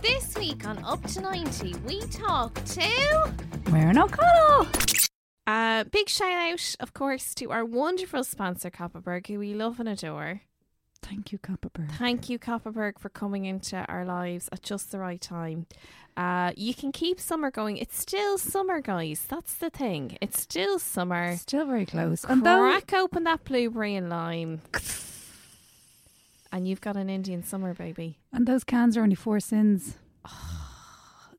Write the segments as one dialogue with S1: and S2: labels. S1: This week on Up to 90, we talk to.
S2: Marin O'Connell.
S1: Uh, big shout out, of course, to our wonderful sponsor, Copperberg, who we love and adore.
S2: Thank you, Copperberg.
S1: Thank you, Copperberg, for coming into our lives at just the right time. Uh, you can keep summer going. It's still summer, guys. That's the thing. It's still summer.
S2: Still very close. And though
S1: Crack open that blueberry and lime. And you've got an Indian summer, baby.
S2: and those cans are only four sins.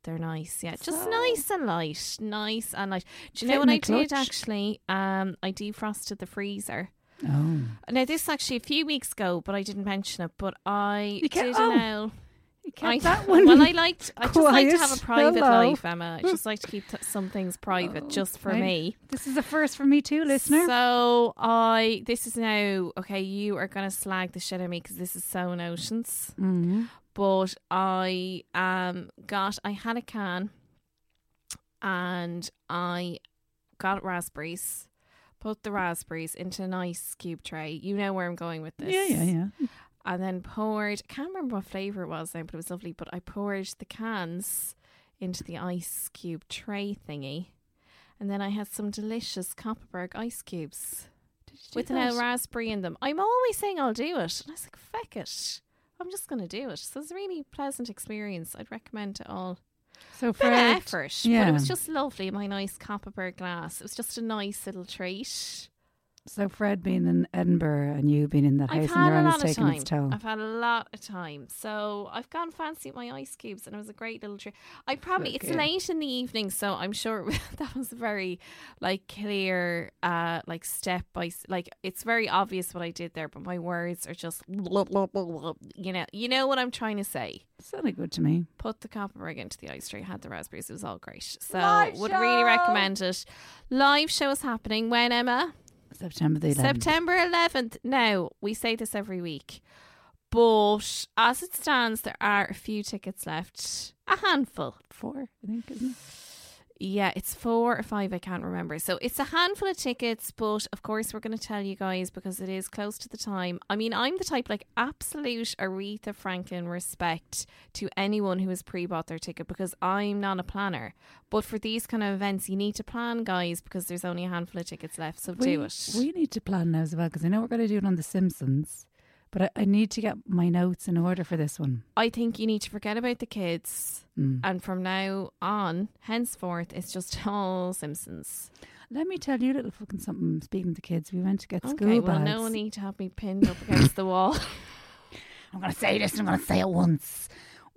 S1: They're nice, yeah. Just nice and light. Nice and light. Do you know what I
S2: Fit in a
S1: did
S2: clutch.
S1: actually? Um, I defrosted the freezer.
S2: Oh.
S1: Now this is actually a few weeks ago, but I didn't mention it. But I
S2: You kept-
S1: did
S2: oh,
S1: know.
S2: You kept
S1: I,
S2: that one.
S1: Well, I liked. I just like to
S2: quiet.
S1: have a private
S2: Hello.
S1: life, Emma. I just like to keep th- some things private, just for
S2: I-
S1: me.
S2: This is a first for me too, listener.
S1: So I. This is now okay. You are gonna slag the shit out of me because this is so notions
S2: Mhm.
S1: but I um got I had a can and I got raspberries. Put the raspberries into an ice cube tray. You know where I'm going with this.
S2: Yeah, yeah, yeah.
S1: And then poured I can't remember what flavour it was now, but it was lovely. But I poured the cans into the ice cube tray thingy. And then I had some delicious Copperberg ice cubes
S2: Did you do
S1: with an
S2: that?
S1: L raspberry in them. I'm always saying I'll do it. And I was like, feck it. I'm just going to do it. So it's a really pleasant experience. I'd recommend to all.
S2: So
S1: Bit of
S2: Fred-
S1: effort, but
S2: yeah.
S1: it was just lovely. My nice Copperberg glass. It was just a nice little treat.
S2: So Fred being in Edinburgh and you being in that
S1: I've
S2: house on
S1: had
S2: your
S1: a
S2: own has
S1: lot of
S2: taken its
S1: time.
S2: toll.
S1: I've had a lot of time. So I've gone fancy with my ice cubes and it was a great little treat. I probably, it's
S2: good.
S1: late in the evening, so I'm sure that was a very like clear, uh, like step by, s- like it's very obvious what I did there, but my words are just, you know, you know what I'm trying to say.
S2: Sounded good to me.
S1: Put the copper rig into the ice tray, had the raspberries, it was all great. So would really recommend it. Live show is happening when, Emma?
S2: September the 11th.
S1: September 11th. Now, we say this every week, but as it stands, there are a few tickets left. A handful.
S2: Four, I think, isn't it?
S1: Yeah, it's four or five, I can't remember. So it's a handful of tickets, but of course, we're going to tell you guys because it is close to the time. I mean, I'm the type like absolute Aretha Franklin respect to anyone who has pre bought their ticket because I'm not a planner. But for these kind of events, you need to plan, guys, because there's only a handful of tickets left. So
S2: we,
S1: do it.
S2: We need to plan now as well because I know we're going to do it on The Simpsons, but I, I need to get my notes in order for this one.
S1: I think you need to forget about the kids.
S2: Mm.
S1: And from now on, henceforth, it's just all Simpsons.
S2: Let me tell you a little fucking something. Speaking to kids, we went to get school
S1: okay, well,
S2: bags.
S1: no e- need to have me pinned up against the wall.
S2: I'm going to say this and I'm going to say it once.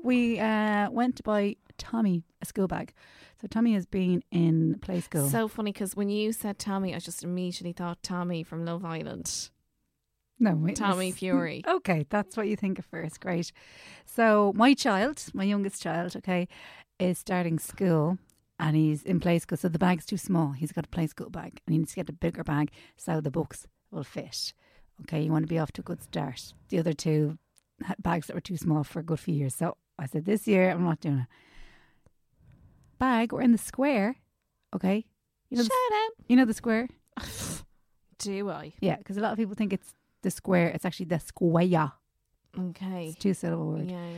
S2: We uh, went to buy Tommy a school bag. So Tommy has been in play school.
S1: So funny because when you said Tommy, I just immediately thought Tommy from Love Island.
S2: no, wait, it
S1: Tommy
S2: was-
S1: Fury.
S2: Okay, that's what you think of first. Great. So my child, my youngest child, okay, is starting school and he's in play school. So the bag's too small. He's got a play school bag and he needs to get a bigger bag so the books will fit. Okay, you want to be off to a good start. The other two had bags that were too small for a good few years. So I said, this year I'm not doing it. Bag, we're in the square. Okay, you know,
S1: Shout
S2: the,
S1: out.
S2: you know the square.
S1: Do I?
S2: Yeah, because a lot of people think it's the square. It's actually the square.
S1: Okay.
S2: It's two syllable word.
S1: Yeah, yeah.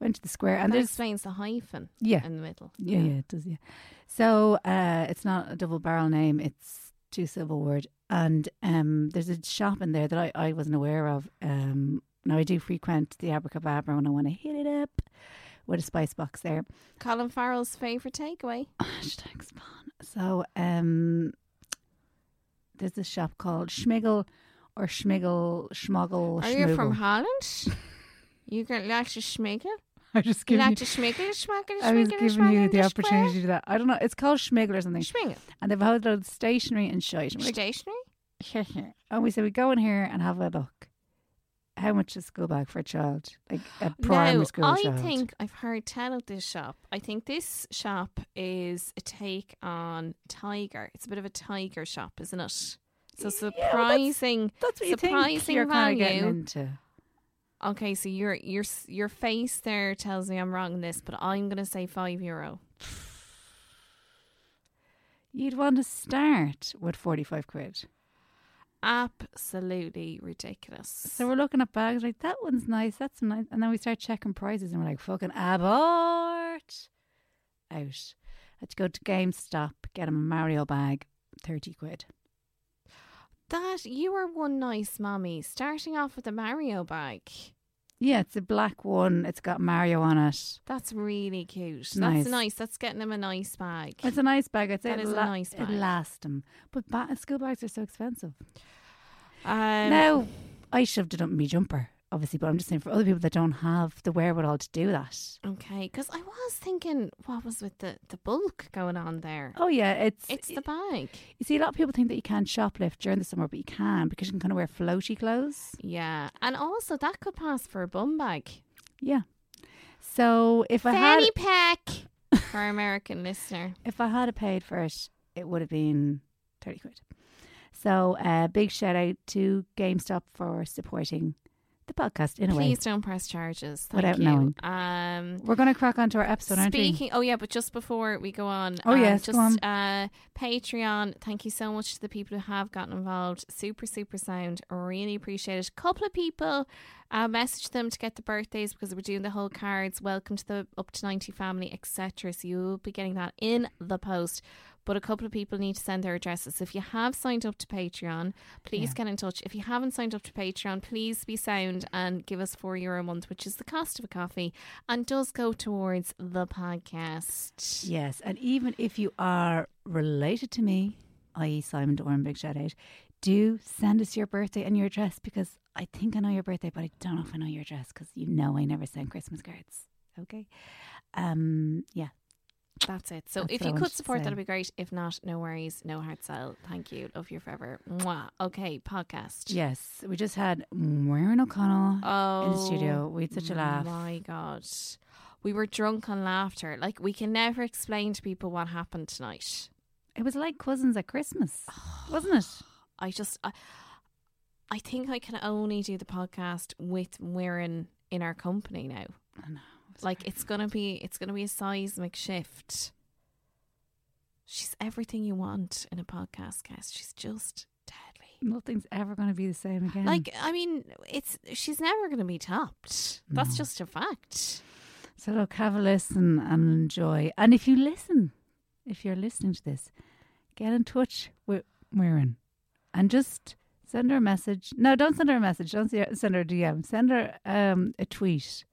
S2: Went to the square and
S1: that
S2: there's
S1: explains the hyphen
S2: yeah,
S1: in the middle.
S2: yeah, yeah, it does. Yeah. So uh, it's not a double barrel name. It's two syllable word. And um, there's a shop in there that I, I wasn't aware of. Um, Now, I do frequent the Abracadabra when I want to hit it up with a spice box there.
S1: Colin Farrell's favourite takeaway.
S2: Hashtag spawn. So um, there's a shop called Schmiggle or Schmiggle Schmoggle.
S1: Are you from
S2: Schmoogle.
S1: Holland? You can like to schmiggle?
S2: I just
S1: You
S2: giving
S1: like to
S2: you,
S1: schmiggle, schmiggle,
S2: I was
S1: schmiggle,
S2: giving you
S1: schmiggle,
S2: the
S1: schmiggle?
S2: opportunity to do that. I don't know. It's called Schmiggle or something,
S1: Schmiggle.
S2: and they've had a load of stationery and shite. And we're like,
S1: Stationary?
S2: and we said we go in here and have a look. How much is school bag for a child, like a primary
S1: No,
S2: school
S1: I
S2: child?
S1: think I've heard tell of this shop. I think this shop is a take on Tiger. It's a bit of a Tiger shop, isn't it? So
S2: Yeah, well, that's-
S1: surprising.
S2: that's what you think
S1: surprising
S2: you're kind of getting
S1: value.
S2: into.
S1: Okay, so your your s- your face there tells me I'm wrong in this, but I'm gonna say five euro.
S2: You'd want to start with forty-five quid.
S1: Absolutely ridiculous.
S2: So we're looking at bags like that one's nice, that's nice, and then we start checking prices and we're like, fucking abort out. Had to go to GameStop get a Mario bag, thirty quid.
S1: that you are one nice mommy, starting off with a Mario bag.
S2: Yeah, it's a black one. It's got Mario on it.
S1: That's really cute.
S2: Nice.
S1: That's nice. That's getting him a nice bag.
S2: It's a nice bag. I'd say
S1: That is
S2: it'll
S1: a
S2: la-
S1: nice
S2: It'll
S1: bag.
S2: last them, but ba- school bags are so expensive.
S1: Um,
S2: now I shoved it up in my jumper, obviously, but I'm just saying for other people that don't have the wherewithal to do that.
S1: Okay, because I was thinking, what was with the, the bulk going on there?
S2: Oh yeah, it's
S1: It's the bag.
S2: You see, a lot of people think that you can't shoplift during the summer, but you can because you can kind of wear floaty clothes.
S1: Yeah, and also that could pass for a bum bag.
S2: Yeah. So if I had
S1: Fanny pack for our American listener.
S2: if I had paid for it, it would have been thirty quid. So uh, big shout out to GameStop for supporting the podcast in a way.
S1: Please don't press charges. Thank
S2: Without
S1: you.
S2: knowing.
S1: Um,
S2: We're going to crack on to our episode, aren't we?
S1: Speaking, oh yeah, but just before we go on, um,
S2: Oh, yes, go
S1: just
S2: on.
S1: Uh, Patreon. Thank you so much to the people who have gotten involved. Super, super sound. Really appreciate it. A couple of people, uh, messaged them to get the birthdays because we're doing the whole cards. Welcome to the up to ninety family, etc. So you'll be getting that in the post. But a couple of people need to send their addresses. If you have signed up to Patreon, please get in touch. If you haven't signed up to Patreon, please be sound and give us four euro a month, which is the cost of a coffee and does go towards the podcast.
S2: Yes, and even if you are related to me, i.e., Simon Doran, big shout out, do send us your birthday and your address because I think I know your birthday, but I don't know if I know your address because you know I never send Christmas cards. Okay. Um. Yeah.
S1: That's it. So
S2: That's
S1: if
S2: what I
S1: you could
S2: wanted to
S1: support,
S2: say.
S1: that'd be great. If not, no worries, no hard sell. Thank you. Love you forever. Mwah. Okay, podcast.
S2: Yes, we just had Moira O'Connell
S1: Oh,
S2: in the studio. We had such a laugh.
S1: My God. We were drunk on laughter. Like, we can never explain to people what happened tonight.
S2: It was like cousins at Christmas, wasn't it?
S1: I just, I, I think I can only do the podcast with Weirin in our company now.
S2: I know. It was
S1: Like
S2: very-
S1: it's gonna be it's gonna be a seismic shift. She's everything you want in a podcast cast. She's just deadly.
S2: nothing's ever going to be the same again.
S1: Like I mean, it's she's never gonna be topped. That's
S2: No.
S1: just a fact.
S2: So look, have a listen and enjoy. And if you listen, if you're listening to this, get in touch with Mirren and just send her a message. No, don't send her a message. Don't se- send her a DM. Send her um, a tweet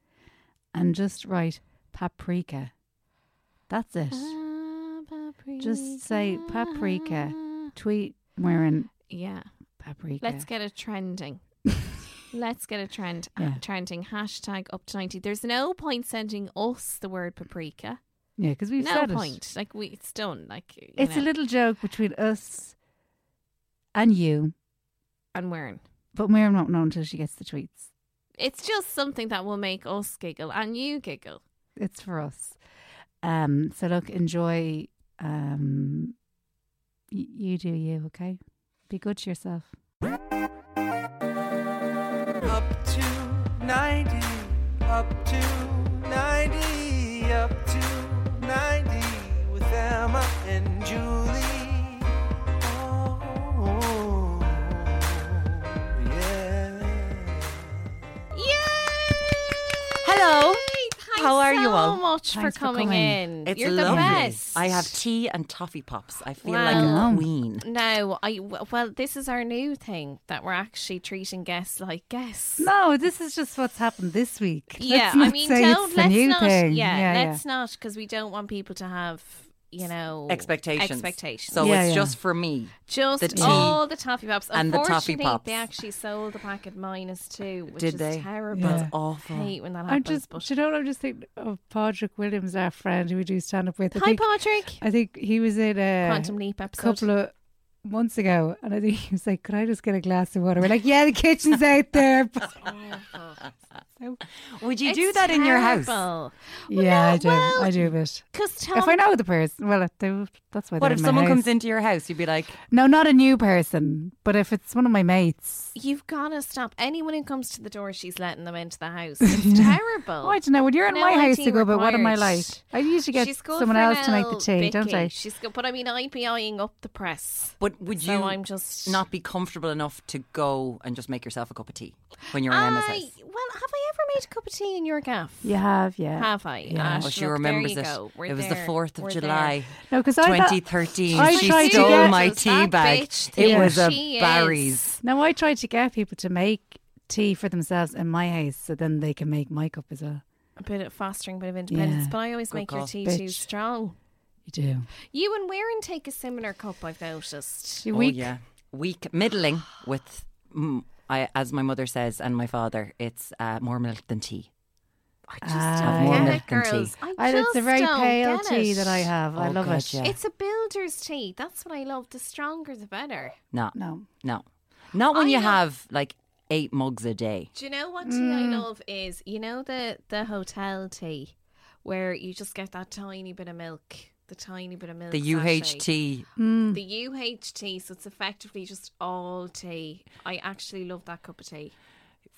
S2: and just write paprika. That's it. Just say paprika. Tweet Mirren
S1: Yeah.
S2: paprika.
S1: Let's get it trending. Let's get a trend uh,
S2: Yeah.
S1: trending hashtag up to ninety. There's no point sending us the word paprika.
S2: yeah, because we've
S1: no
S2: said it.
S1: point. Like we, it's done. Like you
S2: It's
S1: know.
S2: a little joke between us and you,
S1: And wearing.
S2: but Mirren won't know until she gets the tweets.
S1: It's just something that will make us giggle and you giggle.
S2: it's for us. Um, so look, enjoy. Um, y- you do you, okay? Be good to yourself.
S3: Up to 90, up to 90, up to 90 with Emma and Julie. Oh, yeah.
S1: Yay!
S4: Hello.
S1: Thank
S5: how are you all?
S1: so much
S2: Thanks
S1: for
S2: for
S1: coming,
S2: coming.
S1: in.
S5: It's
S1: You're
S5: lovely.
S1: the best.
S5: I have tea and toffee pops. I feel
S1: Wow.
S5: like a queen.
S1: No, I w- well, this is our new thing that we're actually treating guests like guests.
S2: No, this is just what's happened this week. Let's
S1: yeah, I
S2: not
S1: mean,
S2: say
S1: don't
S2: it's the
S1: let's
S2: new
S1: not.
S2: thing.
S1: Yeah, let's
S2: yeah.
S1: not because we don't want people to have you know
S5: Expectations.
S1: Expectations.
S5: So
S2: Yeah,
S5: it's
S2: yeah.
S5: just for me.
S1: just
S5: the tea
S1: all the toffee pops
S5: and the toffee
S1: Unfortunately,
S5: pops.
S1: They actually sold the pack at minus two, which
S5: Did
S1: is
S5: they?
S1: terrible.
S2: That's Yeah.
S5: awful.
S1: I hate when that
S2: I
S1: happens.
S2: just,
S1: but
S2: do you know what I'm just thinking of Padraig Williams, our friend who we do stand up with. I
S1: hi,
S2: think,
S1: Patrick.
S2: I think he was in a
S1: Quantum Leap episode.
S2: couple of months ago, and I think he was like, "Could I just get a glass of water?" We're like, "Yeah, the kitchen's out there." But
S5: Would you do that in your house?
S2: yeah, I do.
S1: well,
S2: I do a bit.
S1: Because
S2: If I know the person, well, if they, that's why.
S5: What
S2: they're
S5: if
S2: in my
S5: someone
S2: house.
S5: comes into your house? You'd be like,
S2: No, not a new person, but if it's one of my mates.
S1: You've got to stop. Anyone who comes to the door, she's letting them into the house. It's terrible.
S2: Oh, I don't know. When you're in
S1: No
S2: my house,
S1: IT
S2: you go, but what am I
S1: required.
S2: like? I usually get
S1: She's good
S2: someone
S1: for an
S2: else to make the
S1: L,
S2: tea, don't
S1: Vicky.
S2: I?
S1: She's good, but I mean, I'd be eyeing up the press.
S5: but would
S1: So
S5: you
S1: I'm just-
S5: not be comfortable enough to go and just make yourself a cup of tea when you're in Emma's
S1: I,
S5: house?
S1: well, have I ever made a cup of tea in your gaff?
S2: You have, yeah.
S1: Have I?
S2: Yeah.
S1: Ash,
S5: Oh, she
S1: look,
S5: remembers
S1: there
S5: it.
S1: you Go. We're
S5: it was
S1: there.
S5: the 4th of
S1: We're
S5: July,
S2: No, because I thought-
S5: 2013.
S2: I
S5: she
S2: tried to
S5: stole
S2: get-
S5: my
S1: That
S5: tea bag.
S1: bitch
S5: It
S1: there.
S5: was a
S1: She is.
S5: Barry's.
S2: No, I try to get people to make tea for themselves in my house, so then they can make my cup as well.
S1: A bit of fostering, a bit of independence.
S2: Yeah.
S1: But I always
S5: Good
S1: make your
S5: call.
S1: tea too
S2: Bitch.
S1: strong.
S2: You do.
S1: You and Warren take a similar cup, I've noticed.
S2: You
S5: Oh,
S2: weak.
S5: yeah. Weak, middling with, mm, I, as my mother says and my father, it's uh, more milk than tea.
S1: I just
S2: Ah,
S1: don't
S2: more
S1: get
S5: milk
S1: it,
S5: than tea.
S1: girls. I
S2: I,
S1: just
S2: it's a very
S1: don't
S2: pale
S1: get
S2: tea
S1: it.
S2: that I have. I
S5: Oh,
S2: love
S5: God,
S2: it.
S5: yeah.
S1: It's a builder's tea. That's what I love. The stronger, the better.
S5: No,
S2: No.
S5: no. Not when
S1: I
S5: you
S1: know-
S5: have like eight mugs a day.
S1: Do you know what tea I
S2: Mm.
S1: love is? You know the the hotel tea, where you just get that tiny bit of milk, the tiny bit of milk.
S5: The
S1: sachet.
S5: UHT
S1: The UHT, so it's effectively just all tea. I actually love that cup of tea.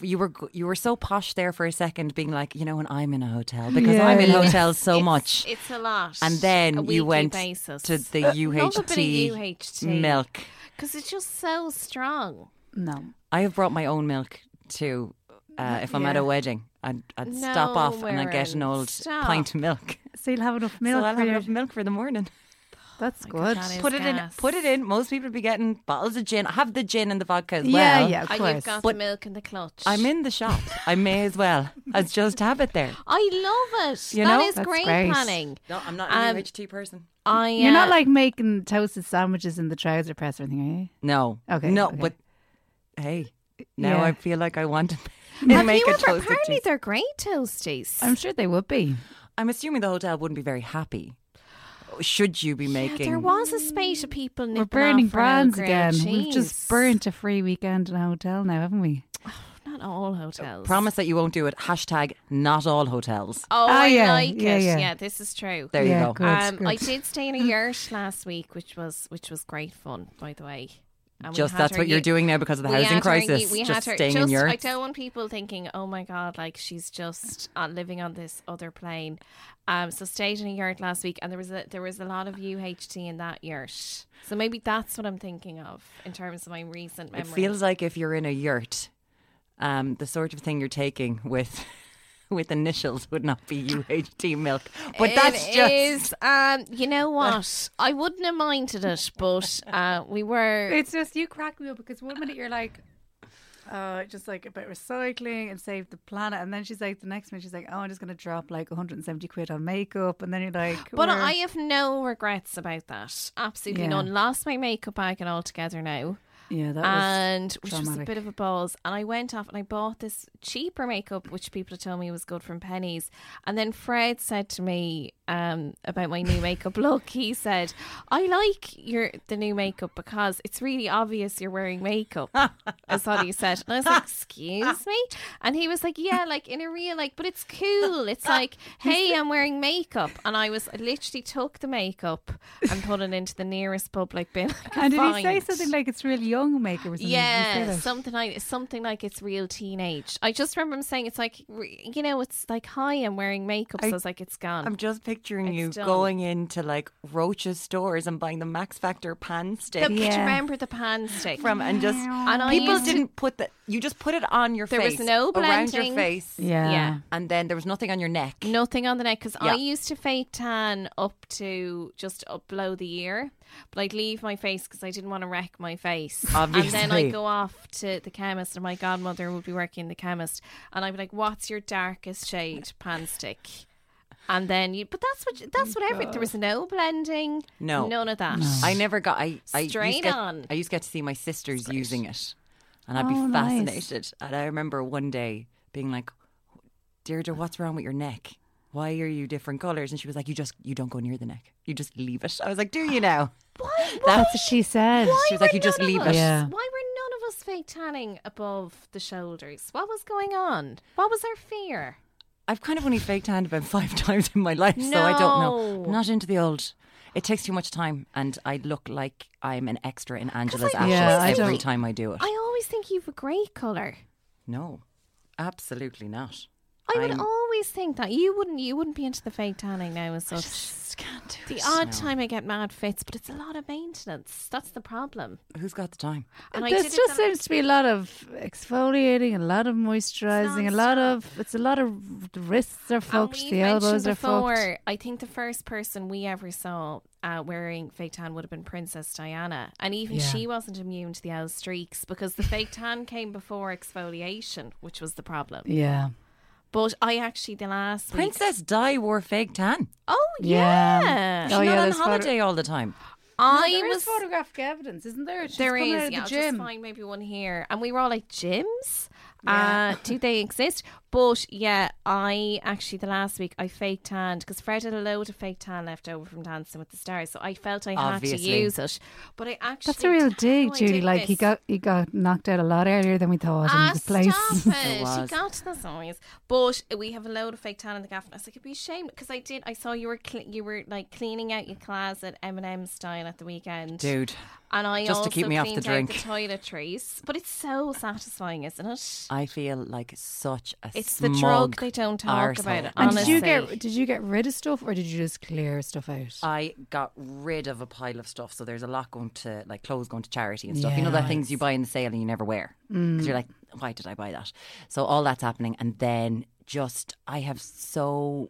S5: you were g- you were so posh there for a second, being like, you know, when I'm in a hotel because
S2: Yeah,
S5: I'm in
S2: yeah.
S5: hotels so
S1: It's-
S5: much.
S1: It's a lot.
S5: and
S1: a
S5: then
S1: weekly
S5: you went
S1: basis.
S5: to the
S1: Love a bit of
S5: UHT,
S1: UHT.
S5: milk.
S1: because it's just so strong.
S2: No.
S5: I have brought my own milk too. Uh, if I'm at
S2: Yeah.
S5: a wedding, I'd, I'd stop off and I'd get an
S1: Warren,
S5: old
S1: stop.
S5: pint of milk.
S2: So you'll have enough
S5: so
S2: milk.
S5: I'll
S2: for
S5: have
S2: your-
S5: enough milk for the morning.
S2: That's
S1: Oh my
S2: good.
S1: God, that is
S5: Put it in.
S1: gas.
S5: Put it in. Most people be getting bottles of gin. I have the gin and the vodka as
S2: yeah,
S5: well.
S2: yeah, of
S1: And
S2: course.
S1: you've got
S5: But
S1: the milk in the clutch.
S5: I'm in the shop. I may as well as just have it there.
S1: I love it.
S5: You
S1: that
S5: know?
S1: is
S2: That's
S1: great,
S2: great.
S1: planning.
S5: No, I'm not
S1: an Um,
S5: UHT person.
S1: I
S2: You're not
S1: uh,
S2: like making toasted sandwiches in the trouser press or anything, are you?
S5: No.
S2: Okay,
S5: No,
S2: okay.
S5: but hey, now
S2: Yeah.
S5: I feel like I want to
S1: Have
S5: make
S1: you
S5: a
S1: ever?
S5: toast of
S1: Apparently,
S5: cheese.
S1: they're great toasties.
S2: I'm sure they would be.
S5: I'm assuming the hotel wouldn't be very happy. Should you be
S1: Yeah,
S5: making?
S1: there was a spate of people.
S2: We're
S1: nipping
S2: burning
S1: off for Earl
S2: brands
S1: Grey
S2: again.
S1: Cheese.
S2: We've just burnt a free weekend in a hotel now, haven't we?
S1: Not all hotels.
S5: Promise that you won't do it. Hashtag not all hotels.
S1: Oh,
S2: Ah,
S1: I
S2: yeah,
S1: like
S2: yeah,
S1: it.
S2: yeah.
S1: this is true.
S5: There
S2: yeah,
S5: you go.
S2: Good,
S1: um,
S2: good.
S1: I did stay in a yurt last week, which was which was great fun, by the way. And we
S5: Just
S1: had
S5: that's
S1: our
S5: what you're
S1: ye-
S5: doing now because of the
S1: we
S5: housing
S1: had our ye-
S5: crisis.
S1: we
S5: just
S1: had our,
S5: staying
S1: just,
S5: in your.
S1: I don't want people thinking, oh my god, like she's just uh, living on this other plane. Um, so stayed in a yurt last week, and there was a there was a lot of UHT in that yurt. So maybe that's what I'm thinking of in terms of my recent
S5: It
S1: memory.
S5: feels like if you're in a yurt, um, the sort of thing you're taking with with initials would not be UHT milk. But
S1: It
S5: that's just
S1: is, um, you know what? I wouldn't have minded it, but uh, we were.
S2: It's just you crack me up because one minute you're like, uh, just like about recycling and save the planet, and then she's like, the next minute she's like, oh, I'm just gonna drop like 170 quid on makeup, and then you're like,
S1: But
S2: "We're-
S1: I have no regrets about that. Absolutely
S2: Yeah.
S1: none. Lost my makeup bag and altogether now.
S2: yeah, that was
S1: and which was a
S2: traumatic.
S1: bit of a balls. And I went off and I bought this cheaper makeup, which people had told me was good from pennies. And then Fred said to me um, about my new makeup look. He said, "I like your the new makeup because it's really obvious you're wearing makeup." Is what he said. And I was like, "Excuse me?" And he was like, "Yeah, like in a real like, but it's cool. It's like, hey, I'm wearing makeup." And I was I literally took the makeup and put it into the nearest public bin. I could
S2: and did he say
S1: find.
S2: something like it's real young makeup or something? Did he say
S1: Yeah,
S2: that?
S1: something like something like it's real teenage. I just remember him saying it's like re- you know it's like hi, I'm wearing makeup, so it's like it's gone.
S5: I'm just picturing
S1: It's
S5: you
S1: done.
S5: going into like Roach's stores and buying the Max Factor pan stick
S1: The, Do you
S2: Yeah.
S1: remember the pan stick?
S5: from and just
S1: And I
S5: people
S1: used to-
S5: didn't put that. You just put it on your
S1: There was
S5: face.
S1: no
S5: around your
S1: blending.
S5: face.
S2: Yeah.
S1: Yeah.
S5: and then there was nothing on your neck.
S1: Nothing on the neck because I
S5: Yeah.
S1: used to fake tan up to just up below the ear, but I'd leave my face because I didn't want to wreck my face. And then
S5: Obviously.
S1: I'd go off to the chemist, and my godmother would be working in the chemist, and I'd be like, "What's your darkest shade, pan stick?" And then you, but that's what that's whatever. There was no blending,
S5: No.
S1: none of that.
S5: I never got. I I used to
S1: Straight
S5: get-
S1: on.
S5: I used to get to see my sisters using it, and I'd
S2: Oh,
S5: be
S2: nice.
S5: fascinated. And I remember one day being like, "Deirdre, what's wrong with your neck? Why are you different colors?" And she was like, "You just you don't go near the neck. You just leave it." I was like, "Do you now?"
S2: That's what she said.
S5: She was like,
S1: were
S5: "You just
S1: none of
S5: leave
S1: us-
S5: it."
S2: Yeah.
S1: Why were none of us fake tanning above the shoulders? What was going on? What was our fear?
S5: I've kind of only faked hand about five times in my life, so I don't know.
S1: No.
S5: I'm not into the old. It takes too much time, and I look like I'm an extra in Angela's
S1: I
S5: ashes
S2: always
S5: every
S2: think-
S5: time I do it.
S1: I always think you've a great colour.
S5: no, absolutely not.
S1: I would
S5: I'm-
S1: always think that you wouldn't. You wouldn't be into the fake tanning now as such.
S5: can't do
S1: The odd time I get mad fits, but it's a lot of maintenance. That's the problem.
S5: Who's got the time?
S1: And I
S2: There
S1: did it
S2: just
S1: the-
S2: seems to be a lot of exfoliating, a lot of moisturising, a lot of it's a lot of the wrists are
S1: and
S2: fucked,
S1: we've
S2: the elbows
S1: mentioned
S2: are fucked.
S1: before, I think the first person we ever saw uh, wearing fake tan would have been Princess Diana, and even
S2: Yeah.
S1: she wasn't immune to the old streaks because the fake tan came before exfoliation, which was the problem.
S2: Yeah,
S1: But I actually the last week-
S5: Princess Di wore fake tan.
S1: Oh
S2: Yeah.
S1: yeah,
S5: She's
S2: Oh, yeah,
S5: not on
S2: there's photo-
S5: holiday all the time.
S1: I
S2: there is
S1: was
S2: photographic evidence, isn't there? She's
S1: There is,
S2: coming out of
S1: yeah.
S2: the
S1: I'll
S2: gym.
S1: just find maybe one here. And we were all like, gyms? Uh, do they exist? But yeah, I actually, the last week, I fake tanned because Fred had a load of fake tan left over from Dancing with the Stars. So I felt I had to
S5: Obviously.
S1: use it. But I actually.
S2: That's a real
S1: don't know
S2: dig,
S1: how I
S2: Judy.
S1: did
S2: Like he
S1: this.
S2: got he got knocked out a lot earlier than we thought in
S1: Ah,
S2: the place.
S1: stop it.
S5: was.
S1: She got this always. But we have a load of fake tan in the gaff, and I was like, it'd be a shame because I did. I saw you were cle you were like cleaning out your closet Eminem style at the weekend,
S5: Dude,
S1: And I
S5: Just to
S1: also
S5: keep me off the
S1: cleaned out
S5: drink.
S1: the toiletries, but it's so satisfying, isn't it?
S5: I feel like such a
S1: It's the drug
S5: smug
S1: they don't talk about,
S5: arsehole.
S2: and
S1: honestly.
S2: did you get did you get rid of stuff or did you just clear stuff out?
S5: I got rid of a pile of stuff, so there's a lot going to like clothes going to charity and stuff. You know
S2: Yeah.
S5: the things you buy in the sale and you never wear because you're like, why did I buy that? So all that's happening, and then just I have so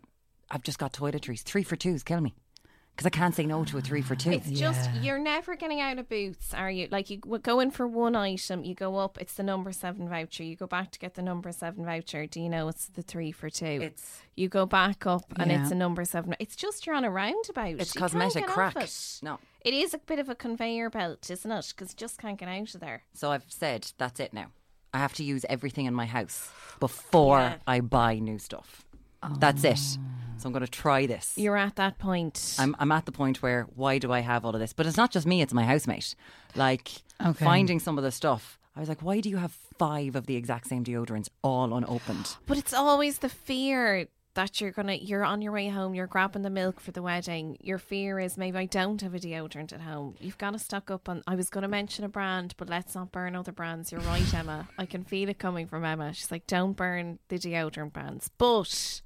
S5: I've just got toiletries. Three for twos kill me because I can't say no to a three for two.
S1: It's just you're never getting out of boots, are you? Like you w- go in for one item, you go up, it's the number seven voucher. You go back to get the number seven voucher. Do you know it's the three for two?
S5: It's-
S1: you go back up and
S2: Yeah.
S1: it's a number seven. It's just you're on a roundabout.
S5: It's
S1: You can't
S5: cosmetic
S1: get off
S5: crack.
S1: it.
S5: No.
S1: it is a bit of a conveyor belt, isn't it? Because you just can't get out of there.
S5: So I've said that's it now. I have to use everything in my house before I buy new stuff. That's it. So I'm going to try this.
S1: You're at that point.
S5: I'm, I'm at the point where why do I have all of this? But it's not just me, it's my housemate. Like
S2: Okay.
S5: finding some of the stuff. I was like, why do you have five of the exact same deodorants all unopened?
S1: But it's always the fear that you're gonna you're on your way home, you're grabbing the milk for the wedding. Your fear is maybe I don't have a deodorant at home. You've gotta stock up on I was gonna mention a brand, but let's not burn other brands. You're right, Emma. I can feel it coming from Emma. She's like, Don't burn the deodorant brands. But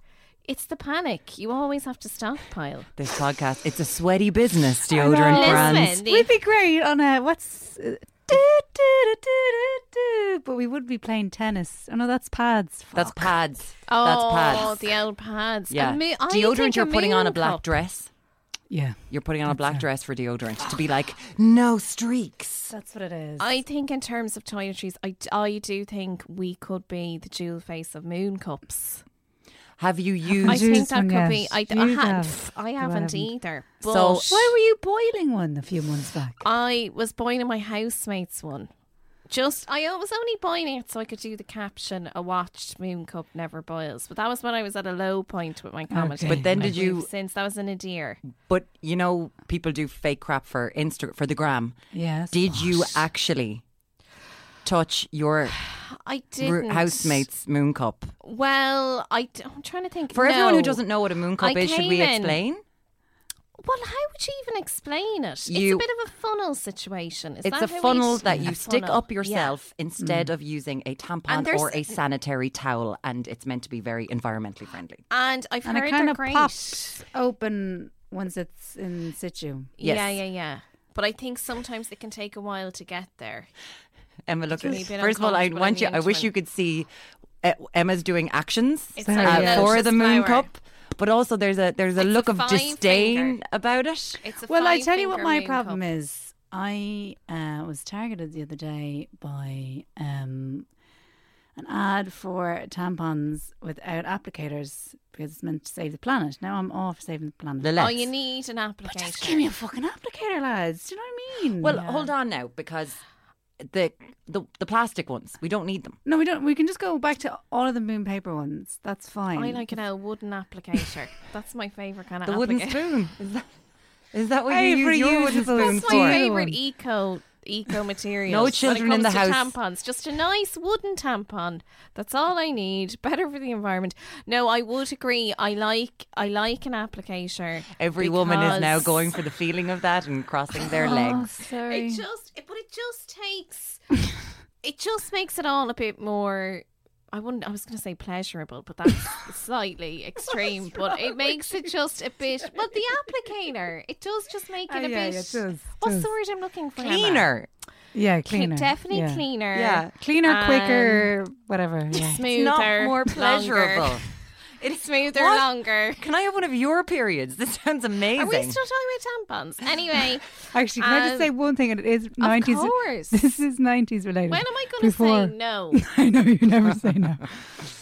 S1: it's the panic. You always have to stockpile.
S5: This podcast, it's a sweaty business,
S2: know.
S5: deodorant brands.
S1: Listen, the-
S2: We'd be great on a what's. uh, Do, do, do, do, do, do, but we would be playing tennis. Oh no, that's pads.
S5: That's
S2: Fuck.
S5: pads.
S1: Oh,
S5: That's pads.
S1: the old pads.
S5: yeah.
S1: A mo- I
S5: deodorant,
S1: think
S5: you're putting on a
S1: moon
S5: black
S1: cup.
S5: dress.
S2: yeah.
S5: You're putting on a black dress for deodorant to be like, no streaks.
S2: That's what it is.
S1: I think in terms of toiletries, I, I do think we could be the jewel face of moon cups.
S5: Have you used.
S1: I think
S2: Juice
S1: that
S2: one,
S1: could
S2: yes.
S1: be. I, I,
S2: You
S1: ha-
S2: have.
S1: I
S2: You
S1: haven't
S2: haven't.
S1: either. But
S5: So-
S2: Why were you boiling one a few months back?
S1: I was boiling my housemates one. Just I was only boiling it so I could do the caption: "A watched moon cup never boils." But that was when I was at a low point with my comedy.
S2: But
S5: then
S1: Like,
S5: did you-
S1: we've Since that was in a deer.
S5: But you know, people do fake crap for Insta for the gram.
S2: Yes.
S5: Did you actually touch your
S1: I
S5: r-
S1: didn't.
S5: housemate's moon cup?
S1: Well, I d- I'm trying to think.
S5: For everyone who
S1: No.
S5: doesn't know what a moon cup
S1: I
S5: is, should we
S1: came in-
S5: explain?
S1: Well, how would you even explain it?
S5: You-
S1: it's a bit of a funnel situation. Is
S5: It's
S1: that
S5: a
S1: how
S5: funnel
S1: it-
S5: that
S1: a
S5: you stick
S1: funnel. Mm.
S5: up yourself instead of using a
S1: And
S5: tampon
S1: there's-
S5: or a sanitary towel, and it's meant to be very environmentally friendly.
S1: Yeah. And I've
S2: And
S1: heard
S2: it kind
S1: they're
S2: of
S1: great.
S2: pops open once it's in situ.
S1: Yeah,
S5: Yes.
S1: yeah, yeah. But I think sometimes it can take a while to get there.
S5: Emma, look,
S1: Just- Maybe a bit
S5: first of all, I
S1: uncomfortable
S5: want
S1: in
S5: you.
S1: the
S5: I wish
S1: intimate.
S5: you could see uh, Emma's doing actions
S1: It's
S5: uh,
S1: like
S2: a
S5: for
S1: Welsh's
S5: the moon
S1: flower.
S5: cup, but also there's a there's a
S1: It's a
S5: look of
S1: fine
S5: disdain
S1: finger.
S5: about it.
S1: It's a
S2: Well, I
S1: five
S2: tell you what
S1: finger
S2: my
S1: moon
S2: problem
S1: cup.
S2: is. I uh, was targeted the other day by um, an ad for tampons without applicators because it's meant to save the planet. Now I'm all for saving the planet.
S5: The
S1: Oh,
S5: less.
S1: you need an application.
S2: Just give me a fucking applicator, lads. Do you know what I mean?
S5: well, hold on now because the the the plastic ones we don't need them.
S2: No, we don't. We can just go back to all of the moon paper ones. That's fine.
S1: I like an old wooden applicator. That's my favorite kind of
S5: The wooden
S1: applicator.
S5: spoon is that is that what
S2: Hey,
S5: you use your
S2: reusable.
S5: wooden spoon
S2: That's
S1: That's
S5: for?
S1: my
S2: Sorry.
S1: favorite eco eco material.
S5: No children in the house.
S1: Tampons, just a nice wooden tampon. That's all I need. Better for the environment. No, I would agree. I like I like an applicator.
S5: Every woman is now
S1: because-
S5: going for the feeling of that and crossing their
S2: Oh,
S5: legs.
S2: sorry.
S1: It just, it, but it just takes, it just makes it all a bit more. I wouldn't. I was going to say pleasurable, but that's slightly extreme. But it makes it just a bit. Well, the applicator, it does just make
S2: Ah,
S1: it a
S2: yeah,
S1: bit.
S2: yeah, it does,
S1: what's
S2: does.
S1: the word I'm looking for? Emma?
S5: Cleaner.
S2: yeah,
S1: Cle-
S2: cleaner.
S1: definitely Um,
S2: yeah.
S1: cleaner.
S5: Yeah.
S2: Cleaner,
S1: And
S2: quicker, whatever. Yeah.
S1: smoother,
S5: It's not more
S1: longer.
S5: pleasurable.
S1: It's smoother,
S5: What?
S1: longer.
S5: Can I have one of your periods? This sounds amazing.
S1: Are we still talking about tampons? Anyway,
S2: Actually, can I just
S1: Um,
S2: say one thing? And it is
S1: of
S2: nineties.
S1: course.
S2: This is nineties related.
S1: When am I going to
S2: Before-
S1: say no?
S2: I know you never say no.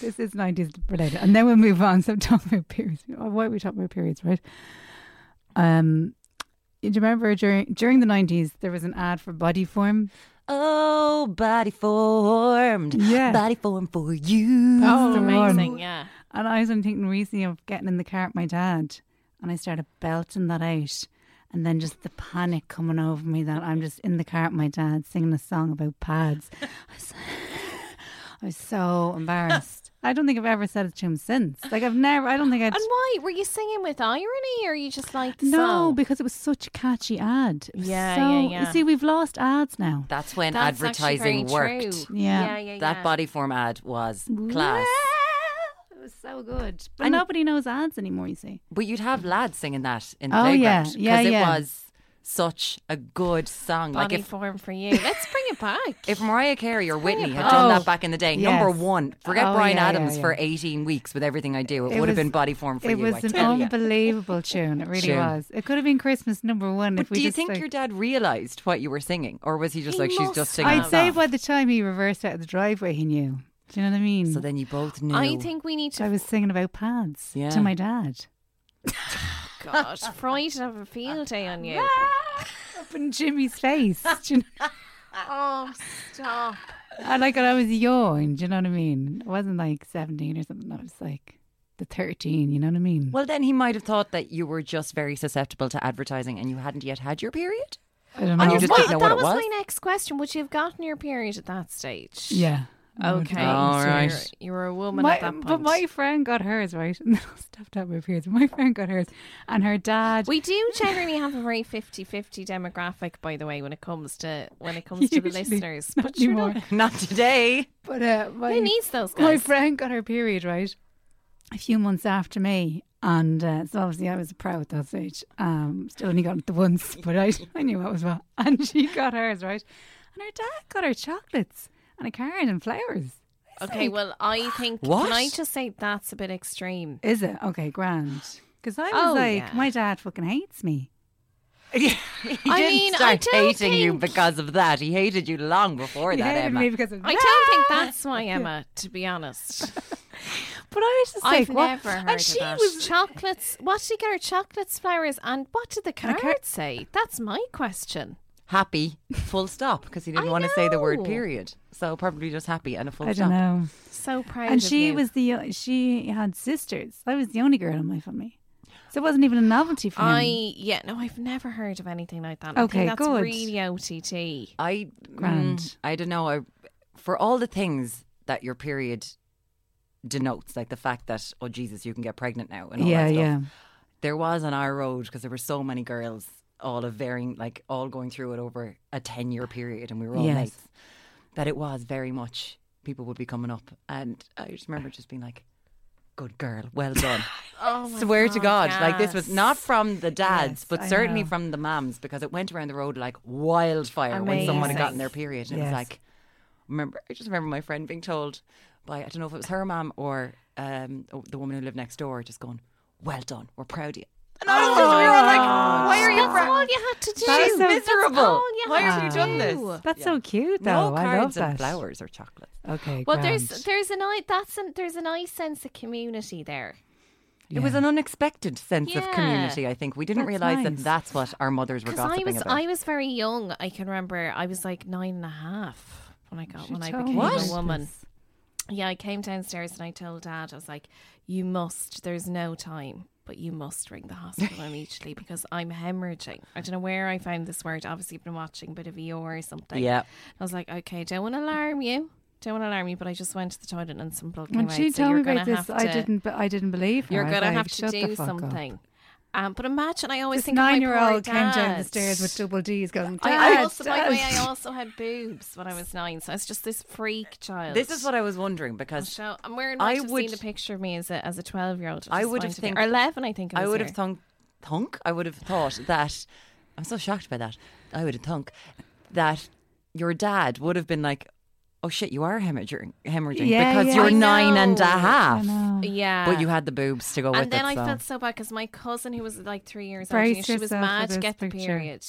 S2: This is nineties related, and then we'll move on. So I'm talking about periods. Oh, Why are we talking about periods, right? Um, do you remember during during the nineties there was an ad for Body Form?
S5: Oh, body formed.
S2: Yeah.
S5: Body form for you.
S2: That's the one.
S1: Oh, Amazing, yeah.
S2: And I was only thinking recently of getting in the car with my dad, and I started belting that out. And then just the panic coming over me that I'm just in the car with my dad singing a song about pads. I was, I was so embarrassed. I don't think I've ever said it to him since. Like I've never. I don't think I'd.
S1: And why were you singing with irony, or you just like the
S2: no,
S1: song?
S2: because it was such a catchy ad. It was
S1: Yeah,
S2: so,
S1: yeah,
S2: you
S1: yeah.
S2: See, we've lost ads now.
S5: That's when
S1: That's actually very
S5: advertising worked.
S1: true. yeah,
S2: Yeah.
S1: yeah.
S5: That
S1: yeah.
S5: body form ad was class.
S2: It was so good, but nobody knows ads anymore. You see.
S5: But you'd have lads singing that in the
S2: Oh,
S5: playground
S2: yeah.
S5: because
S2: Yeah,
S5: it
S2: yeah.
S5: was such a good song.
S1: body
S5: like if
S1: form for you. Let's bring it back.
S5: if Mariah Carey or Whitney had
S2: back.
S5: done
S2: Oh,
S5: that back in the day, number
S2: yes.
S5: one, forget
S2: Oh,
S5: Brian
S2: yeah, yeah,
S5: Adams
S2: yeah.
S5: for 18 weeks with everything I do, it,
S2: It
S5: would have
S2: was-
S5: been body form for
S2: it
S5: you. I
S2: was an
S5: tell ya.
S2: unbelievable tune. It really
S5: Tune.
S2: was. It could have been Christmas number one
S5: But
S2: if we
S5: do you
S2: just
S5: think
S2: like-
S5: your dad realised what you were singing? Or was he just
S1: He
S5: like, she's
S1: must
S5: just singing?
S1: have.
S5: a
S2: I'd say
S5: song?
S2: by the time he reversed out of the driveway, he knew. Do you know what I mean?
S5: So then you both knew.
S1: I think we need
S2: I
S1: to.
S2: was singing about pads
S5: Yeah.
S2: to my dad.
S1: God, Freud would have a field day on you.
S2: Up in Jimmy's face. do you know?
S1: oh, stop!
S2: And like when I was young, do you know what I mean? I wasn't like 17 or something. I was like the 13, you know what I mean?
S5: Well, then he might have thought that you were just very susceptible to advertising and you hadn't yet had your period.
S2: I don't
S5: and
S2: know.
S5: you just
S1: Well,
S5: didn't know
S1: Oh, that
S5: what it
S1: was,
S5: was.
S1: my next question. Would you have gotten your period at that stage?
S2: yeah. I would
S1: Okay.
S2: have gotten
S5: Oh, All
S2: serious.
S5: right.
S1: So you're, you were a woman
S2: My,
S1: at that point.
S2: but my friend got hers, right? And then I stepped out my periods. My friend got hers. And her dad
S1: we do generally have a very 50-50 demographic, by the way, when it comes to when it comes to the
S2: Usually,
S1: listeners.
S2: not
S1: But you know,
S2: anymore.
S5: Not today.
S2: But uh, my,
S1: who needs those guys?
S2: my friend got her period right a few months after me, and uh, so obviously I was proud at that stage. Um, still only got it the once, but I, I knew what was what. And she got hers right, and her dad got her chocolates and a card and flowers.
S1: Okay, well, I think
S5: What?
S1: can I just say that's a bit extreme.
S2: Is it okay? Grand. Because I was
S1: Oh,
S2: like,
S1: yeah.
S2: my dad fucking hates me.
S1: I
S5: he didn't
S1: mean, I
S5: start
S1: don't
S5: hating you
S1: think-
S5: because of that. He hated you long before
S2: He
S5: that,
S2: hated
S5: Emma.
S2: me because of
S1: I
S2: that.
S1: don't think that's why, Emma. To be honest,
S2: But I was just
S1: I've
S2: like, what?
S1: never heard
S2: and she
S1: of that.
S2: was
S1: chocolates. What did you get her? Chocolates, flowers, and what did the
S2: And
S1: card
S2: a
S1: say? That's my question.
S5: Happy, full stop, because he didn't
S1: I
S5: want to say the word
S1: know.
S5: period. So probably just happy and a full
S2: I
S5: stop.
S2: don't know.
S1: So proud. of
S2: and she
S1: you.
S2: was the uh, she had sisters. I was the only girl in my family, so it wasn't even a novelty for
S1: I
S2: him.
S1: yeah no I've never heard of anything like that. I
S2: Okay,
S1: think that's
S2: good.
S1: really OTT.
S5: I
S2: Grand.
S5: mm, I don't know. I for all the things that your period denotes, like the fact that oh Jesus, you can get pregnant now, and all
S2: yeah,
S5: that stuff.
S2: yeah.
S5: there was on our road because there were so many girls, all of varying, like all going through it over a ten-year period, and we were all
S2: Yes.
S5: mates. That it was very much people would be coming up, and I just remember just being like, "Good girl, well done."
S1: Oh my
S5: Swear to God, like this was
S1: yes.
S5: not from the dads,
S2: Yes,
S5: but
S2: I
S5: certainly
S2: know.
S5: from the mums because it went around the road like wildfire when someone had gotten
S1: Amazing.
S5: their period. And it was
S2: Yes.
S5: like, remember, I just remember my friend being told by, I don't know if it was her mum or um, the woman who lived next door, just going, Well done, we're proud of you. And I was just, we were all like, Why are you
S1: That's
S5: proud?
S1: all you had to do.
S2: Oh. That is
S5: She's
S2: so-
S5: miserable.
S1: all you
S5: Why
S1: had
S5: have you
S1: to
S5: done
S1: do.
S5: this?
S2: That's
S5: Yeah.
S2: so cute, though.
S5: No
S2: Oh, I love
S5: cards
S2: that.
S5: and flowers or chocolate.
S2: Okay.
S1: Well, there's
S2: grand.
S1: there's a nice that's an, there's a nice sense of community there.
S5: It was
S2: Yeah.
S5: an unexpected sense
S1: Yeah.
S5: of community, I think. We didn't
S2: That's
S5: realise
S2: nice.
S5: that that's what our mothers were
S1: Because
S5: gossiping
S1: I was
S5: about.
S1: I was very young. I can remember I was like nine and a half when I got
S2: She
S1: when I
S2: told
S1: became
S2: me
S5: What?
S1: a woman.
S2: this.
S1: Yeah, I came downstairs and I told Dad I was like, "You must. There's no time." But you must ring the hospital immediately because I'm hemorrhaging. I don't know where I found this word. Obviously, I've been watching a bit of ER or something.
S5: Yeah.
S1: I was like, okay, don't want to alarm you. Don't want to alarm you, but I just went to the toilet and some blood came
S2: When
S1: out.
S2: she
S1: so
S2: told me
S1: you're gonna
S2: about this,
S1: have
S2: I
S1: to-
S2: didn't. Be- I didn't believe her.
S1: You're
S2: I was
S1: gonna
S2: like,
S1: have
S2: "Shut
S1: to
S2: the
S1: do
S2: fuck up."
S1: something. Um, but imagine, I always
S2: This
S1: think of my poor
S2: nine-year-old came down the
S1: dad.
S2: stairs with double D's, going,
S1: I
S2: "Dad,
S1: also, by the way, I
S2: Dad."
S1: also had boobs when I was nine, so I was just this freak child.
S5: This is what I was wondering because
S1: So I'm wearing.
S5: I
S1: I would
S5: would-
S1: seen a picture of me as a as a twelve year old.
S5: I would have think-
S1: or eleven, I think. It
S5: I
S1: was
S5: would
S1: here.
S5: have thunk, thunk. I would have thought that. I'm so shocked by that. I would have thunk that your dad would have been like, "Oh shit, you are hemorrhaging, hemorrhaging
S2: Yeah,
S5: because
S2: yeah.
S5: you're
S2: I
S5: nine
S1: know.
S5: and a
S1: I
S5: half,
S1: Yeah,
S5: but you had the boobs to go with
S1: And then
S5: it."
S1: I
S5: so.
S1: felt so bad because my cousin, who was like three years
S2: Brace
S1: older, than me, she was
S2: yourself for
S1: mad to
S2: this
S1: get the
S2: picture.
S1: period.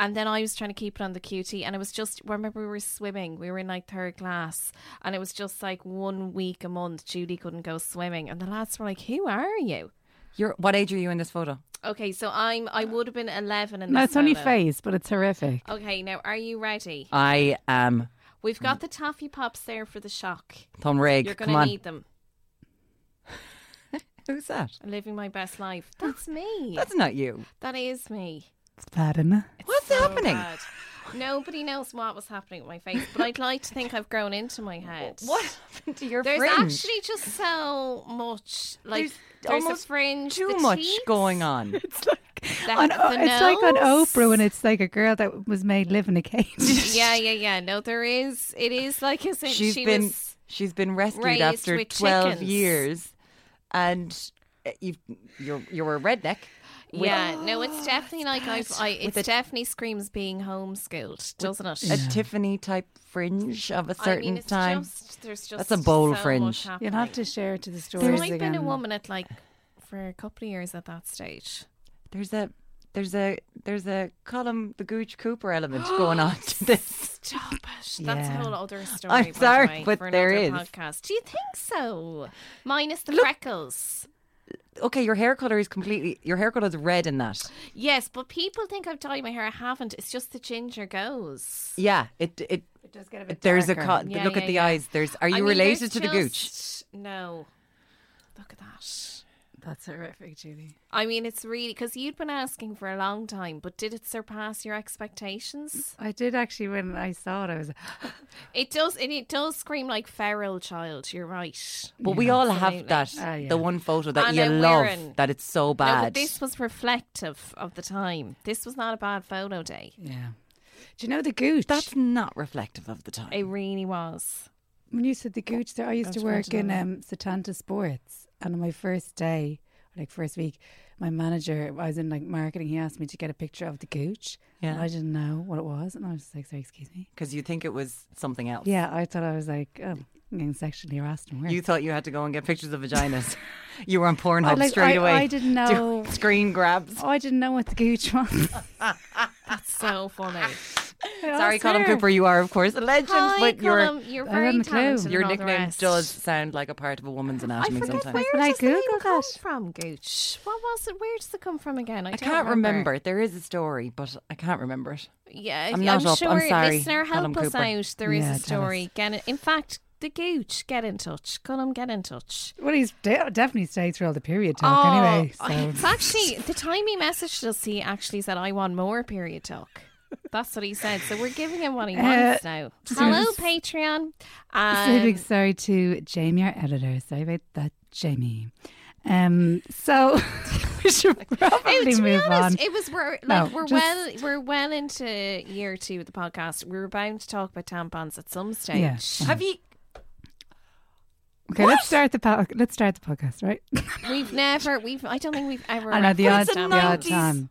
S1: And then I was trying to keep it on the QT, and it was just. Remember, we were swimming. We were in like third class, and it was just like one week a month. Judy couldn't go swimming, and the lads were like, "Who are you?"
S5: You're, what age are you in this photo?
S1: Okay, so I'm. I would have been eleven, and
S2: No, it's only face, but it's horrific.
S1: Okay, now are you ready?
S5: I am
S1: We've got the toffee pops there for the shock.
S5: Tom Rigg.
S1: You're
S5: Come
S1: gonna
S5: on,
S1: need them.
S5: who's that?
S1: I'm living my best life. That's me.
S5: That's not you.
S1: That is me.
S2: It's bad enough.
S1: It's
S5: What's
S1: so
S5: happening?
S1: bad. Nobody knows what was happening with my face, but I'd like to think I've grown into my head.
S5: What happened to your
S1: There's
S5: fringe?
S1: actually just so much, like
S5: There's
S1: there's,
S5: almost
S1: a fringe,
S5: too
S1: the
S5: much
S1: cheeks,
S5: going on.
S1: the-
S2: on,
S1: the
S2: it's like on
S1: nose.
S2: Oprah when it's like a girl that was made live in a cage.
S1: Yeah, yeah, yeah. No, there is. It is like as if
S5: She's
S1: she
S5: been
S1: was.
S5: she's been rescued
S1: raised
S5: after
S1: with
S5: 12
S1: chickens.
S5: years and uh, you've, you're you're a redneck with-
S1: yeah, no, it's definitely like I've. I, it definitely screams being homeschooled, doesn't it?
S5: a Tiffany type fringe of a certain
S1: I mean, it's
S5: time.
S1: Just, there's just
S5: That's a bowl
S1: so Much
S5: fringe. You'll
S2: You'll
S1: happening.
S2: have to share it to the
S1: So
S2: stories
S1: I've
S2: again.
S1: been a woman at like for a couple of years at that stage.
S5: There's a there's a there's a column the Gooch Cooper element going on to this.
S1: Stop it. That's
S2: Yeah.
S1: a whole other story. by the
S5: sorry,
S1: way,
S5: but
S1: for
S5: there
S1: another
S5: is.
S1: podcast. Do you think so? Minus the freckles.
S5: Okay, your hair color is completely your hair color is red in that.
S1: Yes, but people think I've dyed my hair. I haven't. It's just the ginger goes.
S5: Yeah, it it,
S2: does get a bit
S5: there's a
S2: darker.
S5: co-
S1: Yeah,
S5: look
S1: yeah,
S5: at the
S1: yeah.
S5: eyes. There's are you
S1: I mean,
S5: related
S1: there's
S5: to the Gooch?
S1: just- No. Look at that.
S2: That's horrific, Julie.
S1: I mean, it's really because you'd been asking for a long time, but did it surpass your expectations?
S2: I did actually when I saw it. I was
S1: It does. It, it does scream like feral child. You're right.
S5: But we all have
S1: absolutely.
S5: that
S2: Ah, yeah.
S5: the one photo that
S1: And
S5: you
S1: I'm
S5: love
S1: wearing-
S5: that it's so
S1: No,
S5: bad.
S1: but this was reflective of the time. This was not a bad photo day.
S2: yeah. Do you know the gooch?
S5: That's not reflective of the time.
S1: It really was.
S2: when you said the gooch. There, I used to
S1: That's
S2: work
S1: right,
S2: in
S1: yeah.
S2: um, Satanta Sports, and on my first day, like first week, my manager I was in like marketing. He asked me to get a picture of the gooch.
S5: Yeah.
S2: and I didn't know what it was, and I was just like, "Sorry, excuse me."
S5: Because you think it was something else.
S2: Yeah, I thought I was like, oh, I'm getting sexually harassed and work.
S5: You thought you had to go and get pictures of vaginas. you were on Pornhub
S2: I like-
S5: straight
S2: I-
S5: away.
S2: I didn't know.
S5: doing Screen grabs.
S2: Oh, I didn't know what the gooch was.
S1: That's so funny.
S5: Sorry, Colin Cooper, you are, of course, a legend,
S1: Ah, Hi,
S5: but your,
S1: Colm, you're
S2: I
S1: very
S2: haven't a clue.
S1: talented.
S5: your
S1: and all the
S5: nickname
S1: rest.
S5: does sound like a part of a woman's
S1: I
S5: anatomy
S1: forget
S5: sometimes.
S1: where
S2: When I
S1: does the name
S2: Googled
S1: come
S2: it.
S1: from, Gooch. What was it? Where does it come from again? I,
S5: I
S1: don't
S5: can't remember. There is a story, but I can't remember it.
S1: Yeah,
S5: I'm not up.
S1: sure.
S5: I'm sorry,
S1: Listener, help
S5: Colm
S1: us
S5: Cooper.
S1: out. There is
S2: Yeah,
S1: a
S2: tell
S1: story. Get in, in fact, the Gooch. Get in touch. Colum, get in touch.
S2: Well, he's de- definitely stayed through all the period talk
S1: Oh,
S2: anyway. So.
S1: it's actually the time he messaged us. He actually said, "I want more period talk." That's what he said. So we're giving him
S5: Uh,
S1: what he wants now. Hello, Patreon.
S2: So
S1: Um,
S2: big sorry to Jamie, our editor. Sorry about that, Jamie. Um, so we should
S1: It-
S2: probably
S1: to be
S2: move
S1: honest,
S2: on.
S1: it was we're like
S2: No,
S1: we're
S2: just-
S1: well we're well into year two of the podcast. We were bound to talk about tampons at some stage.
S2: Yeah.
S5: Have you?
S2: Okay, let's start the po- let's start the podcast, right?
S1: We've never we've I don't think we've ever
S2: I know the odd,
S1: referenced
S2: the
S1: tampons.
S2: odd
S5: 90s.
S2: time.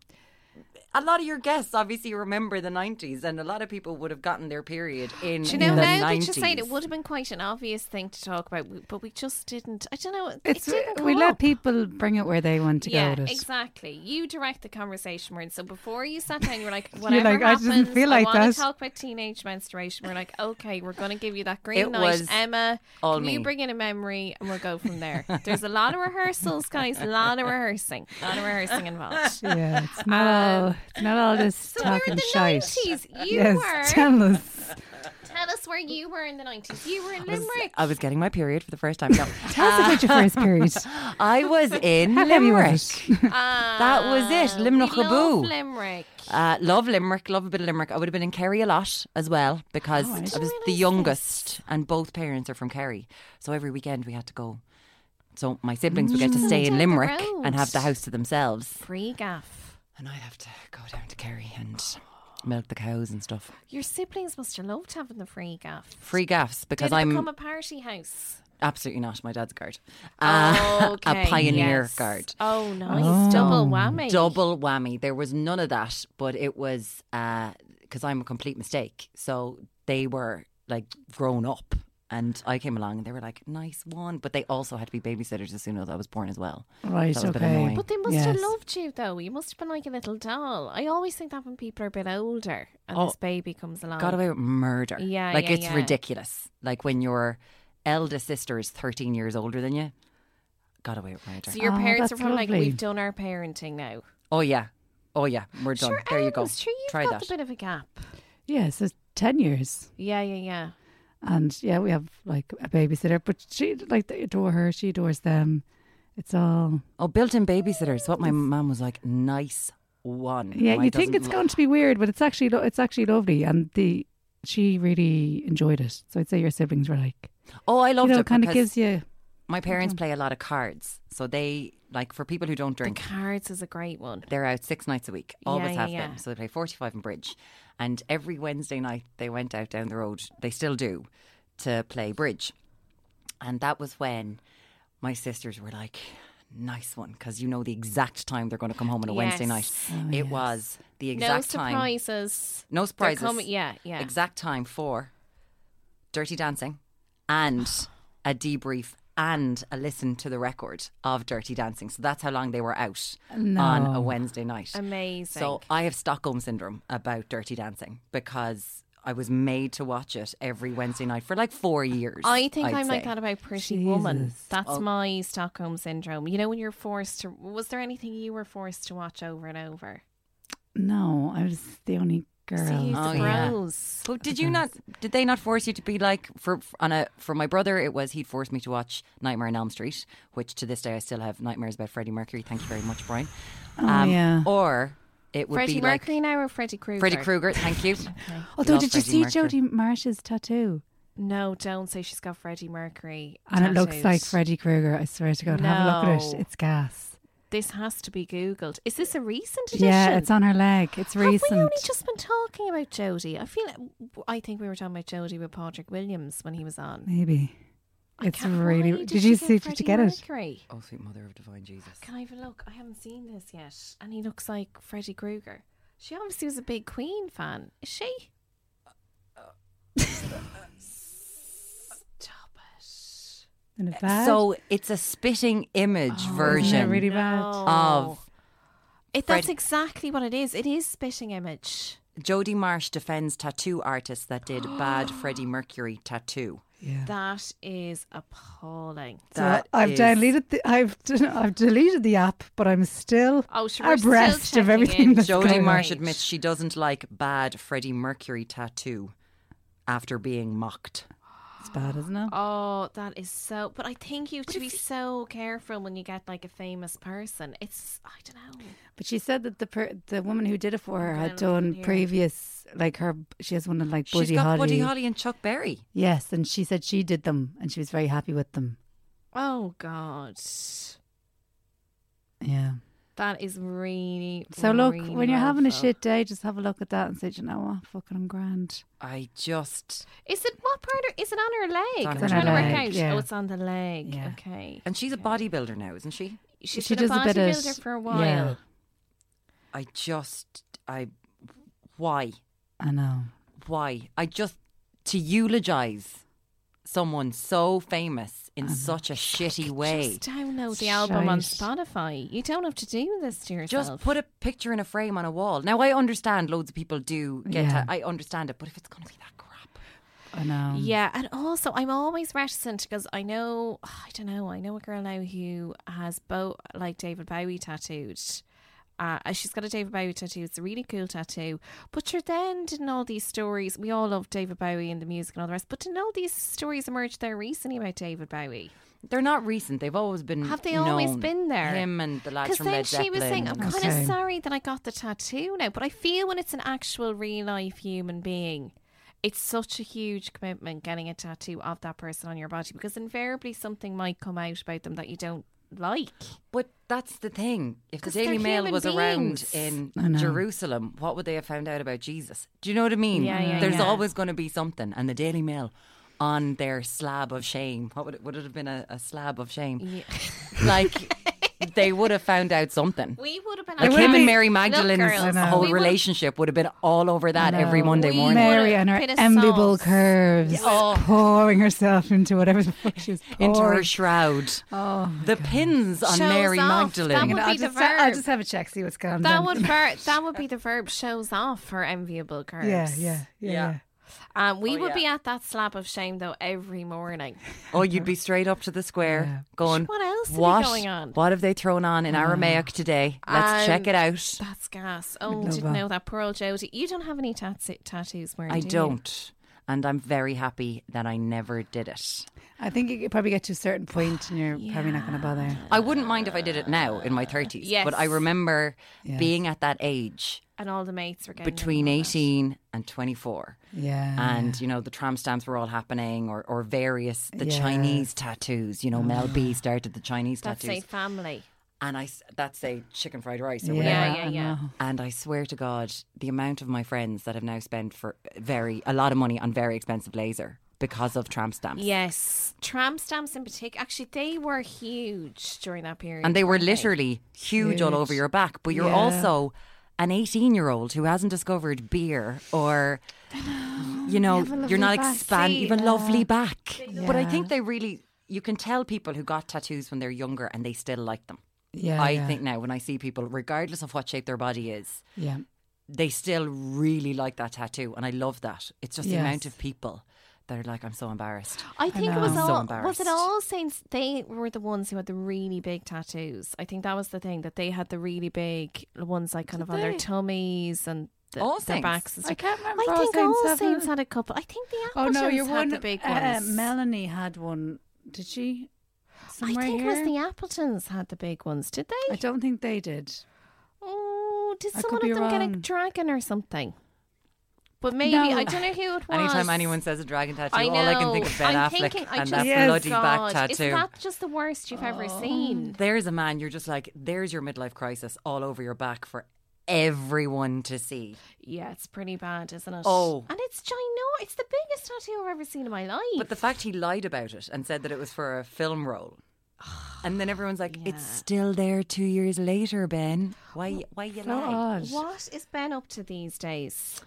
S5: A lot of your guests obviously remember the 90s, and a lot of people would have gotten their period in
S1: Do you know
S5: the
S1: now
S5: 90s.
S1: that you say it, it would have been quite an obvious thing to talk about, we- but we just didn't. I don't know. it-
S2: It's
S1: it didn't
S2: we
S1: come
S2: let
S1: up.
S2: people bring it where they want to
S1: Yeah,
S2: go with it.
S1: exactly. You direct the conversation we're in. So before you sat down, you were like, "Whatever
S2: like, I
S1: happens,
S2: didn't feel like
S1: want
S2: that.
S1: to talk about teenage menstruation." We're like, "Okay, we're going to give you that green
S5: It
S1: light,
S5: was
S1: Emma.
S5: all
S1: can you
S5: me.
S1: bring in a memory, and we'll go from there." There's a lot of rehearsals, guys. A lot of rehearsing. A lot of rehearsing involved.
S2: Yeah, it's not all it's not all this
S1: Uh, We're in
S2: talking
S1: the
S2: shite.
S1: nineties. You
S2: yes,
S1: were. Tell-,
S2: tell us.
S1: us where you were in the nineties. You were in
S5: I was-
S1: Limerick.
S5: I was getting my period for the first time. No,
S2: Tell us about your first period.
S5: I was in
S2: How heavy
S5: Limerick.
S2: was it?
S1: that
S5: was it, Limerick Abu.
S1: Ah, Limerick.
S5: Uh, love Limerick, love a bit of Limerick. I would have been in Kerry a lot as well
S1: Oh,
S5: because I was the youngest, and both parents are from Kerry. So every weekend we had to go. So my siblings would get to stay in
S1: Mm. down the
S5: Limerick
S1: road.
S5: and have the house to themselves,
S1: Free gaff.
S5: and I'd have to go down to Kerry and milk the cows and stuff.
S1: Your siblings must have loved having the free gaff.
S5: Free gaffs because
S1: Did it
S5: I'm
S1: become a party house?
S5: absolutely not my dad's guard. Uh,
S1: Okay,
S5: a pioneer
S1: yes.
S5: guard.
S1: Oh, nice. Double whammy.
S5: double whammy. There was none of that, but it was because I'm a complete mistake. So they were like grown up, and I came along, and they were like, "Nice one," but they also had to be babysitters as soon as I was born as well.
S2: Right,
S5: That was a bit
S2: okay.
S5: annoying.
S1: But they must have
S2: Yes.
S1: loved you, though. You must have been like a little doll. I always think that when people are a bit older and
S5: Oh,
S1: this baby comes along.
S5: Got away with murder.
S1: Yeah,
S5: like
S1: yeah,
S5: it's
S1: yeah.
S5: ridiculous. Like when your eldest sister is 13 years older than you. Got away with murder.
S1: So your
S2: Oh,
S1: parents
S2: that's
S1: are probably like,
S2: lovely.
S1: we've done our parenting now.
S5: oh yeah, oh yeah, we're done.
S1: Sure,
S5: there you go.
S1: Adams, Sure, you've
S5: Try
S1: got
S5: that.
S1: a bit of a gap.
S2: Yeah, so ten years.
S1: Yeah, yeah, yeah.
S2: And yeah, we have like a babysitter, but she like they adore her, she adores them. It's all
S5: Oh, built-in babysitters. What my mum was like, nice one.
S2: Yeah,
S5: Why
S2: you think
S5: doesn't
S2: it's
S5: lo-
S2: going to be weird, but it's actually lo- it's actually lovely, and the she really enjoyed it. So I'd say your siblings were like,
S5: Oh, I
S2: you
S5: loved
S2: know,
S5: it.
S2: kind of
S5: because-
S2: gives you
S5: My parents play a lot of cards, so they like for people who don't
S1: The
S5: drink.
S1: cards is a great one.
S5: They're out six nights a week.
S1: Yeah,
S5: Always
S1: yeah,
S5: have
S1: yeah.
S5: them. So they play forty-five and bridge, and every Wednesday night they went out down the road. They still do to play bridge, and that was when my sisters were like, "Nice one," because you know the exact time they're going to come home on a Wednesday night.
S1: Yes.
S5: it was the
S1: No
S5: exact time.
S1: surprises.
S5: No
S1: They're
S5: surprises.
S1: coming- yeah, yeah.
S5: Exact time for Dirty Dancing and a debrief and a listen to the record of Dirty Dancing. So that's how long they were out on a Wednesday night.
S1: Amazing.
S5: So I have Stockholm syndrome about Dirty Dancing because I was made to watch it every Wednesday night for like four years.
S1: I think
S5: I'd
S1: i am like
S5: say.
S1: that about Pretty Woman. That's my Stockholm syndrome. You know, when you're forced to, was there anything you were forced to watch over and over?
S2: no. I was the only girl.
S1: See, you
S5: Oh,
S1: the
S5: yeah.
S1: bros.
S5: But did you not? Did they not force you to be like for for- on a for my brother? It was he'd forced me to watch Nightmare on Elm Street, which to this day I still have nightmares about Freddie Mercury. Thank you very much, Brian.
S2: Oh, yeah.
S5: Um, oh, Or it would
S1: Freddie
S5: be like
S1: Mercury now or Freddie Krueger?
S5: Freddie Krueger. Thank you.
S2: Although,
S5: Love
S2: did you
S5: Freddie
S2: see
S5: Mercury.
S2: Jodie Marsh's tattoo?
S1: No, don't say she's got Freddie Mercury.
S2: And it looks
S1: tattoos.
S2: like Freddy Krueger. I swear to God, have a look at
S1: No.
S2: it. It's gas.
S1: This has to be Googled. Is this a recent edition?
S2: Yeah, it's on her leg. It's
S1: Have we
S2: recent.
S1: only just been talking about Jodie? I feel. I think we were talking about Jodie with Patrick Williams when he was on.
S2: Maybe
S1: I
S2: it's
S1: can't- why
S2: really. Did,
S1: she
S2: you see?
S1: get
S2: Did you get
S1: Freddie
S2: it?
S1: Mercury?
S5: Oh, sweet mother of divine Jesus.
S1: Can I have a look? I haven't seen this yet. And he looks like Freddy Krueger. She obviously was a big Queen fan. Is she? Stop it.
S2: In a bag?
S5: So it's a spitting image
S1: Oh,
S5: version.
S2: Oh, really bad?
S5: of
S1: It, that's
S5: Fred-
S1: exactly what it is. It is spitting image.
S5: Jodie Marsh defends tattoo artist that did bad Freddie Mercury tattoo.
S2: yeah.
S1: That is appalling.
S2: So
S5: That
S2: I've
S5: is-
S2: downloaded the I've I've deleted the app, but I'm still
S1: Oh, so we're still
S2: abreast of
S1: checking
S2: everything
S1: in.
S2: that's
S5: Jodie
S2: going
S5: Marsh
S1: Right.
S5: admits she doesn't like bad Freddie Mercury tattoo after being mocked.
S2: on. It's bad, isn't it?
S1: Oh, that is so. But I think you have to be so careful when you get like a famous person. It's I don't know.
S2: But she said that the per- the woman who did it for her
S1: I'm
S2: had
S1: gonna look in
S2: done
S1: here.
S2: previous, like her. She has one of like Buddy
S5: She's got
S2: Holly.
S5: Buddy Holly and Chuck Berry.
S2: Yes, and she said she did them, and she was very happy with them.
S1: Oh God.
S2: Yeah.
S1: That is really
S2: So look, when
S1: really
S2: you're having a
S1: helpful.
S2: shit day, just have a look at that and say, "Do you know what, fucking, I'm grand.
S5: I just
S1: Is it what part? Or, is it on her leg?
S5: It's on
S1: I'm
S5: her
S1: trying to
S5: leg,
S1: work out.
S2: yeah.
S1: Oh, it's on the leg.
S2: Yeah.
S1: Okay.
S5: and she's a
S1: Okay.
S5: bodybuilder now, isn't she?
S1: She's
S2: She
S1: been
S2: does
S1: a
S2: a bit of-
S1: bodybuilder for a while.
S2: yeah.
S5: I just I why
S2: I know.
S5: why I just to eulogize someone so famous in
S1: Uh-huh.
S5: such a shitty way.
S1: Just download the album on
S2: Shite.
S1: Spotify. You don't have to do this to yourself.
S5: Just put a picture in a frame on a wall. Now I understand loads of people do get.
S2: Yeah.
S5: ta- I understand it, but if it's going to be that crap,
S2: I know.
S1: Yeah, and also I'm always reticent because I know I don't know I know a girl now who has both like David Bowie tattooed. Uh, and she's got a David Bowie tattoo. It's a really cool tattoo. But you're then didn't all these stories. We all love David Bowie and the music and all the rest. But didn't all these stories emerge there recently about David Bowie?
S5: they're not recent. They've always been.
S1: Have they always
S5: Mm, known.
S1: been there?
S5: Him and the lads
S1: Because
S5: from
S1: then
S5: Led
S1: she was saying, "I'm
S5: Zeppelin.
S1: kind
S2: Okay.
S1: of sorry that I got the tattoo now." But I feel when it's an actual real life human being, it's such a huge commitment getting a tattoo of that person on your body because invariably something might come out about them that you don't like.
S5: But that's the thing. If the
S1: 'Cause
S5: Daily
S1: they're
S5: Mail
S1: human
S5: was
S1: beings.
S5: around
S2: I
S5: in
S2: know.
S5: Jerusalem, what would they have found out about Jesus? Do you know what I mean?
S1: Yeah, yeah,
S5: There's
S1: yeah.
S5: always going to be something. And the Daily Mail on their slab of shame, what would it, would it have been a, a slab of shame? Like, they would have found out something.
S1: We would have been.
S5: Like
S1: on
S5: him and
S1: Look,
S5: Mary
S1: girls,
S5: Magdalene's whole
S1: we would-
S5: relationship would have been all over that every Monday
S1: We
S5: morning.
S1: would've
S2: Mary and Oh, her
S1: put a
S2: enviable
S1: sauce.
S2: curves, pouring herself Oh. into whatever the fuck she was pouring.
S5: Into her shroud.
S2: Oh,
S5: The pins on
S1: Shows
S5: Mary
S1: off. That
S5: Magdalene.
S1: would
S2: I'll,
S1: be the
S2: just, I'll
S1: verb.
S2: just have a check, see what's going on.
S1: That would ver- that would be the verb shows off her enviable curves.
S2: yeah, yeah, yeah, yeah.
S1: Um, we would be at that slab of shame though every morning.
S5: Oh, you'd be straight up to the square going.
S1: What else is
S5: what,
S1: going on? Mm.
S5: What have they thrown on in Aramaic today? Let's
S1: Um,
S5: check it out.
S1: That's gas. Oh, didn't know that. Poor old Jodie. You don't have any tats- tattoos, Mary.
S5: I
S1: do you?
S5: don't, and I'm very happy that I never did it.
S2: I think you could probably get to a certain point, and you're probably not going to bother.
S5: I wouldn't mind if I did it now in my thirties.
S1: Uh, Yes.
S5: but I remember being at that age
S1: And all the mates were getting them
S5: between
S1: and all that.
S5: eighteen and twenty-four.
S2: Yeah,
S5: and you know the tram stamps were all happening, or, or various the
S2: Yeah. Ah.
S5: Chinese tattoos. You know, Mel B started the Chinese
S1: That's a
S5: tattoos,
S1: family.
S5: and I s- that's a chicken fried rice or
S2: Yeah,
S5: whatever.
S1: Yeah,
S2: I
S1: yeah, yeah.
S2: know.
S5: And I swear to God, the amount of my friends that have now spent for very a lot of money on very expensive laser because of tramp stamps.
S1: Yes. Tram stamps in particular. Actually, they were huge during that period.
S5: And they were
S1: weren't
S5: literally huge, all over your back. But you're
S2: Yeah.
S5: also an 18 year old who hasn't discovered beer or, you know,
S2: have a
S5: you're
S2: lovely
S5: not
S2: back.
S5: expanding.
S1: See,
S5: You have a lovely back. But I
S2: Yeah.
S5: think they really, you can tell people who got tattoos when they're younger and they still like them.
S2: yeah.
S5: I
S2: yeah.
S5: think now when I see people, regardless of what shape their body is,
S2: yeah.
S5: they still really like that tattoo, and I love that. It's just the
S2: Yes.
S5: amount of people that are like, "I'm so embarrassed."
S1: I think it
S2: know.
S1: was
S5: I'm so
S1: all was
S5: embarrassed.
S1: it all Saints they were the ones who had the really big tattoos. I think that was the thing that they had the really big ones like kind of on their tummies and the,
S5: All
S1: their
S5: Saints?
S1: backs and
S2: I
S1: stuff.
S2: can't remember.
S1: I
S2: All
S1: think
S2: Saints
S1: all
S2: have
S1: Saints
S2: a-
S1: had a couple. I think the
S2: Oh
S1: Appletons
S2: no, you
S1: had
S2: one.
S1: the big
S2: uh,
S1: ones.
S2: Melanie had one. Did she? Somewhere
S1: I think
S2: here?
S1: it was the Appletons had the big ones, did they?
S2: I don't think they did.
S1: Oh, did
S2: I could
S1: someone
S2: be
S1: of them get a
S2: wrong.
S1: dragon or something? But maybe
S2: No.
S1: I don't know who it was.
S5: Anytime anyone says a dragon tattoo,
S1: I know.
S5: all I can think of Ben
S1: I'm
S5: Affleck
S1: thinking, I
S5: and
S1: just,
S5: that
S2: Yes. Oh.
S5: bloody
S1: God,
S5: back
S1: Is
S5: tattoo.
S1: that just the worst you've ever seen?
S5: There's a man you're just like, there's your midlife crisis all over your back for everyone to see.
S1: Yeah, it's pretty bad, isn't it?
S5: Oh.
S1: and it's ginormous. It's the biggest tattoo I've ever seen in my life.
S5: But the fact he lied about it and said that it was for a film role. And then everyone's like, "It's still there two years later, Ben. Why? Why you
S2: So
S5: lie?"
S2: odd.
S1: what is Ben up to these days?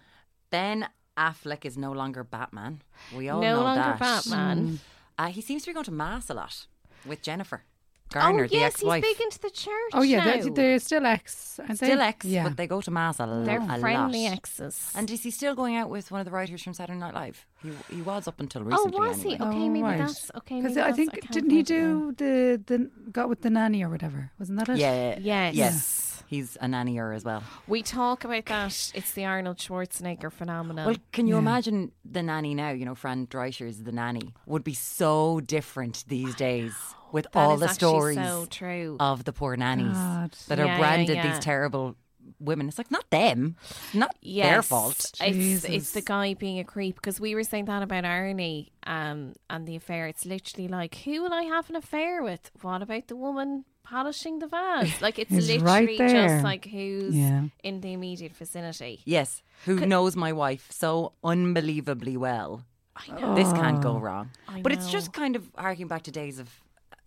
S5: Ben Affleck is no longer Batman. We all
S1: no
S5: know
S1: longer
S5: that.
S1: Batman.
S5: Uh, he seems to be going to mass a lot with Jennifer Garner,
S1: oh
S5: the
S1: yes, he's
S5: ex-wife.
S1: big into the church.
S2: Oh yeah,
S1: now.
S2: they're, they're still ex. Aren't
S5: Still
S2: they?
S5: ex,
S2: Yeah.
S5: but they go to mass a, l-
S1: They're
S5: a
S1: friendly
S5: lot.
S1: exes.
S5: And is he still going out with one of the writers from Saturday Night Live? He, he was up until
S1: oh,
S5: recently.
S1: was he?
S5: anyway.
S1: Okay,
S2: Oh,
S1: maybe
S2: right.
S1: that's okay.
S2: Because
S1: maybe
S2: I
S1: that's-
S2: think
S1: can't
S2: didn't he
S1: remember.
S2: do the the got with the nanny or whatever? Wasn't that it?
S5: Yeah.
S1: Yes.
S5: Yes. He's a nannier as well.
S1: We talk about that. It's the Arnold Schwarzenegger phenomenon.
S5: Well, can you imagine the nanny now? You know, Fran Dreicher's the nanny would be so different these days with
S1: That
S5: all
S1: is
S5: the
S1: actually
S5: stories
S1: so true.
S5: of the poor nannies
S2: God.
S5: that
S1: Yeah,
S5: are
S1: yeah,
S5: branded
S1: yeah.
S5: these terrible women. It's like not them, not their
S1: Yes,
S5: fault.
S1: It's, it's
S2: Jesus.
S1: the guy being a creep because we were saying that about Arnie um, and the affair. It's literally like, who will I have an affair with? What about the woman polishing the vase. Like it's,
S2: It's right
S1: literally
S2: there.
S1: just like who's
S2: Yeah.
S1: in the immediate vicinity.
S5: Yes, who knows my wife so unbelievably well. I know. This can't go wrong.
S1: Oh. I
S5: but it's
S1: know.
S5: just kind of harking back to days of,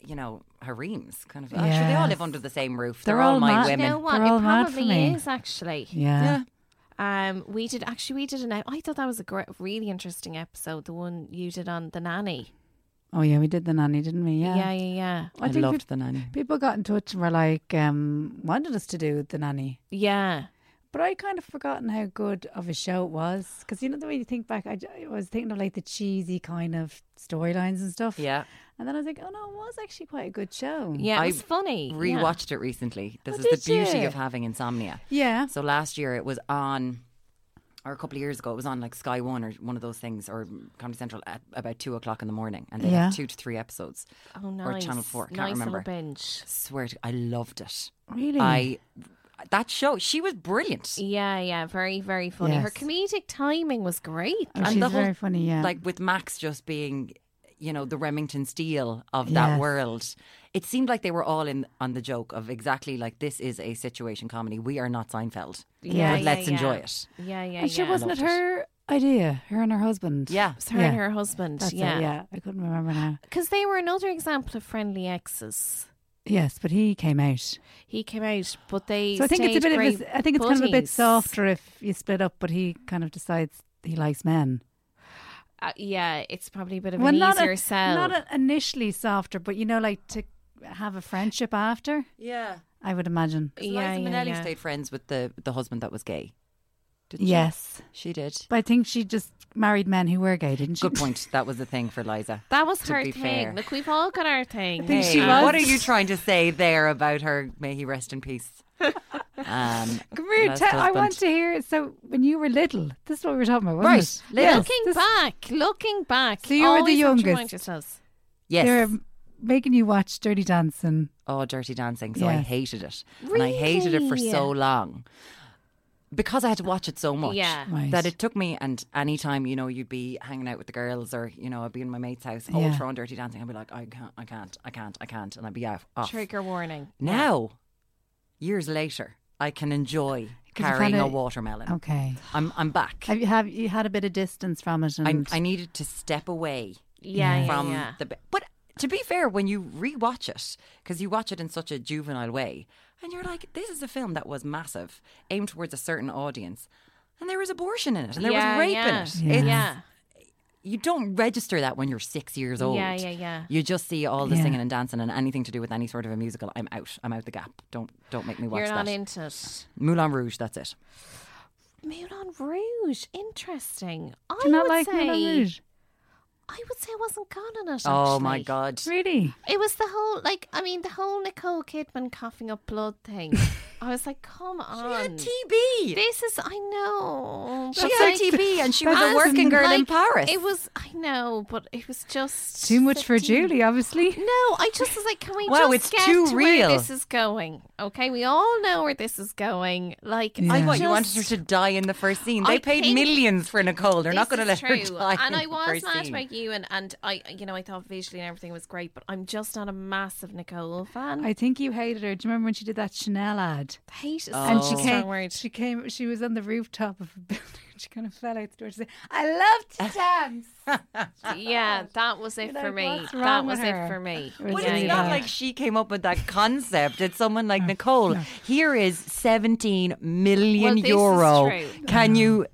S5: you know, harems. Kind of, actually, they all live
S2: Yes.
S5: under the same roof.
S2: They're
S5: They're, all,
S2: all
S5: my
S2: mad-
S1: You
S5: women.
S1: know what?
S2: They're all
S1: It
S2: mad for
S1: probably
S2: me.
S1: is actually.
S2: Yeah.
S5: Yeah.
S1: Um, we did actually. We did an. ep- I thought that was a great, really interesting episode. The one you did on the nanny.
S2: Oh yeah, we did the nanny, didn't we? Yeah.
S1: yeah, yeah, yeah.
S5: I,
S2: think
S5: loved
S2: peop-
S5: the nanny.
S2: People got in touch and were like, um, wanted us to do the nanny.
S1: yeah.
S2: But I kind of forgotten how good of a show it was because you know the way you think back, I, j- I was thinking of like the cheesy kind of storylines and stuff.
S5: Yeah.
S2: and then I was like, oh no, it was actually quite a good show.
S1: Yeah, it
S5: I
S1: was funny. Yeah.
S5: Rewatched it recently. This
S1: Oh,
S5: is
S1: did
S5: the beauty
S1: you?
S5: of having insomnia.
S2: yeah,
S5: So last year it was on, or a couple of years ago, it was on like Sky One or one of those things, or Comedy Central at about two o'clock in the morning, and they
S2: Yeah.
S5: had two to three episodes.
S1: Oh, nice.
S5: Or Channel Four, can't
S1: nice
S5: remember.
S1: little binge.
S5: Swear to, I loved it.
S2: really.
S5: I that show, she was brilliant.
S1: Yeah, yeah, very, very funny. Her
S2: Yes.
S1: comedic timing was great.
S2: Oh,
S5: and
S2: she's
S5: the whole-
S2: very funny. Yeah,
S5: Like with Max just being, you know, the Remington Steel of that
S2: Yes.
S5: world. It seemed like they were all in on the joke of exactly like this is a situation comedy. We are not Seinfeld.
S1: Yeah, yeah,
S5: but let's
S1: yeah.
S5: enjoy it.
S1: Yeah, yeah,
S2: and sure
S1: yeah.
S2: wasn't it
S5: Loved it.
S2: her idea? Her and her husband.
S5: Yeah.
S1: It was her and
S2: Yeah.
S1: her husband.
S2: That's it,
S1: yeah,
S2: yeah. I couldn't remember now.
S1: Because they were another example of friendly exes.
S2: Yes, but he came out.
S1: He came out, but they.
S2: So I think it's a
S1: stayed
S2: bit of
S1: great
S2: a, I think it's kind of a bit
S1: buddies.
S2: softer if you split up, but he kind of decides he likes men.
S1: Uh, yeah, it's probably a bit of
S2: well,
S1: an
S2: not
S1: easier
S2: a,
S1: sell.
S2: not a, initially softer, but you know, like to have a friendship after.
S5: Yeah.
S2: I would imagine.
S5: Liza
S1: Yeah, yeah,
S5: Minnelli
S1: yeah.
S5: stayed friends with the the husband that was gay. Didn't she?
S2: Yes,
S5: She did.
S2: but I think she just married men who were gay, didn't she?
S5: Good point. That was the thing for Liza.
S1: that was
S5: to
S1: her
S5: be
S1: thing.
S5: fair.
S1: Look, we've all got our thing.
S2: think she
S5: Hey,
S2: was.
S5: What are you trying to say there about her? May he rest in peace. Um,
S2: Come here,
S5: last
S2: tell, I want
S5: husband.
S2: to hear. it. So when you were little, this is what we were talking about, wasn't it?
S5: Right, little.
S1: Looking
S2: This-
S1: back, looking back.
S2: So you were the
S1: always have to remind
S2: youngest.
S1: yourselves.
S5: Yes.
S2: They're making you watch Dirty Dancing.
S5: Oh, Dirty Dancing. So I
S2: Yes.
S5: hated it. And I hated it for so
S1: Really?
S5: long. Because I had to watch it so much
S1: Yeah.
S2: Right.
S5: that it took me, and any time you know you'd be hanging out with the girls, or you know I'd be in my mate's house, oh,
S2: Yeah.
S5: throw on Dirty Dancing, I'd be like, I can't, I can't, I can't, I can't, and I'd be off. off.
S1: Trigger warning.
S5: Ah. Now, years later, I can enjoy
S2: 'Cause you
S5: carrying
S2: kinda-
S5: a watermelon.
S2: Okay.
S5: I'm I'm back.
S2: Have you have you had a bit of distance from it?
S5: I,
S2: And
S5: I needed to step away
S1: Yeah, yeah,
S5: from
S1: yeah.
S5: the. But to be fair, when you rewatch it, because you watch it in such a juvenile way, and you're like, this is a film that was massive, aimed towards a certain audience, and there was abortion in it, and there
S1: yeah,
S5: was rape
S1: yeah.
S5: in it.
S1: Yeah.
S5: It's- You don't register that when you're six years old.
S1: Yeah, yeah, yeah.
S5: You just see all the
S2: Yeah.
S5: singing and dancing and anything to do with any sort of a musical. I'm out. I'm out the gap. Don't don't make me watch
S1: You're not
S5: that.
S1: into it.
S5: Moulin Rouge. That's it.
S1: Moulin Rouge. Interesting. I
S2: do you not
S1: would
S2: like
S1: say,
S2: Moulin Rouge?
S1: I would say I wasn't gone on it.
S5: Oh my
S1: actually.
S5: god.
S2: Really?
S1: It was the whole, like, I mean, the whole Nicole Kidman coughing up blood thing. I was like, come on.
S5: TB.
S1: This is, I know.
S5: She
S1: but
S5: had
S1: like-
S5: TB and she was
S2: That's
S5: a working girl in
S1: like,
S5: Paris.
S1: It was, I know, but it was just.
S2: Too much for
S1: 15.
S2: Julie, obviously.
S1: No, I just was like, can we
S5: Wow,
S1: just
S5: it's
S1: get
S5: too
S1: to
S5: real.
S1: where this is going? Okay, we all know where this is going. Like,
S2: Yeah.
S5: I
S1: I
S5: thought
S1: just,
S5: you wanted her to die in the first scene. They
S1: I
S5: paid
S1: think
S5: millions for Nicole. They're not
S1: This
S5: going to let
S1: is
S5: her
S1: true.
S5: die.
S1: And
S5: in
S1: I
S5: the
S1: was
S5: first
S1: mad
S5: scene.
S1: about you, and and I, you know, I thought visually and everything was great, but I'm just not a massive Nicole fan.
S2: I think you hated her. Do you remember when she did that Chanel ad?
S1: hate is
S2: And
S1: such
S2: she
S1: a
S2: came.
S1: strong word.
S2: She came. She was on the rooftop of a building. She kind of fell out the door. She said, "I love to dance."
S1: Uh, yeah, that was it
S2: You're
S1: for
S2: like,
S1: me.
S2: what's
S1: That
S2: wrong
S1: was
S2: with
S1: it
S2: her?
S1: for me.
S2: Well,
S5: But
S1: yeah,
S5: it's
S1: yeah,
S5: not
S1: yeah.
S5: like she came up with that concept. It's someone like Nicole. Here is 17 million
S1: Well, this is
S5: euro.
S1: true.
S5: Can you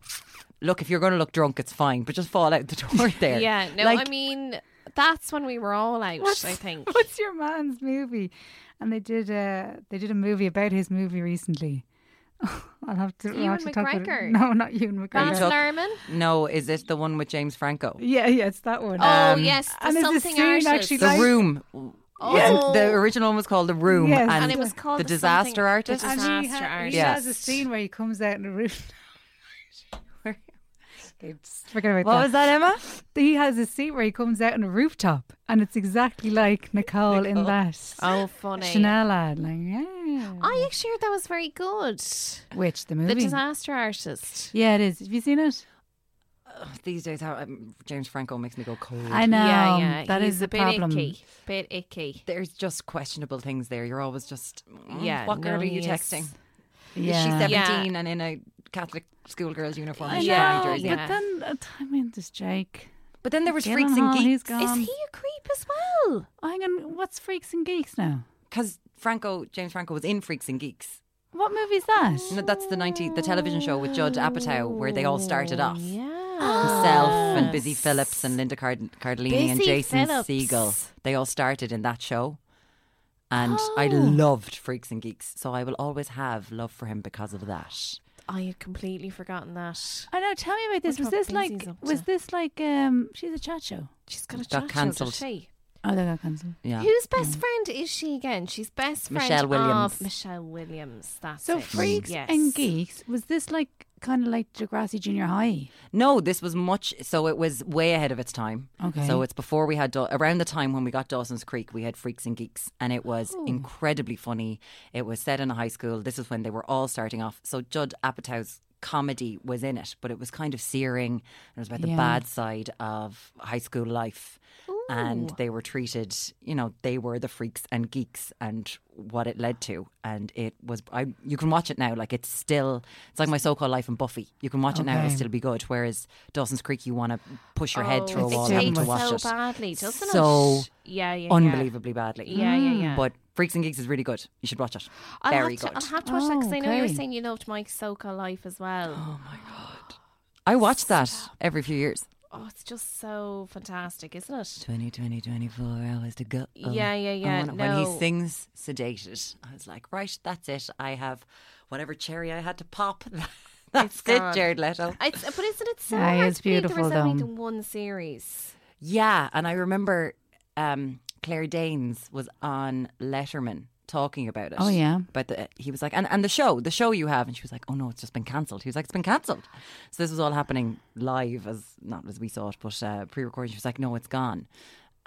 S5: look? If you're going to look drunk, it's fine, but just fall out the door there.
S1: Yeah, no,
S5: Like,
S1: I mean that's when we were all out. I think.
S2: What's your man's movie? And they did. Uh, they did a movie about his movie recently. I'll have to. I'll
S1: Ewan
S2: have to talk about it.
S1: McGregor.
S2: No, not Ewan
S1: Baz
S2: McGregor.
S5: took-
S1: Luhrmann.
S5: no, is it the one with James Franco?
S2: Yeah, yeah, it's that one.
S1: Oh
S5: Um,
S1: yes, the
S2: and there's this
S1: something
S2: scene
S1: artist.
S2: actually
S5: The
S2: Like-
S5: Room.
S1: Oh.
S5: The original one was called The Room.
S2: Yes.
S5: And,
S1: and it was called
S5: The
S1: the
S5: Disaster
S1: something-
S5: Artist.
S1: The
S2: And
S1: disaster
S2: he, ha-
S1: artist.
S2: he has a
S5: Yes.
S2: scene where he comes out in a roof. Forget about
S5: What
S2: that.
S5: was that, Emma?
S2: He has a scene where he comes out on a rooftop, and it's exactly like Nicole, in that
S1: Oh, funny.
S2: Chanel ad. Like, yeah.
S1: I actually heard that was very good.
S2: Which
S1: The
S2: the movie?
S1: disaster artist.
S2: yeah, it is. Have you seen it?
S5: ugh, these days, how um, James Franco makes me go cold.
S2: I know.
S1: yeah, yeah.
S2: That
S1: He's
S2: is the
S1: a bit
S2: problem.
S1: Icky. Bit icky.
S5: There's just questionable things there. You're always just, mm,
S1: Yeah,
S5: What girl
S1: no,
S5: are you
S1: he is-
S5: texting?
S2: Yeah.
S5: She's
S1: Yeah.
S5: 17 and in a Catholic schoolgirl's uniform.
S2: I
S5: and
S2: know,
S5: she's
S1: Yeah,
S5: wearing jersey.
S1: yeah.
S2: but then uh, I mean, there's Jake.
S5: But then there was
S2: Gyllenhaal,
S5: freaks and
S2: He's
S5: geeks.
S2: gone.
S1: Is he a creep as well?
S2: Oh, hang on, what's Freaks and Geeks now?
S5: Because Franco, James Franco, was in Freaks and Geeks.
S2: What movie is that?
S1: Mm.
S5: No, that's the 90, the television show with Judd Apatow where they all started off.
S1: Oh, Yeah.
S5: Himself and Busy Phillips and Linda Card- Cardellini and
S1: Busy
S5: Jason
S1: Phillips.
S5: Siegel. They all started in that show. And I
S1: Oh.
S5: loved Freaks and Geeks. So I will always have love for him because of that.
S1: I had completely forgotten that.
S2: I know. Tell me about this.
S1: Wonder
S2: Was
S1: what
S2: this like?
S1: Daisy's up
S2: Was
S1: to.
S2: this like? Um, she's a chat show.
S1: She's got a
S5: Got
S1: chat show,
S5: cancelled.
S1: does she?
S2: Oh, they got cancelled.
S5: Yeah.
S1: Whose best friend is she again? She's best friend
S5: Michelle Williams.
S1: of Michelle Williams. That's
S2: So
S1: it.
S2: Freaks
S1: yes.
S2: and Geeks. Was this like kind of like Degrassi Junior High?
S5: No, this was much. So it was way ahead of its time.
S2: Okay.
S5: So it's before we had Daw- around the time when we got Dawson's Creek, we had Freaks and Geeks, and it was incredibly funny. It was set in a high school. This is when they were all starting off. So Judd Apatow's comedy was in it, but it was kind of searing. And it was about the
S2: Yeah.
S5: bad side of high school life. And
S1: Ooh.
S5: they were treated, you know, they were the freaks and geeks and what it led to. And it was, I, you can watch it now. Like it's still, it's like my so called life and Buffy. You can watch it now, it'll
S2: Okay.
S5: still be good. Whereas Dawson's Creek, you want to push your head through a
S2: it's
S5: wall
S2: taken
S5: having to
S2: so
S5: watch
S1: Oh, so
S5: it.
S1: badly, doesn't
S5: So
S1: it? Yeah, yeah, yeah.
S5: Unbelievably badly. Mm.
S1: Yeah, yeah, yeah.
S5: But Freaks and Geeks is really good. You should watch it.
S1: I'll
S5: Very
S1: have to,
S5: good.
S1: I'll have to watch that
S5: Oh,
S1: because I know you were
S2: okay.
S1: saying you loved Mike Soka Life as well.
S5: I watch that every few years.
S1: Oh, it's just so fantastic, isn't it?
S5: 20, 20, 24 hours to go.
S1: Yeah, yeah,
S5: I
S1: yeah,
S5: wanna- When
S1: no.
S5: he sings Sedated, I was like, right, that's it. I have whatever cherry I had to pop. That's
S1: It's
S5: it,
S1: gone.
S5: Jared Leto.
S1: It's, but isn't it so
S2: Yeah,
S1: hard
S2: it's
S1: to believe
S2: beautiful,
S1: There was only
S2: though.
S1: the one series.
S5: Yeah, and I remember um, Claire Danes was on Letterman talking about it.
S2: Oh, yeah.
S5: but the, he was like, and, and the show, the show you have, and she was like, oh no, it's just been cancelled. He was like, it's been cancelled. So this was all happening live, as not as we saw it, but uh, pre-recording. She was like, no, it's gone.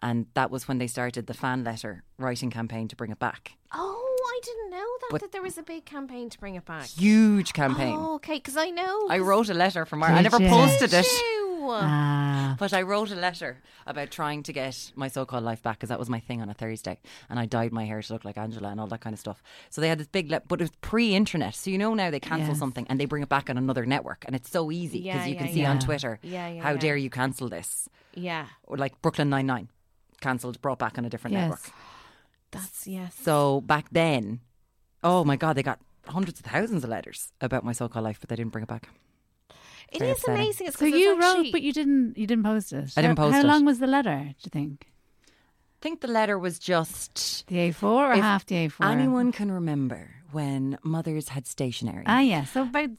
S5: And that was when they started the fan letter writing campaign to bring it back.
S1: Oh, I didn't know that
S5: But-
S1: that there was a big campaign to bring it back.
S5: Huge campaign.
S1: Oh, okay, because I know.
S5: I
S1: 'cause-
S5: wrote a letter from our. I
S2: Did
S5: never
S2: you?
S5: posted
S1: Did
S5: it.
S1: you?
S2: Ah,
S5: But I wrote a letter about trying to get my so-called life back because that was my thing on a Thursday, and I dyed my hair to look like Angela and all that kind of stuff. So they had this big, le- but it was pre-internet, so you know now they cancel
S2: Yes.
S5: something and they bring it back on another network, and it's so easy because
S1: Yeah,
S5: you can
S1: yeah,
S5: see on
S2: yeah.
S5: Twitter,
S1: Yeah, yeah,
S5: how
S1: yeah.
S5: dare you cancel this?
S1: Yeah,
S5: Or like Brooklyn Nine Nine, cancelled, brought back on a different
S2: Yes.
S5: network.
S1: that's yes.
S5: So back then, oh my god, they got hundreds of thousands of letters about my so-called life, but they didn't bring it back.
S1: it
S5: very
S1: is
S5: upsetting.
S1: amazing. It's
S2: so
S1: 'cause it's
S2: you wrote,
S1: actually-
S2: but you didn't. You didn't post it.
S5: I didn't
S2: How-
S5: post
S2: How
S5: it.
S2: long was the letter? Do you think
S5: I think the letter was just
S2: the A4 or
S5: If
S2: half the A4?
S5: Anyone can remember when mothers had stationery.
S2: Ah, yeah. So about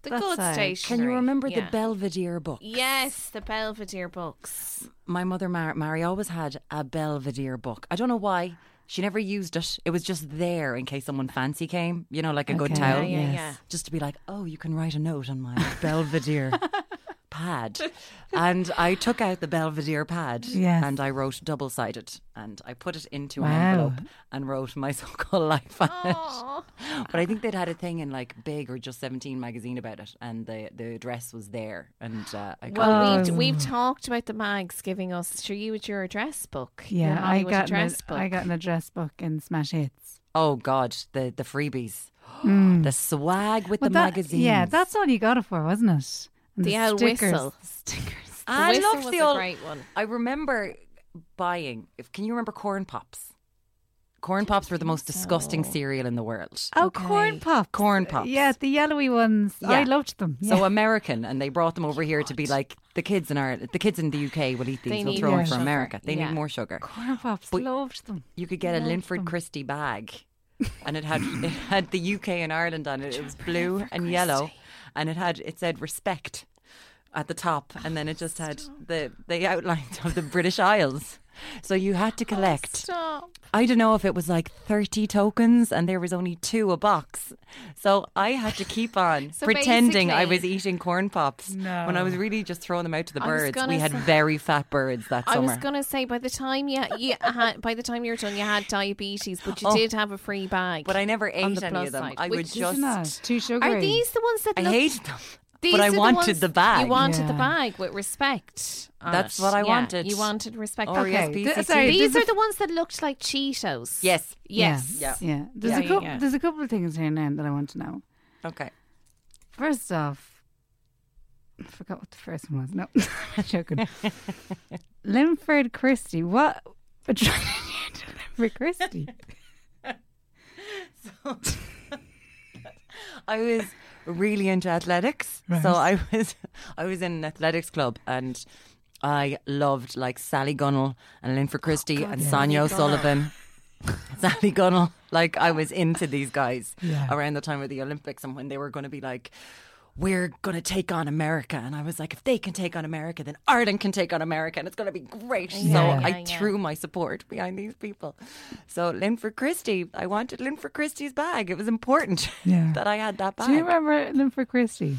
S1: the
S2: that
S1: good
S2: side.
S1: station.
S5: can you remember the
S1: bell?
S5: Belvedere book?
S1: Yes, the Belvedere books.
S5: My mother, Mar- Mary, always had a Belvedere book. I don't know why. She never used it. It was just there in case someone fancy came, you know, like a good
S2: Okay.
S5: towel.
S1: Yeah, yeah,
S2: yes.
S1: yeah.
S5: Just to be like, oh, you can write a note on my Belvedere pad. And I took out the Belvedere pad
S2: Yes.
S5: and I wrote double sided and I put it into an
S2: Wow.
S5: envelope and wrote my so called life on it.
S1: Oh,
S5: But I think they'd had a thing in like Big or Just 17 magazine about it, and the, the address was there. And uh, I got
S1: well,
S2: um,
S1: we've, we've talked about the mags giving us. Sure, you with your address book. your
S2: yeah. I
S1: Hollywood
S2: got an,
S1: address book.
S2: I got an address book in Smash Hits.
S5: oh god, the the freebies, the swag with
S2: Mm. Well,
S5: the
S2: that-
S5: magazine.
S2: Yeah, that's all you got it for, wasn't it? And
S1: The owl
S2: stickers,
S1: whistle.
S2: the stickers.
S1: The
S5: I
S1: whistle
S5: loved
S1: was
S5: the
S1: a
S5: old.
S1: great one.
S5: I remember buying. If can you remember corn pops? Corn pops were the most disgusting cereal in the world.
S2: Oh, corn pops. Uh,
S5: Corn pops.
S2: Yeah, the yellowy ones. I
S5: Yeah.
S2: loved them.
S5: So
S2: yeah.
S5: American, and they brought them over here to be like the kids in our the kids in the UK will eat
S1: They
S5: these. We'll
S1: need
S5: throw
S2: more
S5: them for
S2: sugar.
S5: America. They
S1: Yeah.
S5: need more sugar.
S2: corn pops.
S5: But-
S2: loved them.
S5: You could get a
S2: Loved
S5: Linford
S2: them.
S5: Christie bag, and it had it had the UK and Ireland on it. It was blue and yellow, and it had it said respect at the top, and then it just had the the outlines of the British Isles. So you had to collect.
S1: Oh, Stop.
S5: I don't know if it was like thirty tokens, and there was only two a box. So I had to keep on
S1: So
S5: pretending I was
S1: basically-
S5: eating corn pops when I was really just throwing them out to the
S1: I was
S5: birds.
S1: gonna
S5: We had
S1: say-
S5: very fat birds that
S1: I
S5: summer.
S1: was gonna say by the time you, you had by the time you were done, you had diabetes, but you
S5: Oh.
S1: did have a free bag.
S5: but I never
S1: on
S5: ate
S1: the
S5: any
S1: plus
S5: of them.
S1: side,
S5: I
S1: which
S5: would
S1: is
S5: just
S2: Isn't that too sugary?
S1: are these the ones that
S5: I
S1: look
S5: hated them.
S1: These
S5: but I
S1: are
S5: wanted
S1: ones-
S5: the bag.
S1: You wanted the
S2: Yeah.
S1: bag with respect. on
S5: That's
S1: it.
S5: what I
S1: Yeah,
S5: wanted.
S1: You wanted respect.
S5: Oreo
S1: Okay.
S5: species.
S2: th- sorry,
S1: These
S2: Oh, there's a
S1: are the ones that looked like Cheetos.
S5: Yes.
S1: Yes.
S5: Yeah.
S2: Yeah. There's
S1: Yeah,
S2: a
S1: yeah,
S2: couple
S1: yeah.
S2: there's a couple of things here now that I want to know.
S5: Okay.
S2: First off, I forgot what the first one was. No, I'm joking. Linford Christie. What attracted you to Linford Christie?
S5: I was really into athletics, so I was I was in an athletics club and I loved like Sally Gunnell and Linford
S1: Oh,
S5: Christie and Sonia O'Sullivan. Sally Gunnell, like I was into these guys around the time of the Olympics and when they were going to be like. We're going to take on America. And I was like, if they can take on America, then Ireland can take on America and it's going to be great.
S1: Yeah,
S5: so I
S1: yeah, yeah.
S5: threw my support behind these people. So Linford Christie, I wanted Linford Christie's bag. It was important
S2: Yeah.
S5: that I had that bag.
S2: Do you remember Linford Christie?
S1: Um,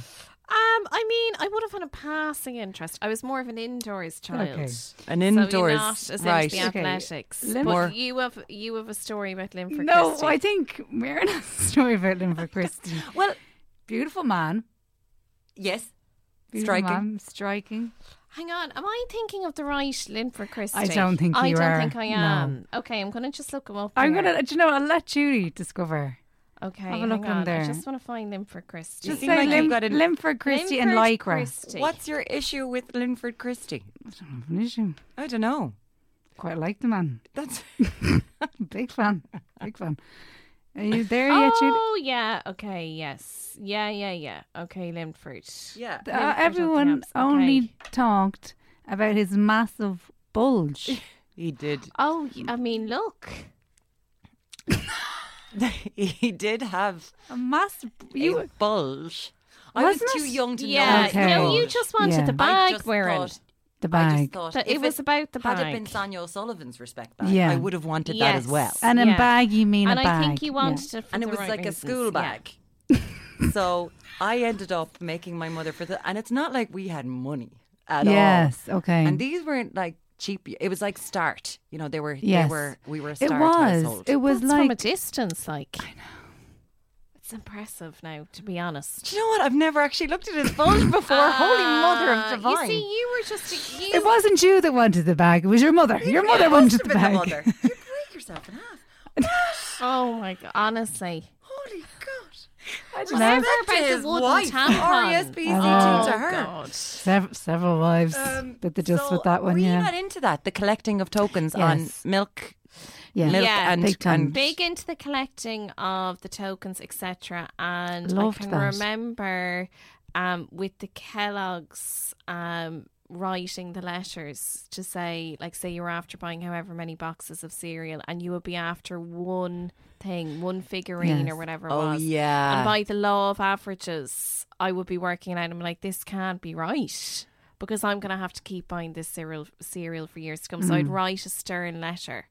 S1: I mean, I would have had a passing interest. I was more of an indoors child.
S2: Okay.
S5: An
S1: so you're
S5: indoors,
S1: not as
S5: right.
S1: into the
S2: Okay.
S1: athletics.
S2: Lim- More-
S1: But you have you have a story about Linford
S2: no,
S1: Christie.
S2: I think Myrna's story about Linford Christie.
S5: Well,
S2: Beautiful man.
S5: yes.
S2: Beautiful
S5: Striking.
S2: Man, striking.
S1: Hang on, am I thinking of the right Linford Christie?
S2: I don't think
S1: I
S2: you
S1: don't
S2: are,
S1: think I
S2: no.
S1: am. Okay, I'm going to just look him up.
S2: I'm
S1: here.
S2: gonna. Do you know? I'll let Judy discover.
S1: Okay,
S2: have a
S1: hang
S2: look on
S1: on.
S2: there.
S1: I just want to find Linford Christie.
S2: Just
S5: seem
S2: say
S5: like
S2: Lim-
S5: you've got an-
S2: Linford Christie and
S1: Linford
S2: Lycra.
S1: Christie.
S5: What's your issue with Linford Christie?
S2: I don't have an issue.
S5: I don't know.
S2: Quite like the man.
S5: That's
S2: Big fan. Big fan. Are you there yet, Judy?
S1: Oh yeah. Okay. Yes. Yeah. Yeah. Yeah. Okay. Linford.
S5: yeah.
S2: Uh,
S1: Linford
S2: everyone
S1: Oldknaps, okay.
S2: only talked about his massive bulge.
S5: He did.
S1: Oh, y- I mean, look.
S5: he did have
S2: A massive.
S5: a
S2: You,
S5: bulge. I was
S2: Wasn't
S5: too
S2: it?
S5: young to
S1: Yeah.
S5: know.
S2: Okay.
S1: No, you just wanted
S2: Yeah.
S1: the
S5: I
S1: bag
S5: just
S1: wearing.
S5: thought-
S2: the
S5: I just
S2: bag.
S5: thought
S1: That
S5: if
S1: it was about the
S5: Had it been
S1: bag.
S5: Sonia O'Sullivan's respect bag,
S2: Yeah.
S5: I would have wanted that as
S1: Yes.
S5: well.
S2: And in
S1: Yeah.
S2: bag, you mean
S1: and
S2: a
S1: I
S2: bag.
S1: think you wanted it for
S5: and it
S1: the
S5: was
S1: right
S5: like
S1: reasons.
S5: a school
S1: Yeah.
S5: bag. so I ended up making my mother for the, and it's not like we had money at
S2: Yeah.
S5: all.
S2: Yes, okay.
S5: And these weren't like cheap. It was like start. You know, they were.
S2: Yes.
S5: They were. We were a
S2: it
S5: start
S2: was.
S5: household.
S2: It was
S1: That's
S2: like.
S1: from a distance, like. I know. It's impressive now, to be honest.
S5: Do you know what? I've never actually looked at his bulge before. Holy Mother of
S1: Ah,
S5: Divine!
S1: You see, you were just. You,
S2: it wasn't you that wanted the bag. It was your mother. Your mother wanted the
S5: Been the
S2: bag.
S5: mother. You break yourself in half.
S1: Oh my god! Honestly,
S5: Holy God!
S2: don't know.
S1: Whatever about the
S5: his
S1: wooden
S5: wife,
S1: tampon.
S5: RESPC
S2: Oh,
S5: to her.
S1: God.
S2: Sev- several wives.
S5: Um,
S2: but they just
S5: so
S2: with that one,
S5: were you
S2: yeah.
S5: not into that? The collecting of tokens
S2: Yes.
S5: on milk,
S2: yeah.
S5: milk,
S1: Yeah.
S5: and,
S2: Big time.
S5: and-
S1: Big into the collecting of the tokens, etc. And
S2: Loved
S1: I can
S2: that.
S1: remember um, with the Kellogg's um, writing the letters to say, like, say you were after buying however many boxes of cereal, and you would be after one thing, one figurine
S2: Yes.
S1: or whatever it
S5: Oh
S1: was.
S5: yeah.
S1: And by the law of averages, I would be working it out. I'm like, this can't be right because I'm going to have to keep buying this cereal cereal for years to come. So
S5: Mm.
S1: I'd write a stern letter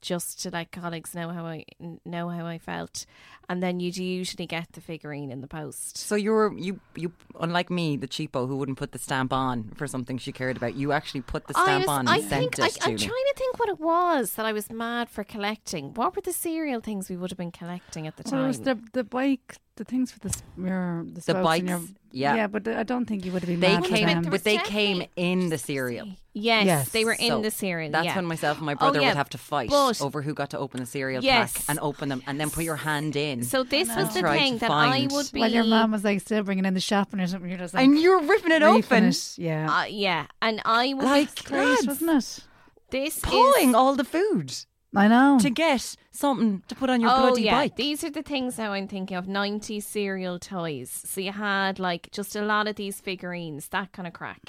S1: just to let colleagues know how I n- know how I felt, and then you'd usually get the figurine in the post.
S5: So you were you you unlike me, the cheapo who wouldn't put the stamp on for something she cared about. You actually put the
S1: I
S5: stamp
S1: was,
S5: on and
S1: I
S5: sent
S1: think
S5: it
S1: I,
S5: to
S1: I'm trying
S5: me.
S1: to think what it was that I was mad for collecting. What were the cereal things we would have been collecting at the
S2: Well, it
S1: time?
S2: was the the bike, the things for the s- your the, spokes and your-
S5: bikes, yeah.
S2: yeah, but uh, I don't think you would have been.
S5: They
S2: mad for
S5: came,
S2: them.
S1: there was
S5: but they
S1: ten
S5: came
S1: feet.
S5: in the cereal.
S1: yes,
S2: Yes.
S1: they were in
S5: So
S1: the cereal.
S5: That's
S1: yeah. Oh,
S5: when myself and my brother
S1: yeah,
S5: would have to fight
S1: but-
S5: over who got to open the cereal pack
S1: Yes.
S5: and open them, and then put your hand in.
S1: So this was the
S5: Try to
S1: thing that I
S5: find-
S1: would be.
S2: Well, your mom was like still bringing in the shopping or something. You're just like,
S5: and you're ripping it
S2: reefing
S5: open, Ah,
S2: it. Yeah.
S1: Uh, yeah, and I would
S5: Like,
S1: be
S2: Great, wasn't it?
S1: this
S5: pulling
S1: is,
S5: all the food
S2: I know.
S5: to get something to put on your
S1: Mm. oh
S5: bloody
S1: yeah,
S5: bike.
S1: these are the things now I'm thinking of. 90 cereal toys. So you had like just a lot of these figurines, that kind of crack.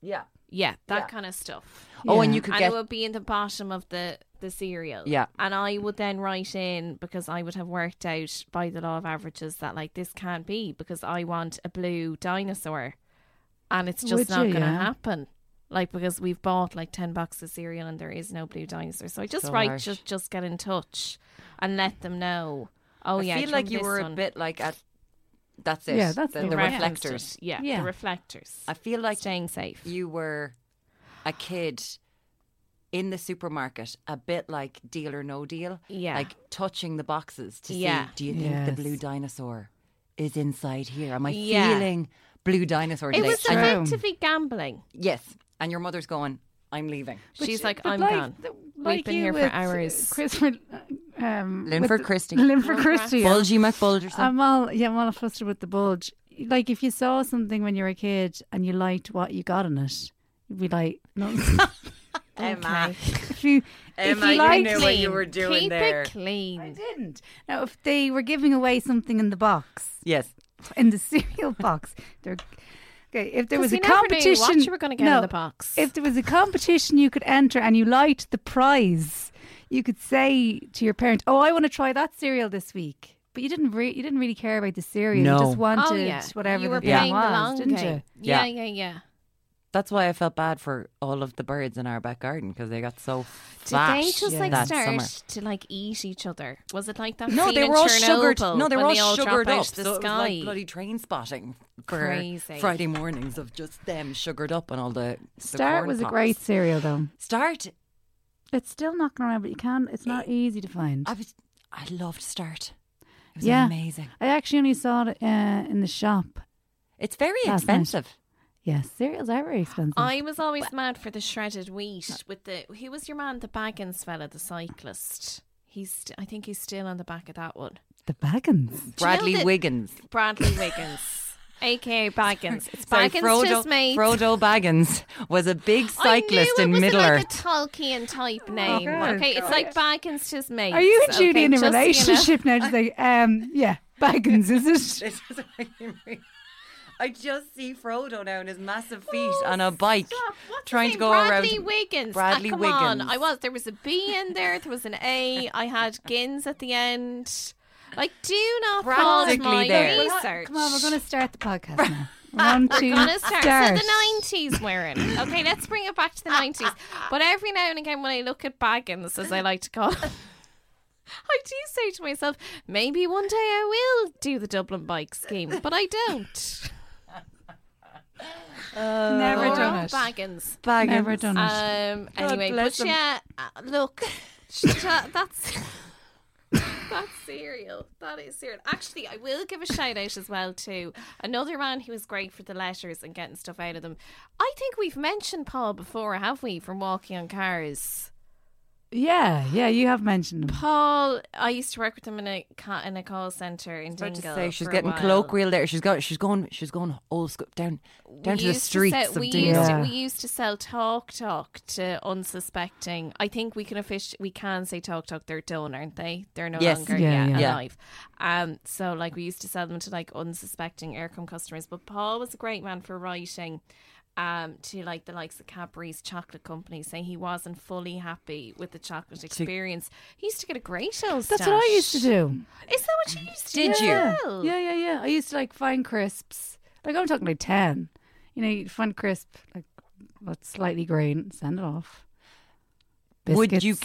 S5: yeah.
S1: Yeah, that kind of stuff.
S5: Oh, and
S2: Yeah.
S5: you could
S1: and
S5: get
S1: it would be in the bottom of the the cereal.
S5: Yeah.
S1: and I would then write in because I would have worked out by the law of averages that like this can't be because I want a blue dinosaur, and it's just
S2: Would
S1: not
S2: you,
S1: going to
S2: yeah?
S1: happen. Like because we've bought like ten boxes of cereal and there is no blue dinosaur, so I just
S5: So
S1: write
S5: harsh.
S1: just just get in touch and let them know. Oh
S5: I
S1: yeah, do
S5: feel like
S1: remember
S5: you
S1: this
S5: were a
S1: one?
S5: bit like at. That's it.
S2: Yeah, that's
S5: the,
S2: the
S5: the
S2: reference.
S5: reflectors.
S1: Yeah,
S2: Yeah.
S1: the reflectors.
S5: I feel like
S1: staying safe.
S5: you were a kid in the supermarket, a bit like Deal or No Deal.
S1: Yeah.
S5: Like touching the boxes to
S1: Yeah.
S5: see, do you think the
S2: Yes.
S5: blue dinosaur is inside here? Am I
S1: Yeah.
S5: feeling blue dinosaur
S1: It
S5: today?
S1: was
S5: And-
S1: effectively gambling.
S5: yes. And your mother's going, I'm leaving.
S1: She's like,
S2: But
S1: I'm
S2: like-
S1: gone.
S2: th-
S1: We've
S2: like
S1: been
S2: you
S1: here for
S2: with, uh,
S1: hours.
S2: Chrisford, uh, um,
S5: Linford
S2: with-
S5: Christie.
S2: Linford Christie. yeah.
S5: Bulgy McBulgerson.
S2: I'm all yeah, I'm all flustered with the bulge. Like if you saw something when you were a kid and you liked what you got in it, you'd be like, no.
S1: Um, Emma.
S2: if you, if you liked,
S1: Keep it clean.
S2: I didn't. Now, if they were giving away something in the box,
S5: Yes.
S2: in the cereal box, they're okay. If there
S1: 'Cause
S2: was
S1: you
S2: a
S1: never knew what
S2: competition,
S1: you were gonna get in
S2: No,
S1: the box.
S2: If there was a competition you could enter and you liked the prize, you could say to your parent, "Oh, I want to try that cereal this week." But you didn't. Re- you didn't really care about the cereal.
S5: No.
S2: You just wanted
S1: oh, yeah.
S2: whatever
S1: you were
S2: the thing
S1: playing
S2: was,
S1: the long
S2: didn't
S1: game.
S2: you?
S1: Yeah,
S5: Yeah.
S1: yeah, yeah.
S5: That's why I felt bad for all of the birds in our back garden because they got so
S1: Did they
S5: fat
S1: just like
S5: that
S1: start
S5: summer.
S1: to like eat each other? Was it like that?
S5: No,
S1: scene
S5: they
S1: in
S5: were all
S1: Chernobyl
S5: sugared. No, they were
S1: when
S5: all,
S1: they all drop
S5: sugared
S1: out
S5: up.
S1: The
S5: so
S1: sky.
S5: it was like bloody train spotting for
S1: Crazy.
S5: Friday mornings of just them sugared up and all the. the
S2: Start
S5: corn
S2: was
S5: pops.
S2: a great cereal, though.
S5: Start.
S2: It's still knocking around, but you can. It's not easy to
S1: Mm.
S2: find.
S5: I was. I loved Start. It was
S2: Yeah.
S5: amazing.
S2: I actually only saw it uh, in the shop.
S5: It's very
S2: Last night.
S5: expensive.
S2: Yes, cereals are very expensive.
S1: I was always mad for the shredded wheat with the. Who was your man? The Baggins fella, the cyclist. He's. St- I think he's still on the back of that one.
S2: the Baggins.
S1: Do you know
S5: Bradley
S1: that-
S5: Wiggins.
S1: Bradley Wiggins, aka Baggins. It's
S5: Sorry,
S1: Baggins
S5: Frodo,
S1: to his mate.
S5: Frodo Baggins was a big cyclist
S1: I knew
S5: in
S1: it was
S5: Middle
S1: like
S5: Earth.
S1: a Tolkien type name.
S2: Oh, God.
S1: okay, it's like Baggins to his mate.
S2: Are you and Judy
S1: okay,
S2: in a
S1: just so you know.
S2: relationship now? Just like, um, yeah, Baggins, is it?
S5: This is what I mean. I just see Frodo now in his massive feet on a bike,
S1: Oh, Stop. What's his
S5: trying to
S1: name?
S5: go
S1: Bradley
S5: around.
S1: Wiggins.
S5: Bradley
S1: ah, come
S5: Wiggins.
S1: on. I was. There was a B in there. There was an A. I had Gins at the end. Like, do not pause
S5: Practically
S1: my
S5: there.
S1: research.
S2: Come on, we're going to start the podcast now. One, two,
S1: gonna start. So the nineties we're in. Okay, let's bring it back to the nineties. But every now and again when I look at Baggins as I like to call him, I do say to myself, maybe one day I will do the Dublin bike scheme, but I don't.
S2: Never
S1: Poor
S2: done
S1: old
S2: it.
S1: Baggins.
S5: Baggins.
S2: Never done it.
S1: Um. Anyway,
S5: bless
S1: but
S5: him.
S1: yeah, uh, look, sh- that- that's that's serial. That is serial. Actually, I will give a shout out as well to another man who was great for the letters and getting stuff out of them. I think we've mentioned Paul before, have we? From Walking on Cars,
S2: Yeah, yeah, you have mentioned them.
S1: Paul. I used to work with him in a ca- in a call center in
S5: About to
S1: Dingle.
S5: say she's
S1: for a
S5: getting
S1: while.
S5: colloquial there. She's got. She's going. She's going old school down down to the
S1: used
S5: streets
S1: sell-
S5: of
S1: we
S5: Dingle.
S1: used, to,
S2: Yeah.
S1: we used to sell talk talk to unsuspecting. I think we can offici- we can say talk talk. They're done, aren't they? They're no
S5: Yes.
S1: longer yeah,
S2: Yeah, yeah.
S5: Yeah.
S1: alive. Um, so like we used to sell them to like unsuspecting aircom customers. But Paul was a great man for writing. Um, to like the likes of Cadbury's chocolate company, saying he wasn't fully happy with the chocolate experience. He used to get a great old.
S2: That's what I used to do.
S1: Is that what you used to
S5: Did
S1: do?
S5: you?
S1: as well?
S2: Yeah, yeah, yeah. I used to like find crisps. Like I'm talking like ten. You know, you'd find crisp like what's slightly green, send it off.
S5: Would you
S2: Biscuits.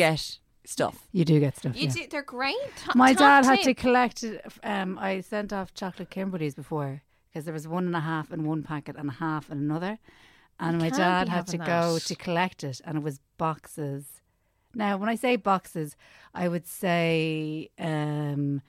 S5: get stuff?
S2: You do get stuff.
S1: You
S2: yeah.
S1: do, they're great. T-
S2: My
S1: top
S2: dad had
S1: tip.
S2: to collect. it, Um, I sent off chocolate Kimberleys before because there was one and a half in one packet and a half in another, and my
S1: can't
S2: dad
S1: be
S2: had to
S1: having
S2: go
S1: that.
S2: to collect it, and it was boxes. Now, when I say boxes, I would say um,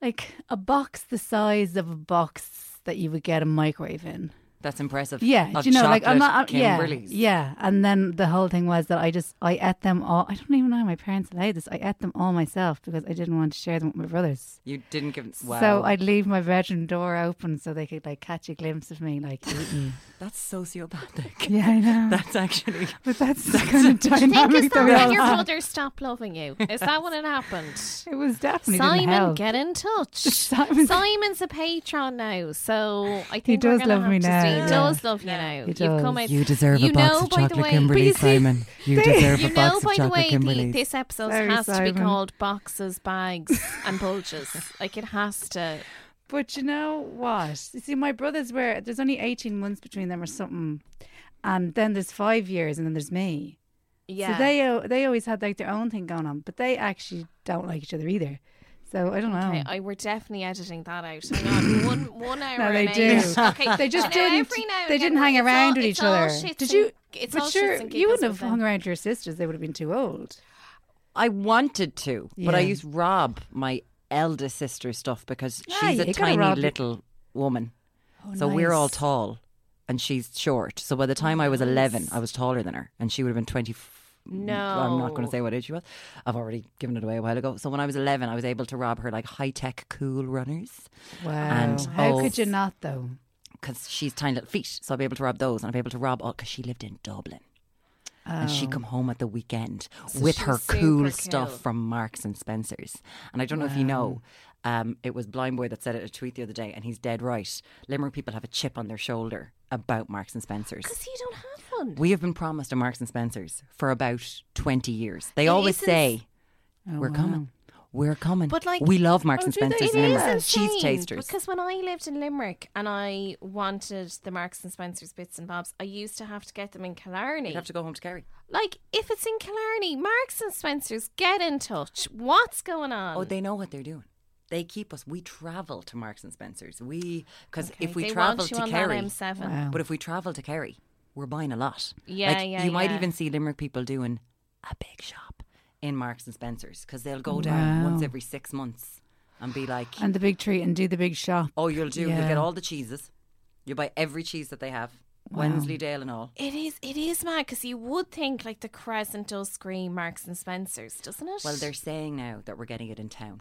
S2: like a box the size of a box that you would get a microwave in.
S5: That's impressive.
S2: Yeah,
S5: Of
S2: do you know, like I'm not,
S5: chocolate
S2: I'm- yeah,
S5: Kimberleys.
S2: yeah. And then the whole thing was that I just I ate them all. I don't even know how my parents allowed this. I ate them all myself because I didn't want to share them with my brothers.
S5: You didn't give. Wow.
S2: So I'd leave my bedroom door open so they could like catch a glimpse of me, like eating.
S5: That's sociopathic.
S2: yeah, I know.
S5: That's actually.
S2: but that's the kind of
S1: think is
S2: dynamic that
S1: that
S2: we
S1: when
S2: all
S1: your
S2: had.
S1: brother stopped loving you? Is that when it happened?
S2: It was definitely didn't
S1: Simon,
S2: help.
S1: get in touch.
S2: Simon's-
S1: Simon's a patron now, so I think we're
S2: does
S1: gonna
S2: love
S1: have
S2: me
S1: to
S2: now,
S1: see-
S2: yeah.
S1: He does love you now.
S2: He
S1: You've
S2: does.
S1: come out.
S5: You deserve
S1: You
S5: a box
S1: know,
S5: of
S1: by the
S5: chocolate
S1: way,
S5: Kimberly,
S2: because he-
S5: Simon. You
S2: they-
S5: deserve
S1: You
S5: a
S1: know,
S5: box
S1: by
S5: of
S1: the
S5: chocolate
S1: way, the,
S5: Kimberly.
S1: this episode
S2: Sorry,
S1: has to be
S2: Simon.
S1: called boxes, bags, and bulges. like it has to.
S2: But you know what? You see, my brothers were there's only eighteen months between them or something, and then there's five years, and then there's me.
S1: Yeah.
S2: So they al- they always had like their own thing going on, but they actually don't like each other either. So I don't know.
S1: Okay, I, we're definitely editing that out. Hang on, one, one hour.
S2: they
S1: and
S2: do.
S1: eight. Okay,
S2: They just
S1: and now
S2: didn't-
S1: Every now and
S2: they
S1: again,
S2: didn't hang
S1: it's
S2: around
S1: all-
S2: with
S1: it's
S2: each
S1: all
S2: other.
S1: shits
S2: Did you-
S1: and- It's
S2: but
S1: all
S2: sure,
S1: shits and
S2: you
S1: giggles
S2: wouldn't have
S1: with them.
S2: hung around your sisters; they would have been too old.
S5: I wanted to, but I
S2: Yeah.
S5: used Rob, my eldest sister stuff because
S2: Ah,
S5: she's
S2: yeah,
S5: a
S2: you gotta
S5: tiny
S2: rob-
S5: little woman.
S2: Oh,
S5: so we're all
S2: nice.
S5: tall and she's short. So by
S1: Oh,
S5: the time I was 11, I was taller than her and she would have been 20. I'm not going
S1: No.
S5: to say what age she was. I've already given it away a while ago. So when I was 11, I was able to rob her like high tech cool runners
S2: Wow.
S5: and
S2: How
S5: all-
S2: could you not, though?
S5: because she's tiny little feet. So I'll be able to rob those and I'll be able to rob all because she lived in Dublin. And she'd come home at the weekend with
S1: Oh. she
S5: her
S1: was super
S5: cool stuff
S1: cool.
S5: from Marks and Spencer's. And I don't know if you know, um, it was Blind Boy that said it in a tweet the other day, and he's dead right. Limerick people have a chip on their shoulder about Marks and Spencer's.
S1: Because you don't have one.
S5: We have been promised a Marks and Spencer's for about 20 years. They
S1: It
S5: always
S1: isn't-
S5: say,
S2: Oh,
S5: We're
S2: wow.
S5: coming. We're coming.
S1: But like oh,
S5: we love Marks and
S1: do they?
S5: Spencer's
S1: It is
S5: in Limerick.
S1: insane,
S5: Cheese tasters.
S1: Because when I lived in Limerick and I wanted the Marks and Spencers bits and bobs, I used to have to get them in Killarney.
S5: You'd have to go home to Kerry.
S1: like if it's in Killarney, Marks and Spencers, get in touch. What's going on?
S5: Oh, they know what they're doing. They keep us. We travel to Marks and Spencer's. We because
S1: Okay,
S5: if we
S1: they
S5: travel
S1: want you
S5: to
S1: on
S5: Kerry,
S1: that M7.
S2: Wow.
S5: but if we travel to Kerry, we're buying a lot.
S1: Yeah,
S5: like,
S1: yeah,
S5: You might
S1: yeah.
S5: even see Limerick people doing a big shop in Marks and Spencers because they'll go down once
S2: Wow.
S5: every six months and be like,
S2: And the big treat and do the big shop.
S5: "Oh, you'll do. You'll
S2: Yeah.
S5: get all the cheeses. You buy every cheese that they have,
S2: Wow.
S5: Wensleydale and all."
S1: It is it is mad because you would think like the Crescent does scream Marks and Spencers, doesn't it?
S5: Well, they're saying now that we're getting it in town,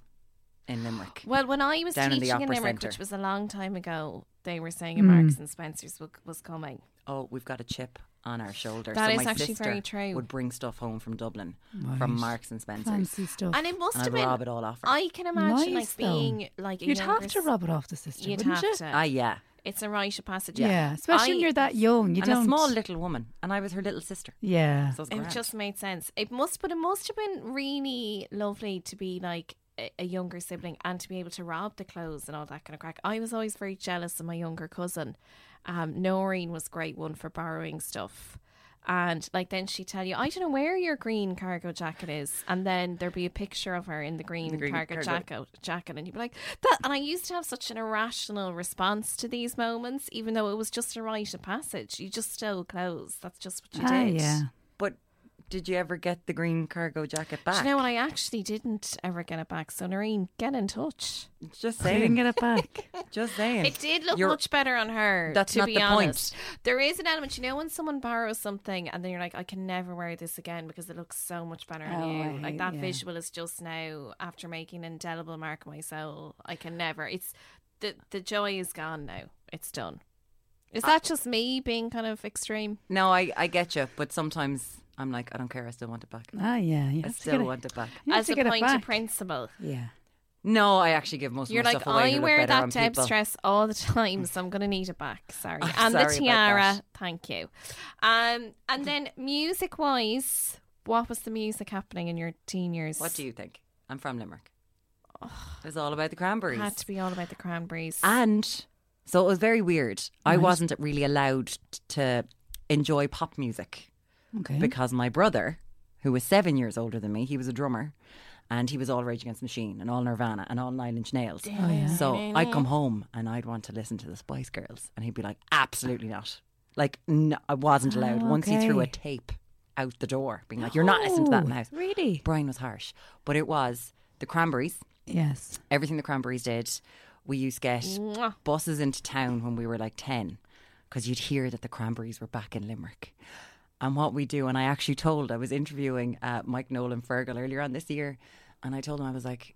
S5: in Limerick.
S1: Well, when I was
S5: Down in the
S1: teaching in,
S5: Opera
S1: Limerick,
S5: Centre.
S1: which was a long time ago, they were saying a
S2: Hmm.
S1: Marks and Spencers was, was coming.
S5: oh, we've got a chip on our shoulder.
S1: That
S5: so
S1: is
S5: my
S1: actually
S5: sister
S1: very true.
S5: Would bring stuff home from Dublin from Marks and Spencer's.
S2: Fancy stuff.
S1: And it must
S5: And
S1: have
S5: I'd
S1: been.
S5: rob it all off her.
S1: I can imagine like
S2: nice,
S1: being
S2: though.
S1: like a
S2: You'd
S1: younger
S2: have to
S1: s-
S2: rob it off the sister,
S1: You'd
S2: wouldn't
S1: have
S2: you?
S1: to.
S5: Ah, yeah.
S1: It's a rite of passage.
S2: Yeah. especially when
S1: I-
S2: you're that young. You
S5: and
S2: don't.
S5: a small little woman, and I was her little sister.
S2: Yeah.
S5: So it's
S1: It just made sense. It must, but it must have been really lovely to be like a, a younger sibling and to be able to rob the clothes and all that kind of crack. I was always very jealous of my younger cousin. Um, Noreen was a great one for borrowing stuff. And like then she'd tell you, I don't know where your green cargo jacket is, and then there'd be a picture of her in the green,
S5: green
S1: cargo,
S5: cargo.
S1: jacket, jacket, and you'd be like, "That." And I used to have such an irrational response to these moments, even though it was just a rite of passage. You just stole clothes. That's just what you
S2: Ah,
S1: did.
S2: yeah.
S5: But did you ever get the green cargo jacket back?
S1: Do you know what? I actually didn't ever get it back. So, Noreen, get in touch.
S5: just
S2: So you didn't
S5: saying.
S2: get it back.
S5: just saying.
S1: It did look
S5: You're-
S1: much better on her.
S5: That's
S1: to
S5: not
S1: be
S5: the point.
S1: honest. There is an element, you know, when someone borrows something and then you're like, I can never wear this again because it looks so much better on
S2: Oh,
S1: you.
S2: I
S1: like
S2: hate-
S1: that
S2: yeah.
S1: visual is just now after making an indelible mark on my soul. I can never. It's the the joy is gone now. It's done. Is that just me being kind of extreme?
S5: No, I, I get you, but sometimes I'm like, I don't care. I still want it back.
S2: Ah, yeah. You
S5: I
S2: have to
S5: still
S2: get
S5: want it back.
S2: it. You have
S1: As
S2: to
S1: a
S2: get it
S1: point of
S2: back.
S1: principle.
S2: Yeah.
S5: No, I actually give most
S1: You're
S5: of my
S1: like,
S5: stuff away.
S1: I
S5: to look
S1: wear
S5: better
S1: that
S5: on
S1: Deb's
S5: people.
S1: dress all the time, so I'm going to need it back. Sorry.
S5: I'm
S1: and
S5: sorry
S1: the
S5: about
S1: tiara.
S5: that.
S1: Thank you. Um, and then music wise, what was the music happening in your teen years?
S5: What do you think? I'm from Limerick. It was all about the cranberries.
S1: Had to be all about the cranberries.
S5: And so it was very weird. I wasn't really allowed t- to enjoy pop music
S2: Okay.
S5: because my brother, who was seven years older than me, he was a drummer and he was all Rage Against the Machine and all Nirvana and all Nine Inch Nails.
S2: Oh,
S5: So I'd come home and I'd want to listen to the Spice Girls and he'd be like, absolutely not. Like, no, I wasn't allowed.
S2: Oh,
S5: Once he threw a
S2: okay.
S5: tape out the door, being like, you're not listening to that in the house.
S2: Really?
S5: Brian was harsh, but it was the Cranberries,
S2: Yes.
S5: everything the Cranberries did. We used to get
S1: Mwah.
S5: buses into town when we were like 10 because you'd hear that the cranberries were back in Limerick. And what we do, and I actually told, I was interviewing uh, Mike Nolan Fergal earlier on this year, and I told him, I was like,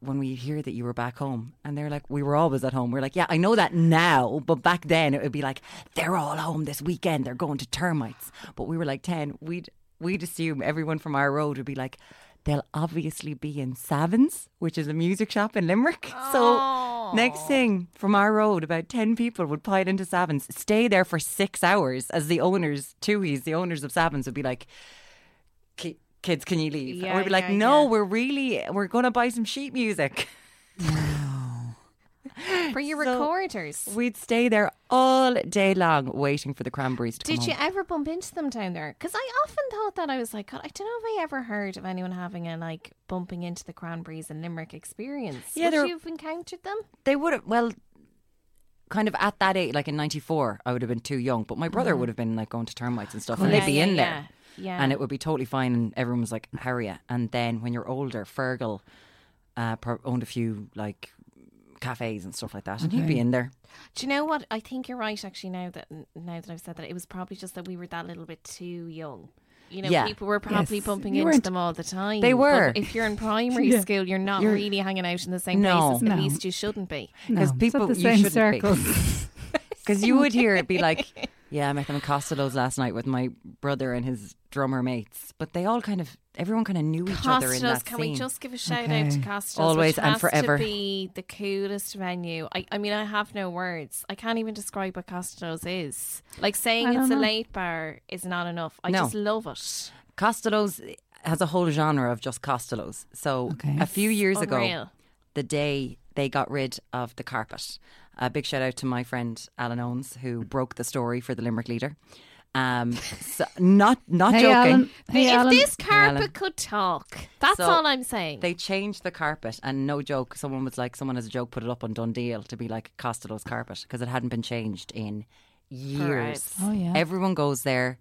S5: when we hear that you were back home, and they're like, we were always at home. We're like, yeah, I know that now, but back then it would be like, they're all home this weekend, they're going to termites. But we were like 10, we'd, we'd assume everyone from our road would be like, they'll obviously be in Savins, which is a music shop in Limerick. So next thing from our road, about 10 people would pile into Savins, stay there for six hours as the owners, Tuies, the owners of Savins would be like, "Ki- kids, can you leave?
S1: Yeah,
S5: and we'd be like,
S1: yeah,
S5: no,
S1: yeah.
S5: we're really, we're going to buy some sheet music.
S1: For your
S5: So-
S1: recorders.
S5: We'd stay there all day long waiting for the cranberries to come
S1: Did you
S5: home.
S1: ever bump into them down there? Because I often thought that I was like, God, I don't know if I ever heard of anyone having a like bumping into the cranberries and Limerick experience.
S5: Yeah,
S1: Would
S5: they're-
S1: you've encountered them?
S5: They would have, well, kind of at that age, like in 94, I would have been too young, but my
S1: Mm-hmm.
S5: brother would have been like going to termites and stuff, and
S1: Yeah,
S5: they'd be
S1: yeah,
S5: in there.
S1: Yeah. yeah.
S5: and it would be totally fine. And everyone was like, "Hurry!" ya." And then when you're older, Fergal uh, pro- owned a few like cafes and stuff like that, and he'd be in there.
S1: Do you know what? I think you're right. Actually, now that now that I've said that, it was probably just that we were that little bit too young. You know,
S5: Yeah.
S1: people were probably
S2: Yes.
S1: bumping
S2: You
S1: into
S2: weren't-
S1: them all the time.
S5: They
S1: But
S5: were.
S1: if you're in primary school, you're not really hanging out in the same
S5: No.
S1: places. At
S2: No.
S1: least you shouldn't be.
S5: Because
S2: No,
S5: people
S2: it's
S5: you
S2: not the same
S5: shouldn't be.
S2: circle.
S5: Because you would hear it be like, yeah, I met them in Costello's last night with my brother and his drummer mates. But they all kind of, everyone kind of knew each other
S1: Costello's,
S5: in that
S1: can
S5: scene.
S1: we just give a shout out to
S2: Okay.
S1: Costello's?
S5: Always
S1: which
S5: and
S1: has
S5: forever.
S1: To be the coolest venue. I, I mean, I have no words. I can't even describe what Costello's is. Like saying
S2: I
S1: it's
S2: don't
S1: a
S2: know.
S1: late bar is not enough. I
S5: No.
S1: just love it.
S5: Costello's has a whole genre of just Costello's. So
S2: Okay.
S5: a few years ago,
S1: Unreal.
S5: the day they got rid of the carpet, a big shout out to my friend Alan Owens who broke the story for the Limerick leader. Um, so not not
S2: Hey,
S5: joking.
S2: Alan. Hey,
S1: if
S2: Alan.
S1: this
S5: Alan.
S1: carpet could talk, that's
S5: So,
S1: all I'm saying.
S5: They changed the carpet, and no joke, someone was like, someone as a joke put it up on Dundeal to be like Costello's carpet because it hadn't been changed in years.
S1: Perhaps.
S2: Oh, yeah.
S5: Everyone goes there.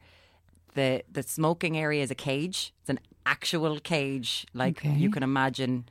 S5: The the smoking area is a cage. It's an actual cage, like
S2: Okay.
S5: you can imagine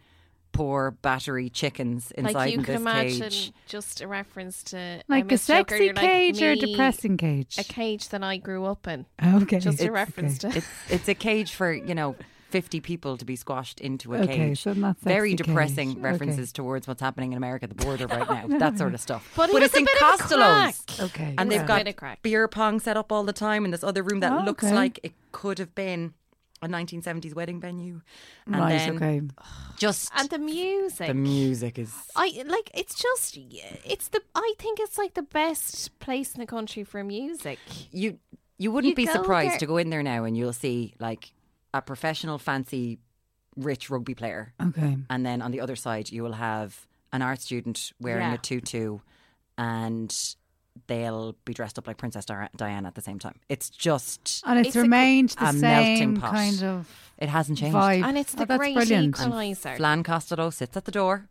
S5: poor battery chickens inside
S1: like you
S5: in
S1: can
S5: this
S1: imagine
S5: cage.
S1: just a reference to
S2: like a
S1: Miss Joker,
S2: sexy
S1: you're like,
S2: cage or a
S1: "Me,
S2: depressing cage?
S1: A cage that I grew up in.
S2: Okay,
S1: Just a
S2: It's-
S1: reference
S2: okay.
S1: to.
S5: It's it's a cage for, you know, fifty people to be squashed into a
S2: Okay,
S5: cage.
S2: so not
S5: Very
S2: sexy
S5: depressing
S2: cage. Okay.
S5: references towards what's happening in America at the border right now. that sort of stuff.
S1: But, it was
S5: it's
S1: a
S5: in
S1: bit Of
S5: Costello's.
S1: a crack.
S2: Okay,
S5: and
S1: It's
S5: they've
S1: a
S5: got
S1: bit of crack.
S5: beer pong set up all the time in this other room that
S2: Oh,
S5: looks
S2: okay.
S5: like it could have been a 1970s wedding venue. And
S2: right,
S5: then
S2: okay.
S5: just
S1: And the music.
S5: the music is
S1: I like it's just it's the I think it's like the best place in the country for music.
S5: you you wouldn't
S1: You
S5: be
S1: go
S5: surprised
S1: there-
S5: to go in there now and you'll see like a professional fancy rich rugby player
S2: Okay.
S5: and then on the other side you will have an art student wearing
S1: Yeah.
S5: a tutu and they'll be dressed up like Princess Di- Diana at the same time. It's just
S2: And it's,
S1: It's a gr-
S2: remained
S5: a
S2: the
S5: melting
S2: same
S5: pot.
S2: kind of
S5: it hasn't changed.
S2: vibe.
S1: And it's
S2: Oh,
S1: the
S2: that's
S1: great
S2: brilliant.
S1: equalizer.
S5: Flan Costello sits at the door.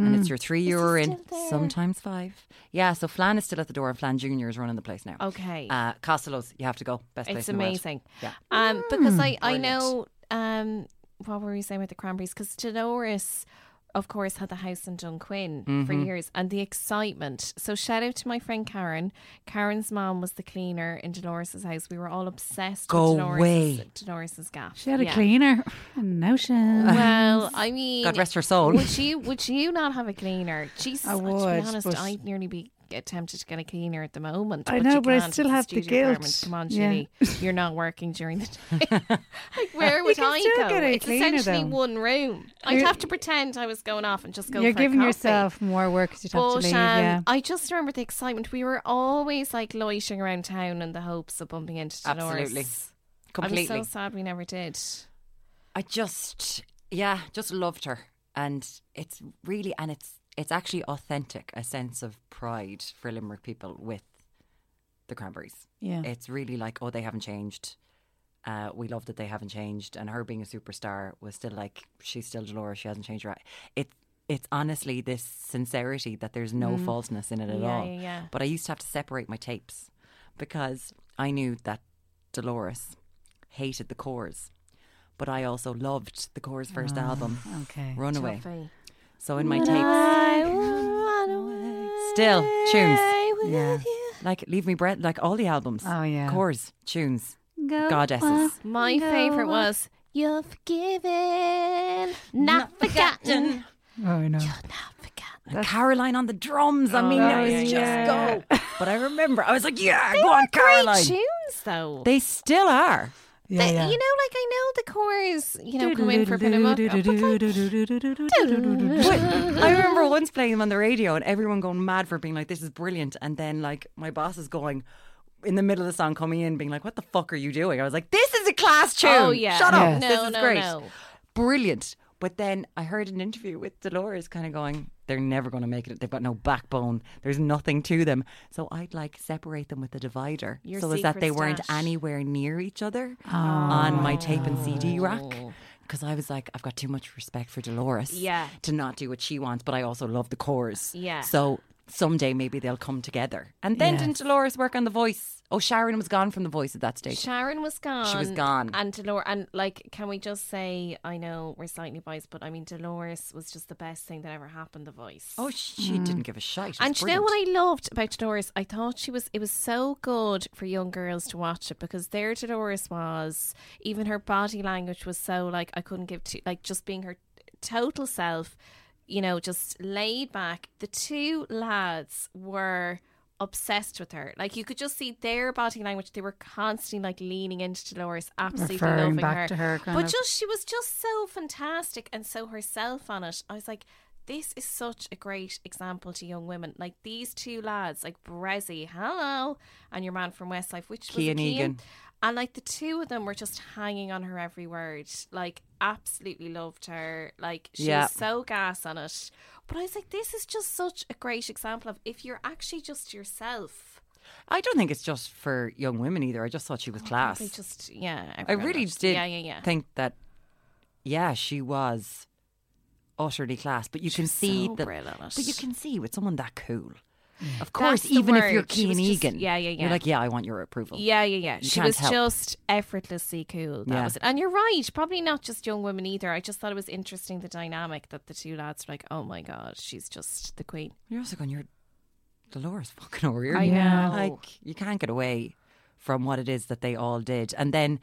S5: And it's your three euro
S1: Mm. Is he
S5: in,
S1: still there?
S5: sometimes five. Yeah, so Flan is still at the door, and Flan Junior is running the place now.
S1: Okay.
S5: uh, Costello's, you have to go. Best place.
S1: it's
S5: in the world.
S1: amazing.
S5: Yeah. Mm.
S1: Um, because I I know um what were we saying about the cranberries? Because Dolores, of course, had the house in Dunquin for
S5: Mm-hmm.
S1: years, and the excitement. So shout out to my friend Karen. Karen's mom was the cleaner in Dolores's house. We were all obsessed
S5: Go
S1: with Dolores's,
S5: away.
S1: Dolores's gaff.
S2: She had a
S1: Yeah.
S2: cleaner. Notion.
S1: Well, I mean,
S5: God rest her soul.
S1: Would you would you not have a cleaner? Jesus,
S2: I
S1: to
S2: would,
S1: be honest,
S2: but-
S1: I'd nearly be tempted to get a cleaner at the moment.
S2: I
S1: but
S2: know,
S1: you
S2: but I
S1: can't.
S2: still
S1: It's a
S2: have the
S1: studio apartment.
S2: guilt.
S1: Come on,
S2: Yeah.
S1: Ginny, you're not working during the day. like, where would
S2: can
S1: I
S2: still
S1: go?
S2: get a
S1: it's
S2: cleaner,
S1: essentially
S2: though.
S1: one room. I'd
S2: You're-
S1: have to pretend I was going off and just go.
S2: You're
S1: for a
S2: giving
S1: coffee.
S2: yourself more work because you have to
S1: But
S2: leave.
S1: um,
S2: yeah.
S1: I just remember the excitement. We were always like loitering around town in the hopes of bumping into Dolores.
S5: Absolutely. Completely.
S1: I'm so sad we never did.
S5: I just, yeah, just loved her, and it's really, and it's, it's actually authentic, a sense of pride for Limerick people with the Cranberries.
S2: yeah.
S5: It's really like, oh, they haven't changed. Uh, we love that they haven't changed, and her being a superstar was still like she's still Dolores. She hasn't changed her. It's it's honestly this sincerity that there's no
S2: Mm-hmm.
S5: falseness in it at
S1: Yeah,
S5: all.
S1: yeah, yeah.
S5: But I used to have to separate my tapes because I knew that Dolores hated the Cores, but I also loved the Cores' first album,
S2: Ah, Okay.
S5: Runaway.
S1: Toffee.
S5: So in my
S1: But
S5: tapes,
S1: I will run away
S5: still tunes
S1: with
S2: Yeah.
S1: you.
S5: like Leave Me Bread, like all the albums.
S2: Oh, yeah.
S5: Cores tunes.
S2: Go
S5: Goddesses.
S2: on,
S1: My
S2: go
S1: favorite
S2: on.
S1: was You're forgiven, not, forgotten.
S2: Oh, no.
S5: And Caroline on the drums.
S1: Oh,
S5: I mean,
S2: yeah,
S5: it was
S2: yeah,
S5: just
S2: yeah.
S5: go. But I remember, I was like, yeah, go on, Caroline.
S1: Tunes though.
S5: They still are.
S2: Yeah,
S1: They-
S2: yeah.
S1: You know, like I know the chorus, you know, come in for Pinamuck. but like,
S5: But I remember once playing them on the radio and everyone going mad for being like, this is brilliant. And then, like, my boss is going, in the middle of the song, coming in, being like, what the fuck are you doing? I was like, this is a class tune.
S1: Oh yeah.
S5: Shut
S1: No,
S5: up. this is
S1: no,
S5: great.
S1: no.
S5: Brilliant. But then I heard an interview with Dolores kind of going, they're never going to make it. They've got no backbone. There's nothing to them. So I'd like separate them with a divider
S1: Your
S5: so as that
S1: secret
S5: they weren't
S1: stash.
S5: anywhere near each other on my tape and
S1: Oh.
S5: CD rack. Because I was like, I've got too much respect for Dolores
S1: Yeah.
S5: to not do what she wants, but I also love the cores.
S1: Yeah.
S5: So someday maybe they'll come together. And then didn't Dolores work on The Voice? Oh, Sharon was gone from The Voice at that stage.
S1: Sharon was gone.
S5: She was gone.
S1: And Dolores, and like, can we just say, I know we're slightly biased, but I mean, Dolores was just the best thing that ever happened. The Voice.
S5: oh, she didn't give a shite. She's
S1: Mm. and do you know
S5: brilliant.
S1: what I loved about Dolores? I thought she was. It was so good for young girls to watch it because there Dolores was. Even her body language was so like I couldn't give two. Like just being her total self. You know, just laid back. The two lads were obsessed with her. Like you could just see their body language. They were constantly like leaning into Dolores, absolutely
S2: Referring
S1: loving
S2: back
S1: her.
S2: to her, kind
S1: but
S2: of.
S1: just she was just so fantastic and so herself on it. I was like, this is such a great example to young women. Like these two lads, like Brezzy, hello, and your man from Westlife, which was
S5: Cian
S1: Cian.
S5: Egan.
S1: And like the two of them were just hanging on her every word. Like absolutely loved her. Like she
S5: Yeah.
S1: was so gas on it. But I was like, this is just such a great example of if you're actually just yourself.
S5: I don't think it's just for young women either. I just thought she was class.
S1: They Oh, just yeah.
S5: I
S1: everyone
S5: really
S1: loved-
S5: did
S1: Yeah, yeah, yeah.
S5: think that, yeah, she was utterly class. But you can see
S1: so
S5: that.
S1: brilliant.
S5: But you can see with someone that cool. Of
S1: Mm. That's
S5: course,
S1: the
S5: even if you're
S1: word. She was
S5: Keen
S1: just-
S5: Egan,
S1: yeah, yeah, yeah.
S5: you're like, yeah, I want your approval.
S1: Yeah, yeah, yeah.
S5: You
S1: she
S5: can't
S1: was
S5: help.
S1: just effortlessly cool. That
S5: Yeah.
S1: was it. And you're right. Probably not just young women either. I just thought it was interesting the dynamic that the two lads were like, oh my God, she's just the queen.
S5: You're also going, you're Dolores fucking over here.
S1: I know.
S5: Like, you can't get away from what it is that they all did. And then,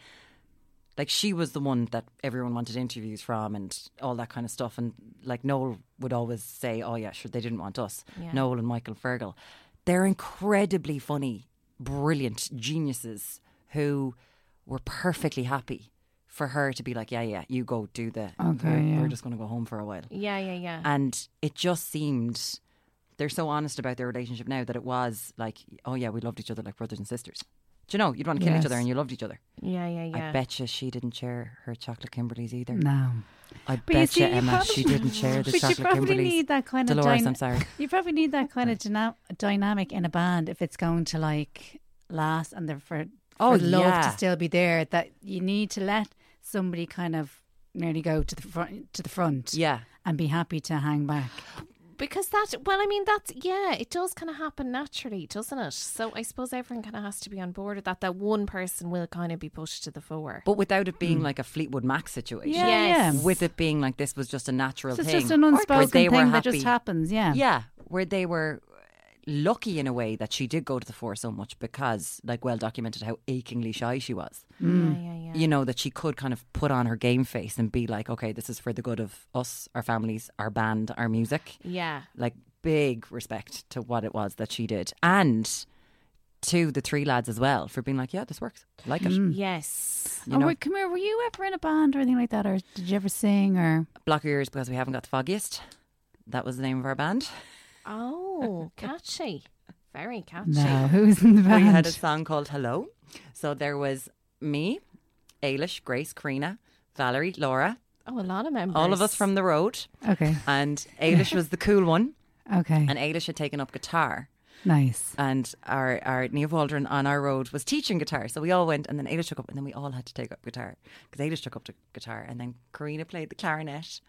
S5: like, she was the one that everyone wanted interviews from and all that kind of stuff. And, like, Noel would always say, oh, yeah, sure, they didn't want us.
S1: Yeah.
S5: Noel and Michael Fergal. They're incredibly funny, brilliant geniuses who were perfectly happy for her to be like, yeah, yeah, you go do the.
S2: Okay,
S5: we're,
S2: yeah.
S5: we're just going to go home for a while
S1: Yeah, yeah, yeah.
S5: and it just seemed they're so honest about their relationship now that it was like, oh yeah, we loved each other like brothers and sisters. Do you know you'd want to kill each other
S2: Yes.
S5: and you loved each other?
S1: yeah, yeah, yeah.
S5: I bet you she didn't share her chocolate Kimberleys either.
S2: No.
S5: I
S2: But you
S5: bet
S2: see,
S5: you,
S2: you
S5: Emma,
S2: probably-
S5: she didn't share the
S2: But you
S5: chocolate
S2: probably
S5: Kimberleys.
S2: need that kind of
S5: Dolores,
S2: dyna-
S5: I'm sorry.
S2: You probably need that kind of dyna- dynamic in a band if it's going to like last and they're for, for
S5: Oh,
S2: love
S5: yeah.
S2: to still be there. That you need to let somebody kind of nearly go to the front to the front,
S5: Yeah,
S2: and be happy to hang back.
S1: because that, well, I mean, that's, yeah, it does kind of happen naturally, doesn't it? So I suppose everyone kind of has to be on board with that, that one person will kind of be pushed to the fore.
S5: but without it being like a Fleetwood Mac situation.
S2: Mm. Yeah,
S1: Yes.
S2: yeah.
S5: With it being like this was just a natural
S2: So it's
S5: thing.
S2: just an
S5: where
S2: unspoken
S5: they
S2: thing
S5: were
S2: that just
S5: happy.
S2: happens. Yeah,
S5: Yeah, where they were uh, lucky in a way that she did go to the fore so much because, like, well documented how achingly shy she was.
S1: Yeah, yeah, yeah.
S5: You know, that she could kind of put on her game face and be like, okay, this is for the good of us, our families, our band, our music.
S1: Yeah.
S5: Like, big respect to what it was that she did. And to the three lads as well for being like, yeah, this works. Like it.
S1: Mm. Yes.
S5: You
S2: oh,
S5: know,
S2: wait, come here. Were you ever in a band or anything like that, or did you ever sing? Or
S5: block your ears because we haven't got the foggiest. That was the name of our band.
S1: Oh, catchy. Very catchy.
S2: no, who's in the
S5: we
S2: band?
S5: had a song called Hello. So there was me, Ailish, Grace, Karina, Valerie, Laura,
S1: Oh, a lot of members.
S5: all of us from the road.
S2: okay,
S5: And Ailish was the cool one.
S2: okay,
S5: uh, And Ailish had taken up guitar.
S2: nice.
S5: And our, our Neve Waldron on our road was teaching guitar. So we all went and then Ailish took up and then we all had to take up guitar. Because Ailish took up the guitar and then Karina played the clarinet.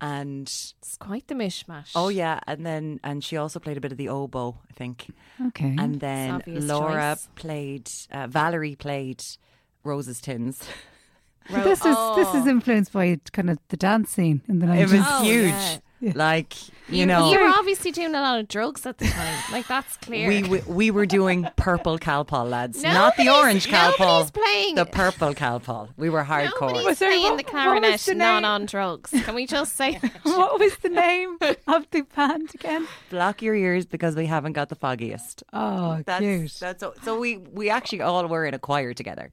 S5: And
S1: It's quite the mishmash.
S5: oh yeah, and then and she also played a bit of the oboe, I think.
S2: Okay,
S5: And then
S1: obvious
S5: Laura
S1: choice.
S5: played, uh, Valerie played Rose's Tins.
S2: But this is
S5: oh.
S2: this is influenced by kind of the dance scene in the nineties.
S5: It was
S1: Oh,
S5: huge.
S1: yeah.
S5: Like, you,
S1: You,
S5: know,
S1: you were obviously doing a lot of drugs at the time. Like that's clear.
S5: we, we we were doing purple Calpol, lads. Not the orange
S1: Nobody's-
S5: Calpol.
S1: nobody's playing-
S5: The purple Calpol. We were hardcore.
S1: Nobody's playing
S2: what-
S1: the
S2: what
S1: clarinet
S2: was the
S1: not
S2: name?
S1: on drugs. Can we just say that?
S2: what was the name of the band again?
S5: Block your ears because we haven't got the foggiest.
S2: Oh,
S5: That's,
S2: cute.
S5: that's so, so we we actually all were in a choir together.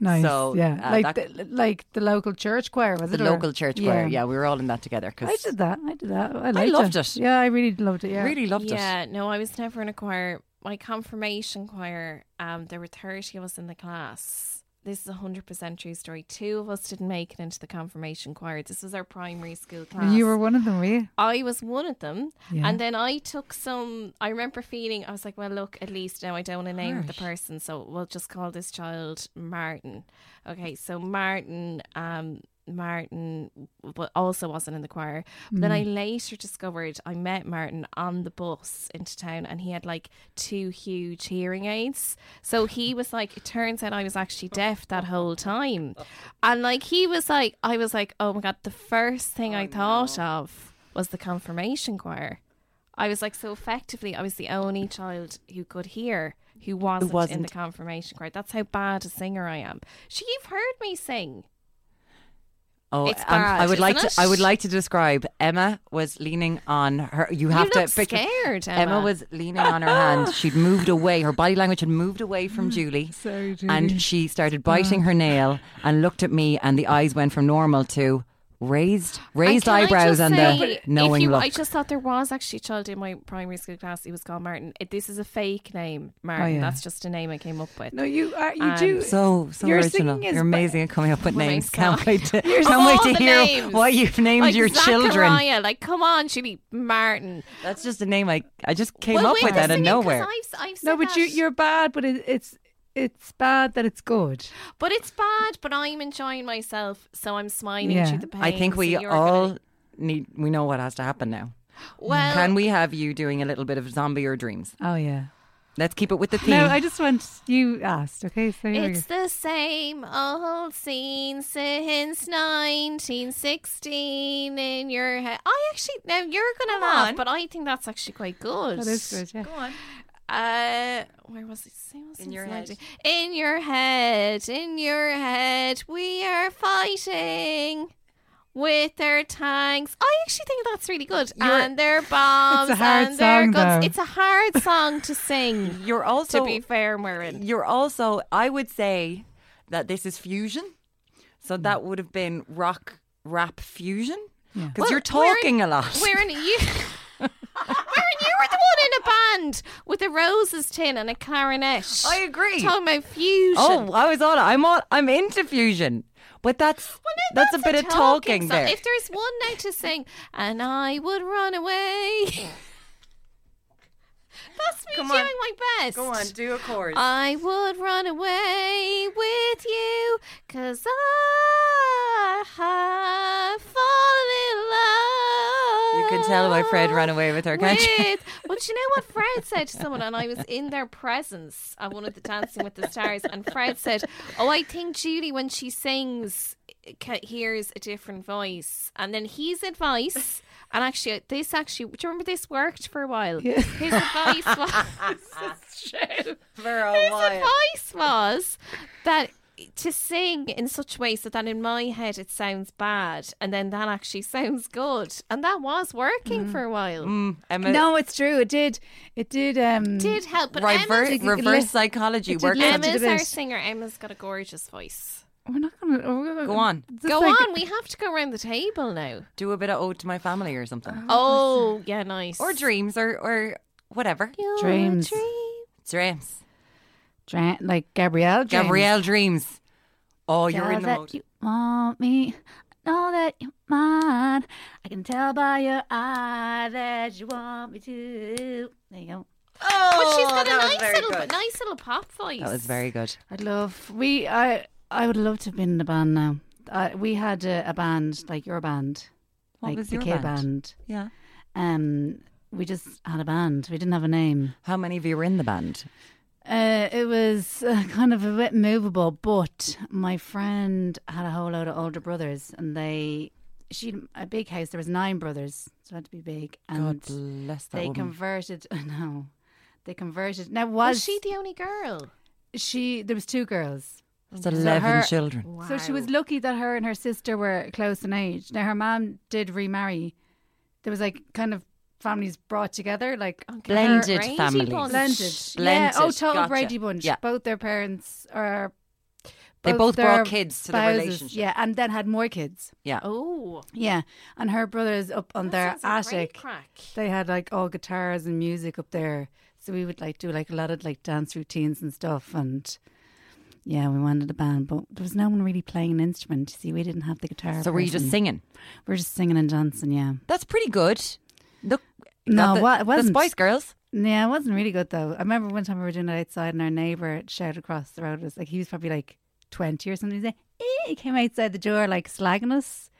S2: nice.
S5: so,
S2: yeah,
S5: uh,
S2: like
S5: that-
S2: the, like the local church choir was
S5: The
S2: it? or-
S5: local church choir. Yeah, we were all in that together
S2: I
S5: because
S2: did that. I did that. I,
S5: I
S2: liked
S5: loved
S2: it.
S5: it.
S2: Yeah, I really loved it. Yeah,
S5: really loved it.
S1: yeah, no, I was never in a choir. My confirmation choir, um, there were thirty of us in the class. This is a hundred percent true story. Two of us didn't make it into the confirmation choir. This was our primary school class.
S2: You were one of them, were you?
S1: I was one of them.
S2: Yeah.
S1: And then I took some. I remember feeling, I was like, well, look, at least now I don't want to name the person. So we'll just call this child Martin. Okay, so Martin um, Martin but also wasn't in the choir. But then I later discovered I met Martin on the bus into town and he had like two huge hearing aids. So he was like, it turns out I was actually deaf that whole time. And like he was like, I was like, oh my God, the first thing I thought of was the confirmation choir. I was like, so effectively, I was the only child who could hear who wasn't, in the
S5: wasn't.
S1: confirmation choir. That's how bad a singer I am. She, you've heard me sing.
S5: Oh,
S1: It's
S5: um,
S1: bad,
S5: I would like
S1: isn't
S5: to.
S1: it?
S5: I would like to describe. Emma was leaning on her. You have
S1: you
S5: to.
S1: look
S5: picture-
S1: scared, Emma.
S5: Emma was leaning on her hand. She'd moved away. Her body language had moved away from
S1: Mm,
S5: Julie.
S2: Sorry, Julie.
S5: And she started
S1: Oh.
S5: biting her nail and looked at me, and the eyes went from normal to raised, raised
S1: can I
S5: eyebrows,
S1: just
S5: and
S1: say,
S5: the
S1: if
S5: knowing
S1: you-
S5: look.
S1: I just thought there was actually a child in my primary school class. He was called Martin. It, this is a fake name, Martin.
S5: Oh, yeah.
S1: That's just a name I came up with.
S2: No, you are. You
S1: Um,
S2: do.
S5: so so
S2: Your
S5: original.
S2: singing is
S5: You're
S2: ba-
S5: amazing at coming up with
S1: Well,
S5: names.
S1: thanks,
S5: Can't
S1: Doc.
S5: wait to,
S1: There's
S5: can't
S1: all
S5: wait
S1: the
S5: to hear
S1: names.
S5: what you've named
S1: like
S5: your children.
S1: Zachariah, Like, come on, Julie, Martin.
S5: That's just a name I I just came
S1: Well,
S5: up
S1: wait,
S5: with out of
S1: listen, 'cause
S5: nowhere.
S1: I've, I've said
S2: no, but you,
S1: that.
S2: you're bad. But it, it's it's bad that it's good.
S1: But it's bad. But I'm enjoying myself, so I'm smiling
S2: Yeah.
S1: through the pain.
S5: I think
S1: so
S5: we
S1: you're
S5: all
S1: gonna-
S5: need. We know what has to happen now.
S1: well,
S5: Can we have you doing a little bit of zombie or dreams?
S2: Oh yeah.
S5: Let's keep it with the theme.
S2: No, I just want you asked. Okay, so here we go.
S1: It's the same old scene since 1916 in your head. I actually, now you're going to laugh, but I think that's actually quite good.
S2: that Oh, is good. Yeah.
S1: Uh, where was it? Same old
S5: In
S1: scene
S5: your
S1: since
S5: head.
S1: 19 In your head, in your head, we are fighting. With their tanks, I actually think that's really good. and their bombs,
S2: hard
S1: and their
S2: song,
S1: guns.
S2: though.
S1: It's a hard song to sing.
S5: You're also.
S1: to be fair, Marin.
S5: You're also. I would say that this is fusion. So
S1: Mm.
S5: that would have been rock rap fusion because you're
S1: we're in-
S5: talking a lot.
S1: We're in you. We're in- you were the one in a band with a roses tin and a clarinet.
S5: I agree.
S1: Talking about fusion.
S5: oh, I was on. it. I'm on. I'm into fusion, but that's
S1: No,
S5: that's, a bit of talking
S1: song.
S5: there.
S1: If there's one note to sing, and I would run away. That's me doing my best.
S5: do a chorus.
S1: I would run away with you because I have fallen
S5: you
S1: in love.
S5: can tell why Fred ran away with her, can't you?
S1: with- Well, do you know what Fred said to someone? And I was in their presence at one of the Dancing with the Stars, and Fred said, "Oh, I think Julie, when she sings, ca- hears a different voice." And then his advice, and actually, uh, this actually, do you remember this worked for a while? His advice was. this is true.
S5: For a
S1: His advice was that to sing in such ways that, that in my head it sounds bad and then that actually sounds good and that was working for a while
S5: Mm, Emma,
S2: No, it's true. It did. It did. Um,
S1: did help but Emma's,
S5: reverse,
S2: could
S5: reverse
S2: li-
S5: psychology
S2: it did
S5: works.
S2: li-
S5: on-
S2: Emma-
S1: Emma's
S2: bit.
S1: our singer Emma's got a gorgeous voice
S2: We're not gonna. We're gonna
S5: Go on.
S2: It's
S1: go
S2: like-
S1: on we have to go around the table now
S5: Do a bit of ode to my family or something,
S1: oh yeah nice
S5: or dreams, or or whatever.
S1: You're a
S2: Dreams.
S1: dream.
S5: Dreams.
S2: Dra- like Gabrielle. James.
S5: Gabrielle dreams. Oh, you're
S2: Now
S5: in the
S2: that
S5: mode.
S2: you want me. I Know that you're mine. I can tell by your eye that you want me to. There you go.
S1: but
S5: Oh,
S1: she's
S2: Oh,
S1: got a nice little nice little pop voice
S5: That was very good.
S2: I'd love we. I I would love to have been in a band now. Uh, we had a, a band like your band,
S5: What
S2: like
S5: was
S2: the
S5: your
S2: K
S5: band? Yeah.
S2: Um, we just had a band. We didn't have a name.
S5: How many of you were in the band?
S2: Uh, it was uh, kind of a bit movable, but my friend had a whole load of older brothers, and they she had a big house. There was nine brothers, so it had to be big. And
S5: God bless that
S2: they
S5: woman.
S2: converted. I know they converted. Now was,
S1: was she the only girl
S2: she? There was two girls.
S5: That's eleven
S2: her-
S5: children.
S2: So she was lucky that her and her sister were close in age. Now her mom did remarry. There was like kind of families brought together, like
S5: Blended
S1: Brady
S5: families.
S1: bunch.
S2: blended.
S5: Oh, Blended.
S2: Yeah, oh, total
S5: Gotcha.
S2: Brady bunch.
S5: Yeah.
S2: Both their parents are.
S5: They both
S2: their
S5: brought kids to the
S2: spouses,
S5: relationship.
S2: Yeah, and then had more kids.
S5: Yeah.
S1: oh
S2: Yeah, and her brother's up on
S1: that sounds
S2: their
S1: like great
S2: attic.
S1: crack.
S2: They had like all guitars and music up there, so we would like do like a lot of like dance routines and stuff. And yeah, we wanted a band, but there was no one really playing an instrument. You See, we didn't have the guitar.
S5: So were you just
S2: person.
S5: singing?
S2: We were just singing and dancing. Yeah.
S5: That's pretty good. Look,
S2: No,
S5: got
S2: it wa- it
S5: the, the
S2: wasn't.
S5: Spice Girls.
S2: Yeah, it wasn't really good though. I remember one time we were doing it outside, and our neighbour shouted across the road. It was like he was probably like 20 or something. He said, "Eh," He came outside the door like slagging us.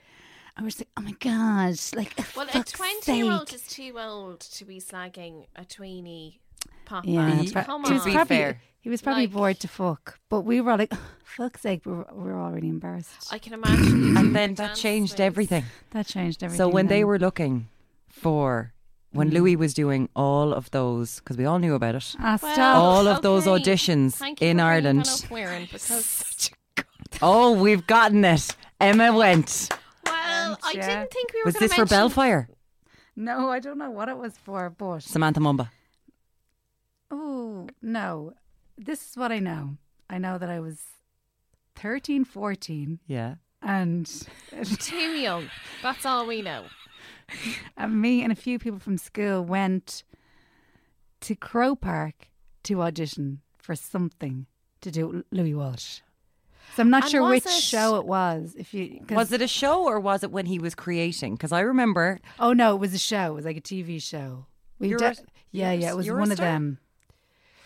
S2: And we're just like, oh my God. Like, oh,
S1: Well, a
S2: fuck's
S1: 20 year old
S2: sake.
S1: is too old to be slagging a tweeny pop.
S2: Yeah,
S5: Ye-
S2: pro-
S1: Come
S2: he was
S5: To be
S1: on.
S2: probably,
S5: fair.
S2: He was probably
S1: Like-
S2: bored to fuck. But we were all like, oh, fuck's sake, we were, we were already embarrassed.
S1: I can imagine.
S5: And then that changed everything.
S2: that changed everything. Mm.
S5: So when they
S2: then.
S5: were looking for, when Louis was doing all of those, because we all knew about it,
S2: Ah,
S1: Well,
S2: stop.
S5: All of those
S1: okay.
S5: auditions
S1: Thank you
S5: in
S1: for bringing
S5: Ireland.
S1: that up, Warren, because
S5: Oh, we've gotten it. Emma went.
S1: well, I
S2: yeah.
S1: didn't think we were.
S5: Was
S1: gonna
S5: this for
S1: mention-
S5: Bellfire?
S2: No, I don't know what it was for, but.
S5: Samantha Mumba.
S2: Oh, no. This is what I know. I know that I was 13, 14,
S5: Yeah.
S2: and,
S1: Too young. That's all we know.
S2: and Uh, me and a few people from school went to Crow Park to audition for something to do with Louis Walsh. So I'm not
S1: And
S2: sure
S1: was
S2: which
S1: it-
S2: show it was. If you 'cause-
S5: Was it a show or was it when he was creating? Because I remember
S2: Oh no, it was a show. It was like a TV show. We
S5: Euro-
S2: de- yeah, yeah, it was
S5: Euros-
S2: one of
S5: Eurostar?
S2: them.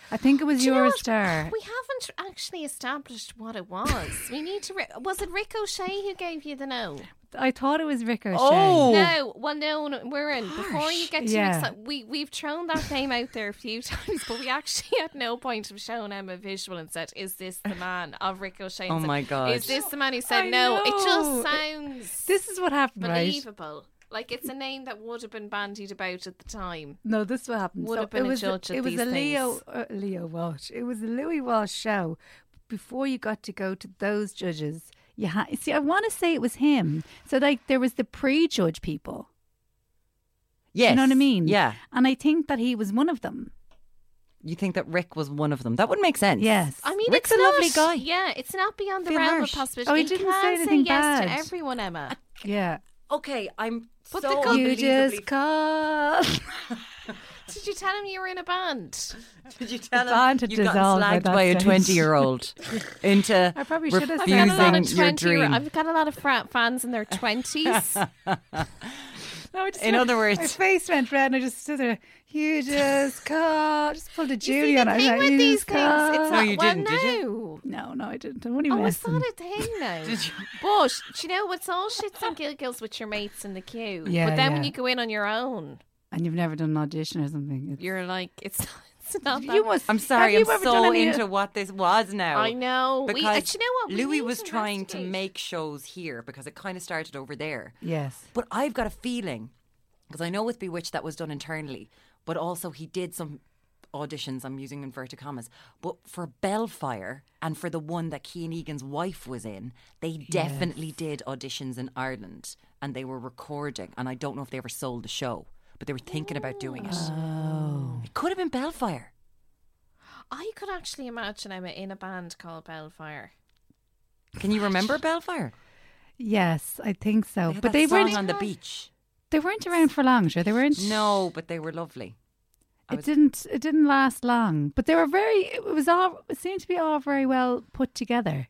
S2: I think it was
S1: Do you know what?
S2: Eurostar.
S1: We haven't actually established what it was. we need to. Re- was it Ricochet who gave you the no?
S2: I thought it was Ricochet.
S5: Oh.
S1: No, well, no, no we're in. Before you get too
S2: Yeah.
S1: excited, we, we've thrown that name out there a few times, but we actually at no point have shown Emma a visual and said, Is this the man of Ricochet?
S5: Oh
S1: And said,
S5: my God.
S1: Is this the man who said
S2: I
S1: no? It
S2: know.
S1: just sounds
S2: This is what happened, right?
S1: believable. Like it's a name that would have been bandied about at the time.
S2: No, this is what happened.
S1: Would
S2: so
S1: have been
S2: it
S1: a
S2: was
S1: judge at
S2: it was
S1: these
S2: a Leo
S1: things.
S2: uh, Leo Walsh. It was a Louis Walsh show. Before you got to go to those judges, you ha- see. I want to say it was him. So like there was the pre-judge people.
S5: yes.
S2: You know what I mean?
S5: Yeah.
S2: And I think that he was one of them.
S5: You think that Rick was one of them? That would make sense.
S2: Yes.
S1: I mean,
S5: Rick's
S1: it's
S5: a
S1: not-
S5: lovely guy.
S1: Yeah, it's not beyond the
S5: Feel
S1: realm
S5: harsh.
S1: of possibility.
S2: Oh, he
S1: You
S2: didn't
S1: can
S2: say anything
S1: yes
S2: bad. Uh,
S1: to everyone, Emma.
S2: yeah.
S5: Okay, I'm
S1: But
S5: so
S1: the guy-
S2: You
S5: unbelievably-
S2: just called.
S1: Did you tell him you were in a band?
S5: Did you tell
S2: The bond had
S5: him you got
S2: dissolved by
S5: slagged
S2: that
S5: by a
S2: stage.
S5: twenty-year-old into
S2: I probably should have
S1: I've
S2: said
S1: got a lot of
S5: refusing your
S1: 20 year-
S5: dream?
S1: I've got a lot of frat fans in their 20s.
S5: In other
S2: My
S5: words,
S2: face went red, and I just stood there. You just called. Just pulled a
S1: you see
S2: Judy
S1: the
S2: on it. I was
S1: thing
S2: like,
S1: with
S2: "You
S1: these
S2: just
S1: things, it's
S2: called."
S5: No,
S1: not,
S5: you
S1: well,
S5: didn't, did you?
S1: no.
S2: No, no, I didn't. I wouldn't even
S1: Oh, it's
S2: mess
S1: not
S2: with
S1: a thing now. But do you know what's all shits and giggles with your mates in the queue?
S2: Yeah,
S1: but then when
S2: yeah.
S1: you go in on your own,
S2: And you've never done an audition or something. It's-
S1: you're like, it's not, it's not that.
S2: you must.
S5: I'm sorry,
S2: have
S5: I'm
S2: you ever
S5: so
S2: done any-
S5: into what this was now.
S1: uh, I know. We- uh,
S5: Because
S1: do you know what? We
S5: Louis
S1: need
S5: was
S1: to
S5: trying to
S1: investigate.
S5: make shows here because it kind of started over there.
S2: Yes.
S5: But I've got a feeling because I know with Bewitched that was done internally, but also he did some auditions. I'm using inverted commas, but for Bellfire and for the one that Kean Egan's wife was in, they definitely did auditions in Ireland and they were recording. And I don't know if they ever sold the show, but they were thinking about doing it.
S1: Ah.
S5: Oh, it could have been Bellfire.
S1: I could actually imagine Emma in a band called Bellfire.
S5: Can you remember Bellfire?
S2: Yes, I think so.
S5: had
S2: Oh, but
S5: that
S2: they
S5: song
S2: weren't.
S5: on the beach.
S2: They weren't around for long. Sure, they weren't.
S5: No, but they were lovely. I
S2: It
S5: was-
S2: didn't. It didn't last long. But they were very. It was all. It seemed to be all very well put together.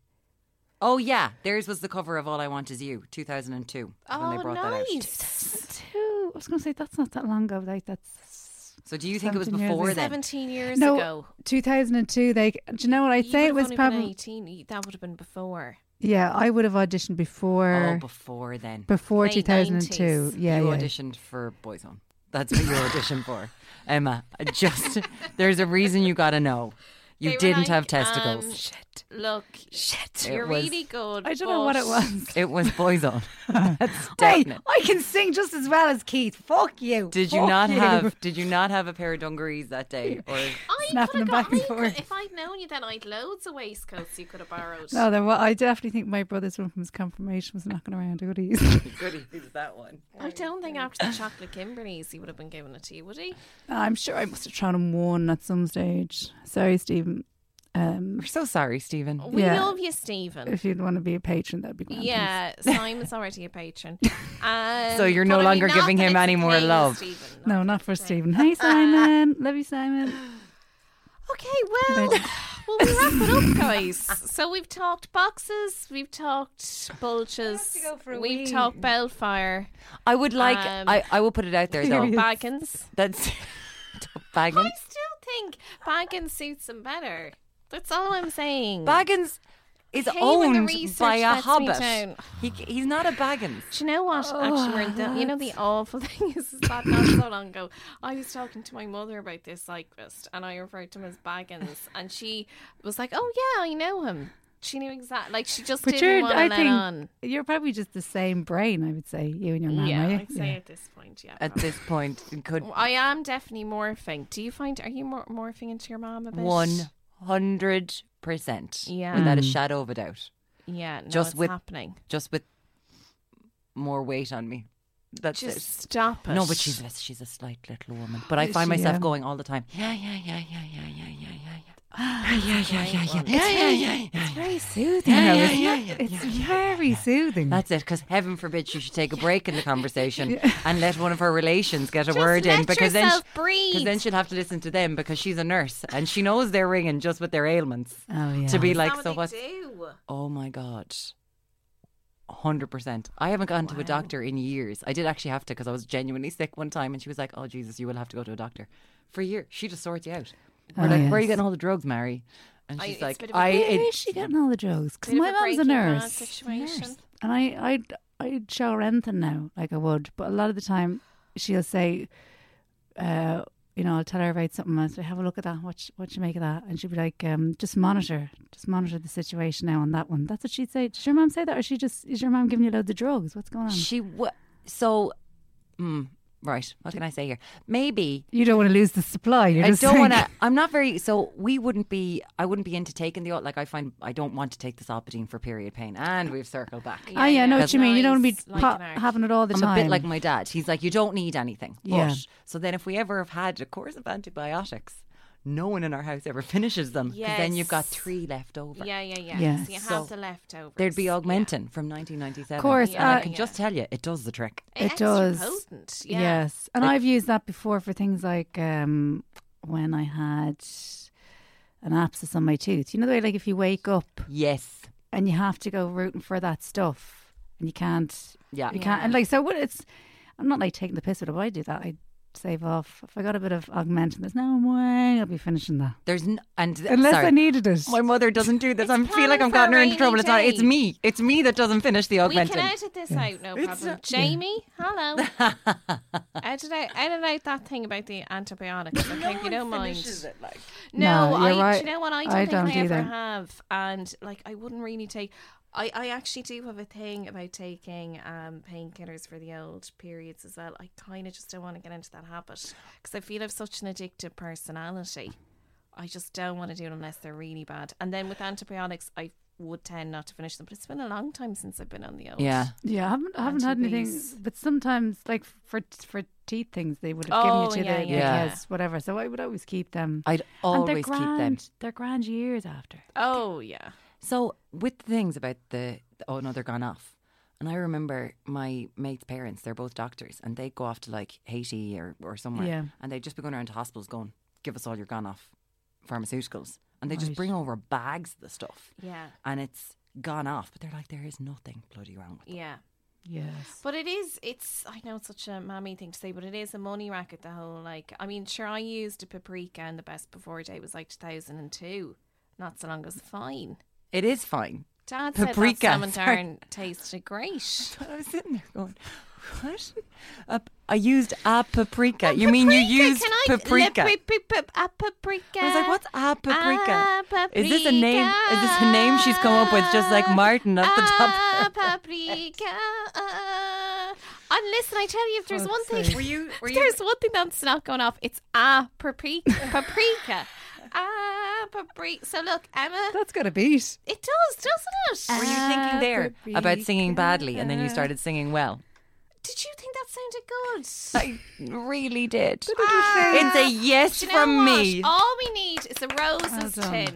S5: Oh yeah, theirs was the cover of All I Want Is You, 2002. is when they
S1: oh,
S5: brought that out.
S1: nice.
S2: Two. I was going to say that's not that long ago. Like that's.
S5: So do you think it was
S2: 17 years
S5: before
S2: ago.
S5: then?
S1: 17 years
S2: no,
S1: ago.
S2: 2002. They. Do you know what I'd
S1: You
S2: say?
S1: would
S2: It
S1: have
S2: was
S1: only been
S2: probably.
S1: 18. You- That would have been before.
S2: Yeah, I would have auditioned
S5: Oh,
S2: before.
S5: before then.
S2: before
S1: Late
S2: 2002.
S1: 90s.
S2: Yeah,
S5: you
S2: yeah.
S5: auditioned for Boyzone. That's what you auditioned for, Emma. I Just there's a reason you got to know. You
S1: They were
S5: didn't
S1: like,
S5: have
S1: um,
S5: testicles.
S2: Shit.
S1: Look,
S2: Shit.
S1: you're
S5: It was-
S1: really good.
S2: I don't know what
S1: but
S2: it was.
S5: it was Boyzone. That's
S2: Hey,
S5: definite.
S2: I can sing just as well as Keith. Fuck you.
S5: Did you
S2: Fuck
S5: not have? Did you not have a pair of dungarees that day? Or
S1: I
S2: Snapping
S1: could
S2: them back
S1: have
S2: and
S1: got, I
S2: forth.
S1: could, If I'd known you, then I'd loads of waistcoats you could have borrowed.
S2: No, there wa I definitely think my brother's one from his confirmation was knocking around hoodies.
S5: goody, who's that one?
S1: I don't think after the chocolate Kimberleys he would have been giving it to you, would he?
S2: I'm sure I must have thrown him one at some stage. Sorry, Stephen. Um,
S5: We're so sorry, Stephen.
S1: We
S2: Yeah.
S1: love you, Stephen.
S2: if you'd want to be a patron, that'd be grand.
S1: Yeah, Simon's already a patron. Um,
S5: So you're no
S1: but I mean,
S5: longer
S1: not
S5: giving
S1: that
S5: him
S1: it's
S5: any
S1: the
S5: more
S1: name of
S5: love.
S1: Stephen.
S2: No, not for Stephen. Hey, Simon. Love you, Simon.
S1: Okay, well, well, we wrap it up, guys. So we've talked boxes, we've talked bulges, we've talked Bellfire,
S5: I would like.
S1: Um,
S5: I I will put it out there though.
S1: Baggins.
S5: That's
S1: I
S5: Baggins.
S1: still think Baggins suits him better. That's all I'm saying.
S5: Baggins. is
S1: Hey, when the
S5: owned
S1: research
S5: by a
S1: lets me
S5: hobbit.
S1: down.
S5: He, he's not a Baggins.
S1: Do you know what? actually,
S5: Oh,
S1: Maureen, the, you know the awful thing is, is that not so long ago, I was talking to my mother about this cyclist, and I referred to him as Baggins, and she was like, "Oh yeah, I know him." She knew exactly. Like she just
S2: But
S1: didn't
S2: you're,
S1: want to
S2: I
S1: let
S2: think
S1: on.
S2: you're probably just the same brain. I would say you and your mum.
S1: yeah,
S2: are you?
S1: I'd say at this point, yeah.
S5: At
S1: probably.
S5: this point, it could
S1: I am definitely morphing. Do you find? Are you mor- morphing into your mom a bit?
S5: one hundred percent,
S1: Yeah.
S5: without a shadow of a doubt,
S1: Yeah, no,
S5: Just
S1: it's
S5: with-
S1: happening.
S5: just with more weight on me. That's
S1: Just
S5: it.
S1: stop it.
S5: No, but she's a, she's a slight little woman. But I
S2: Is
S5: find
S2: she,
S5: myself
S2: yeah?
S5: going all the time. Yeah, yeah, yeah, yeah, yeah, yeah, yeah, yeah, yeah. Yeah, yeah, yeah, yeah, yeah, yeah, yeah, yeah.
S2: Very soothing.
S5: Yeah,
S2: though,
S5: yeah,
S2: isn't
S5: yeah,
S2: it?
S5: yeah,
S2: it's very
S1: Mm.
S2: soothing.
S5: That's it, because heaven forbid she should take a break in the conversation and let one of her relations get a word in,
S1: let
S5: because then,
S1: yourself
S5: she, 'cause then
S1: breathe.
S5: she'll have to listen to them because she's a nurse and she knows they're ringing just with their ailments
S2: oh yeah.
S5: to be like,
S1: That's
S5: so
S1: what
S5: what?
S1: they do.
S5: Oh my god. 100%. I haven't gone to a doctor in years. I did actually have to because I was genuinely sick one time and she was like, "Oh Jesus, you will have to go to a doctor." For a year, she just sorts you out. We're
S2: Oh,
S5: like, "Where are you
S2: yes.
S5: getting all the drugs, Mary?" And
S1: I-
S5: she's
S1: it's a
S5: like,
S1: bit of a-
S5: "I
S2: Where
S5: it,
S2: is she getting all the drugs? Because
S1: Bit of
S2: my
S1: a
S2: mum's a
S1: Breaking Bad
S2: nurse.
S1: situation.
S2: Nurse. And I, I'd, I'd show her anything now, like I would. But a lot of the time, she'll say, uh, you know, I'll tell her about something. I'll say, have a look at that. What, what you make of that? And she'll be like, um, just monitor, just monitor the situation now on that one. That's what she'd say. Does your mum say that, or she just is your mum giving you loads of drugs? What's going on?
S5: she w- so mm, right, what can I say here? Maybe
S2: you don't want to lose the supply. You're
S5: I
S2: just
S5: don't
S2: like-
S5: want to. I'm not very. So we wouldn't be. I wouldn't be into taking the like. I find I don't want to take the Solpidine for period pain, and we've circled back.
S2: Ah, yeah, I know
S1: yeah,
S2: what you mean. You don't want
S1: nice,
S2: to be
S1: like
S2: pop-
S1: an arc.
S2: having it all the
S5: I'm
S2: time.
S5: a bit like my dad. He's like, you don't need anything.
S2: Yeah.
S5: But so then, if we ever have had a course of antibiotics, no one in our house ever finishes them. 'cause Then you've got
S1: Yes.
S5: three left over.
S1: Yeah, yeah, yeah.
S2: Yes.
S1: So you have
S5: So
S1: the leftovers.
S5: There'd be
S1: Yeah.
S5: augmentin from 1997.
S2: Of course,
S5: and
S2: uh,
S5: I can just tell you, it does the trick.
S2: It
S1: Extra
S2: does.
S1: Potent. Yeah.
S2: Yes. And I've used that before for things like um, when I had an abscess on my tooth. You know the way like if you wake up
S5: Yes.
S2: and you have to go rooting for that stuff and you can't
S5: Yeah.
S2: you can't and like so what it's I'm not like taking the piss out of it, I do that. I save off. If I got a bit of augmentin, there's no way I'll be finishing that.
S5: There's n- and
S2: Unless
S5: sorry.
S2: I needed it.
S5: my mother doesn't do this. I feel
S1: planning
S5: like I'm
S1: for
S5: gotten
S1: a
S5: her into
S1: rainy
S5: trouble. It's not. It's
S1: day.
S5: me. It's me that doesn't finish the
S1: We
S5: augmentin.
S1: can edit this out, no problem. Jamie, hello. edit out, edit out that thing about the antibiotics. Okay, if you don't mind. No,
S2: No,
S1: I.
S2: you're right.
S1: Do you know what? I don't
S2: I
S1: think
S2: don't
S1: I ever
S2: either.
S1: have, and like I wouldn't really take. I, I actually do have a thing about taking um, painkillers for the old periods as well. I kind of just don't want to get into that habit because I feel I've such an addictive personality. I just don't want to do it unless they're really bad. And then with antibiotics, I would tend not to finish them. But it's been a long time since I've been on the old.
S5: Yeah.
S2: Yeah, I haven't I haven't had anything.
S1: Anti-bees.
S2: But sometimes, like for for teeth things, they would have given
S1: Oh,
S2: you to
S1: yeah,
S2: the,
S5: yeah.
S2: the kids, whatever. So I would always keep them.
S5: I'd
S2: And they're
S5: always keep them.
S2: grand- They're grand years after.
S1: Oh yeah.
S5: So with the things about the oh no, they're gone off. And I remember my mate's parents, they're both doctors, and they go off to like Haiti or, or somewhere.
S2: Yeah.
S5: And they'd just be going around to hospitals going, Give us all your gone off pharmaceuticals. And they just
S2: Right.
S5: bring over bags of the stuff
S1: Yeah.
S5: and it's gone off. But they're like, There is nothing bloody wrong with it.
S1: Yeah.
S2: Yes.
S1: But it is, it's, I know it's such a mammy thing to say, but it is a money racket, the whole, like, I mean, sure, I used a paprika and the best before date was like 2002. Not so long ago, it was fine.
S5: It is fine.
S1: Dad
S5: Paprika,
S1: said that salmon
S5: sorry.
S1: tarn tasted great.
S5: But I was sitting there going, What? A, I used a paprika. you mean you used
S1: Can I,
S5: paprika?
S1: Le, pi- pi- pi- a paprika.
S5: I was like, what's a paprika?
S1: A
S5: Is this a name? Is this a name she's come up with? Just like Martin off the
S1: A
S5: top.
S1: Ah, paprika. uh, And listen, I tell you, if there's one
S2: Fuck's
S1: thing,
S2: sake.
S5: you?
S1: If There's one thing that's not going off. It's ah paprika, paprika, ah paprika. So look, Emma,
S2: That's got a beat.
S1: it does, doesn't
S5: Were
S1: it?
S5: you thinking there about singing
S2: paprika?
S5: badly, and then you started singing well?
S1: Did you think that sounded good?
S5: I really did.
S1: Ah,
S5: It's a yes
S1: do you know
S5: from
S1: what?
S5: me,
S1: All we need is a rose's
S2: Hold on.
S1: tin,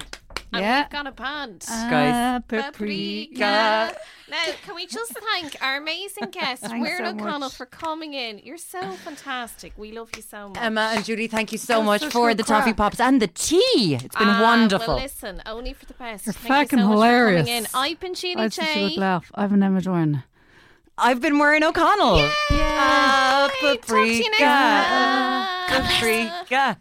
S1: and
S2: Yeah.
S1: we've got a pant.
S5: Ah. guys.
S1: Paprika. Now, can we just thank our amazing guest,
S2: Thanks
S1: Weird
S2: so
S1: O'Connell,
S2: much.
S1: for coming in? You're so fantastic. We love you so much.
S5: Emma and Judy. Thank you so
S2: was
S5: much
S2: such
S5: for
S2: good
S5: the toffee
S2: crack.
S5: pops and the tea. It's been
S1: Ah,
S5: wonderful.
S1: Well, listen, only for the best.
S2: You're
S1: Thank
S2: fucking
S1: you so
S2: hilarious.
S1: Much for coming in. I've been Sheila
S2: That's such a
S1: J.
S2: good laugh. I've an Emma Dorn.
S5: I've been Maureen O'Connell. Ah,
S1: Talk to you next
S5: paprika.
S1: time.
S5: Paprika.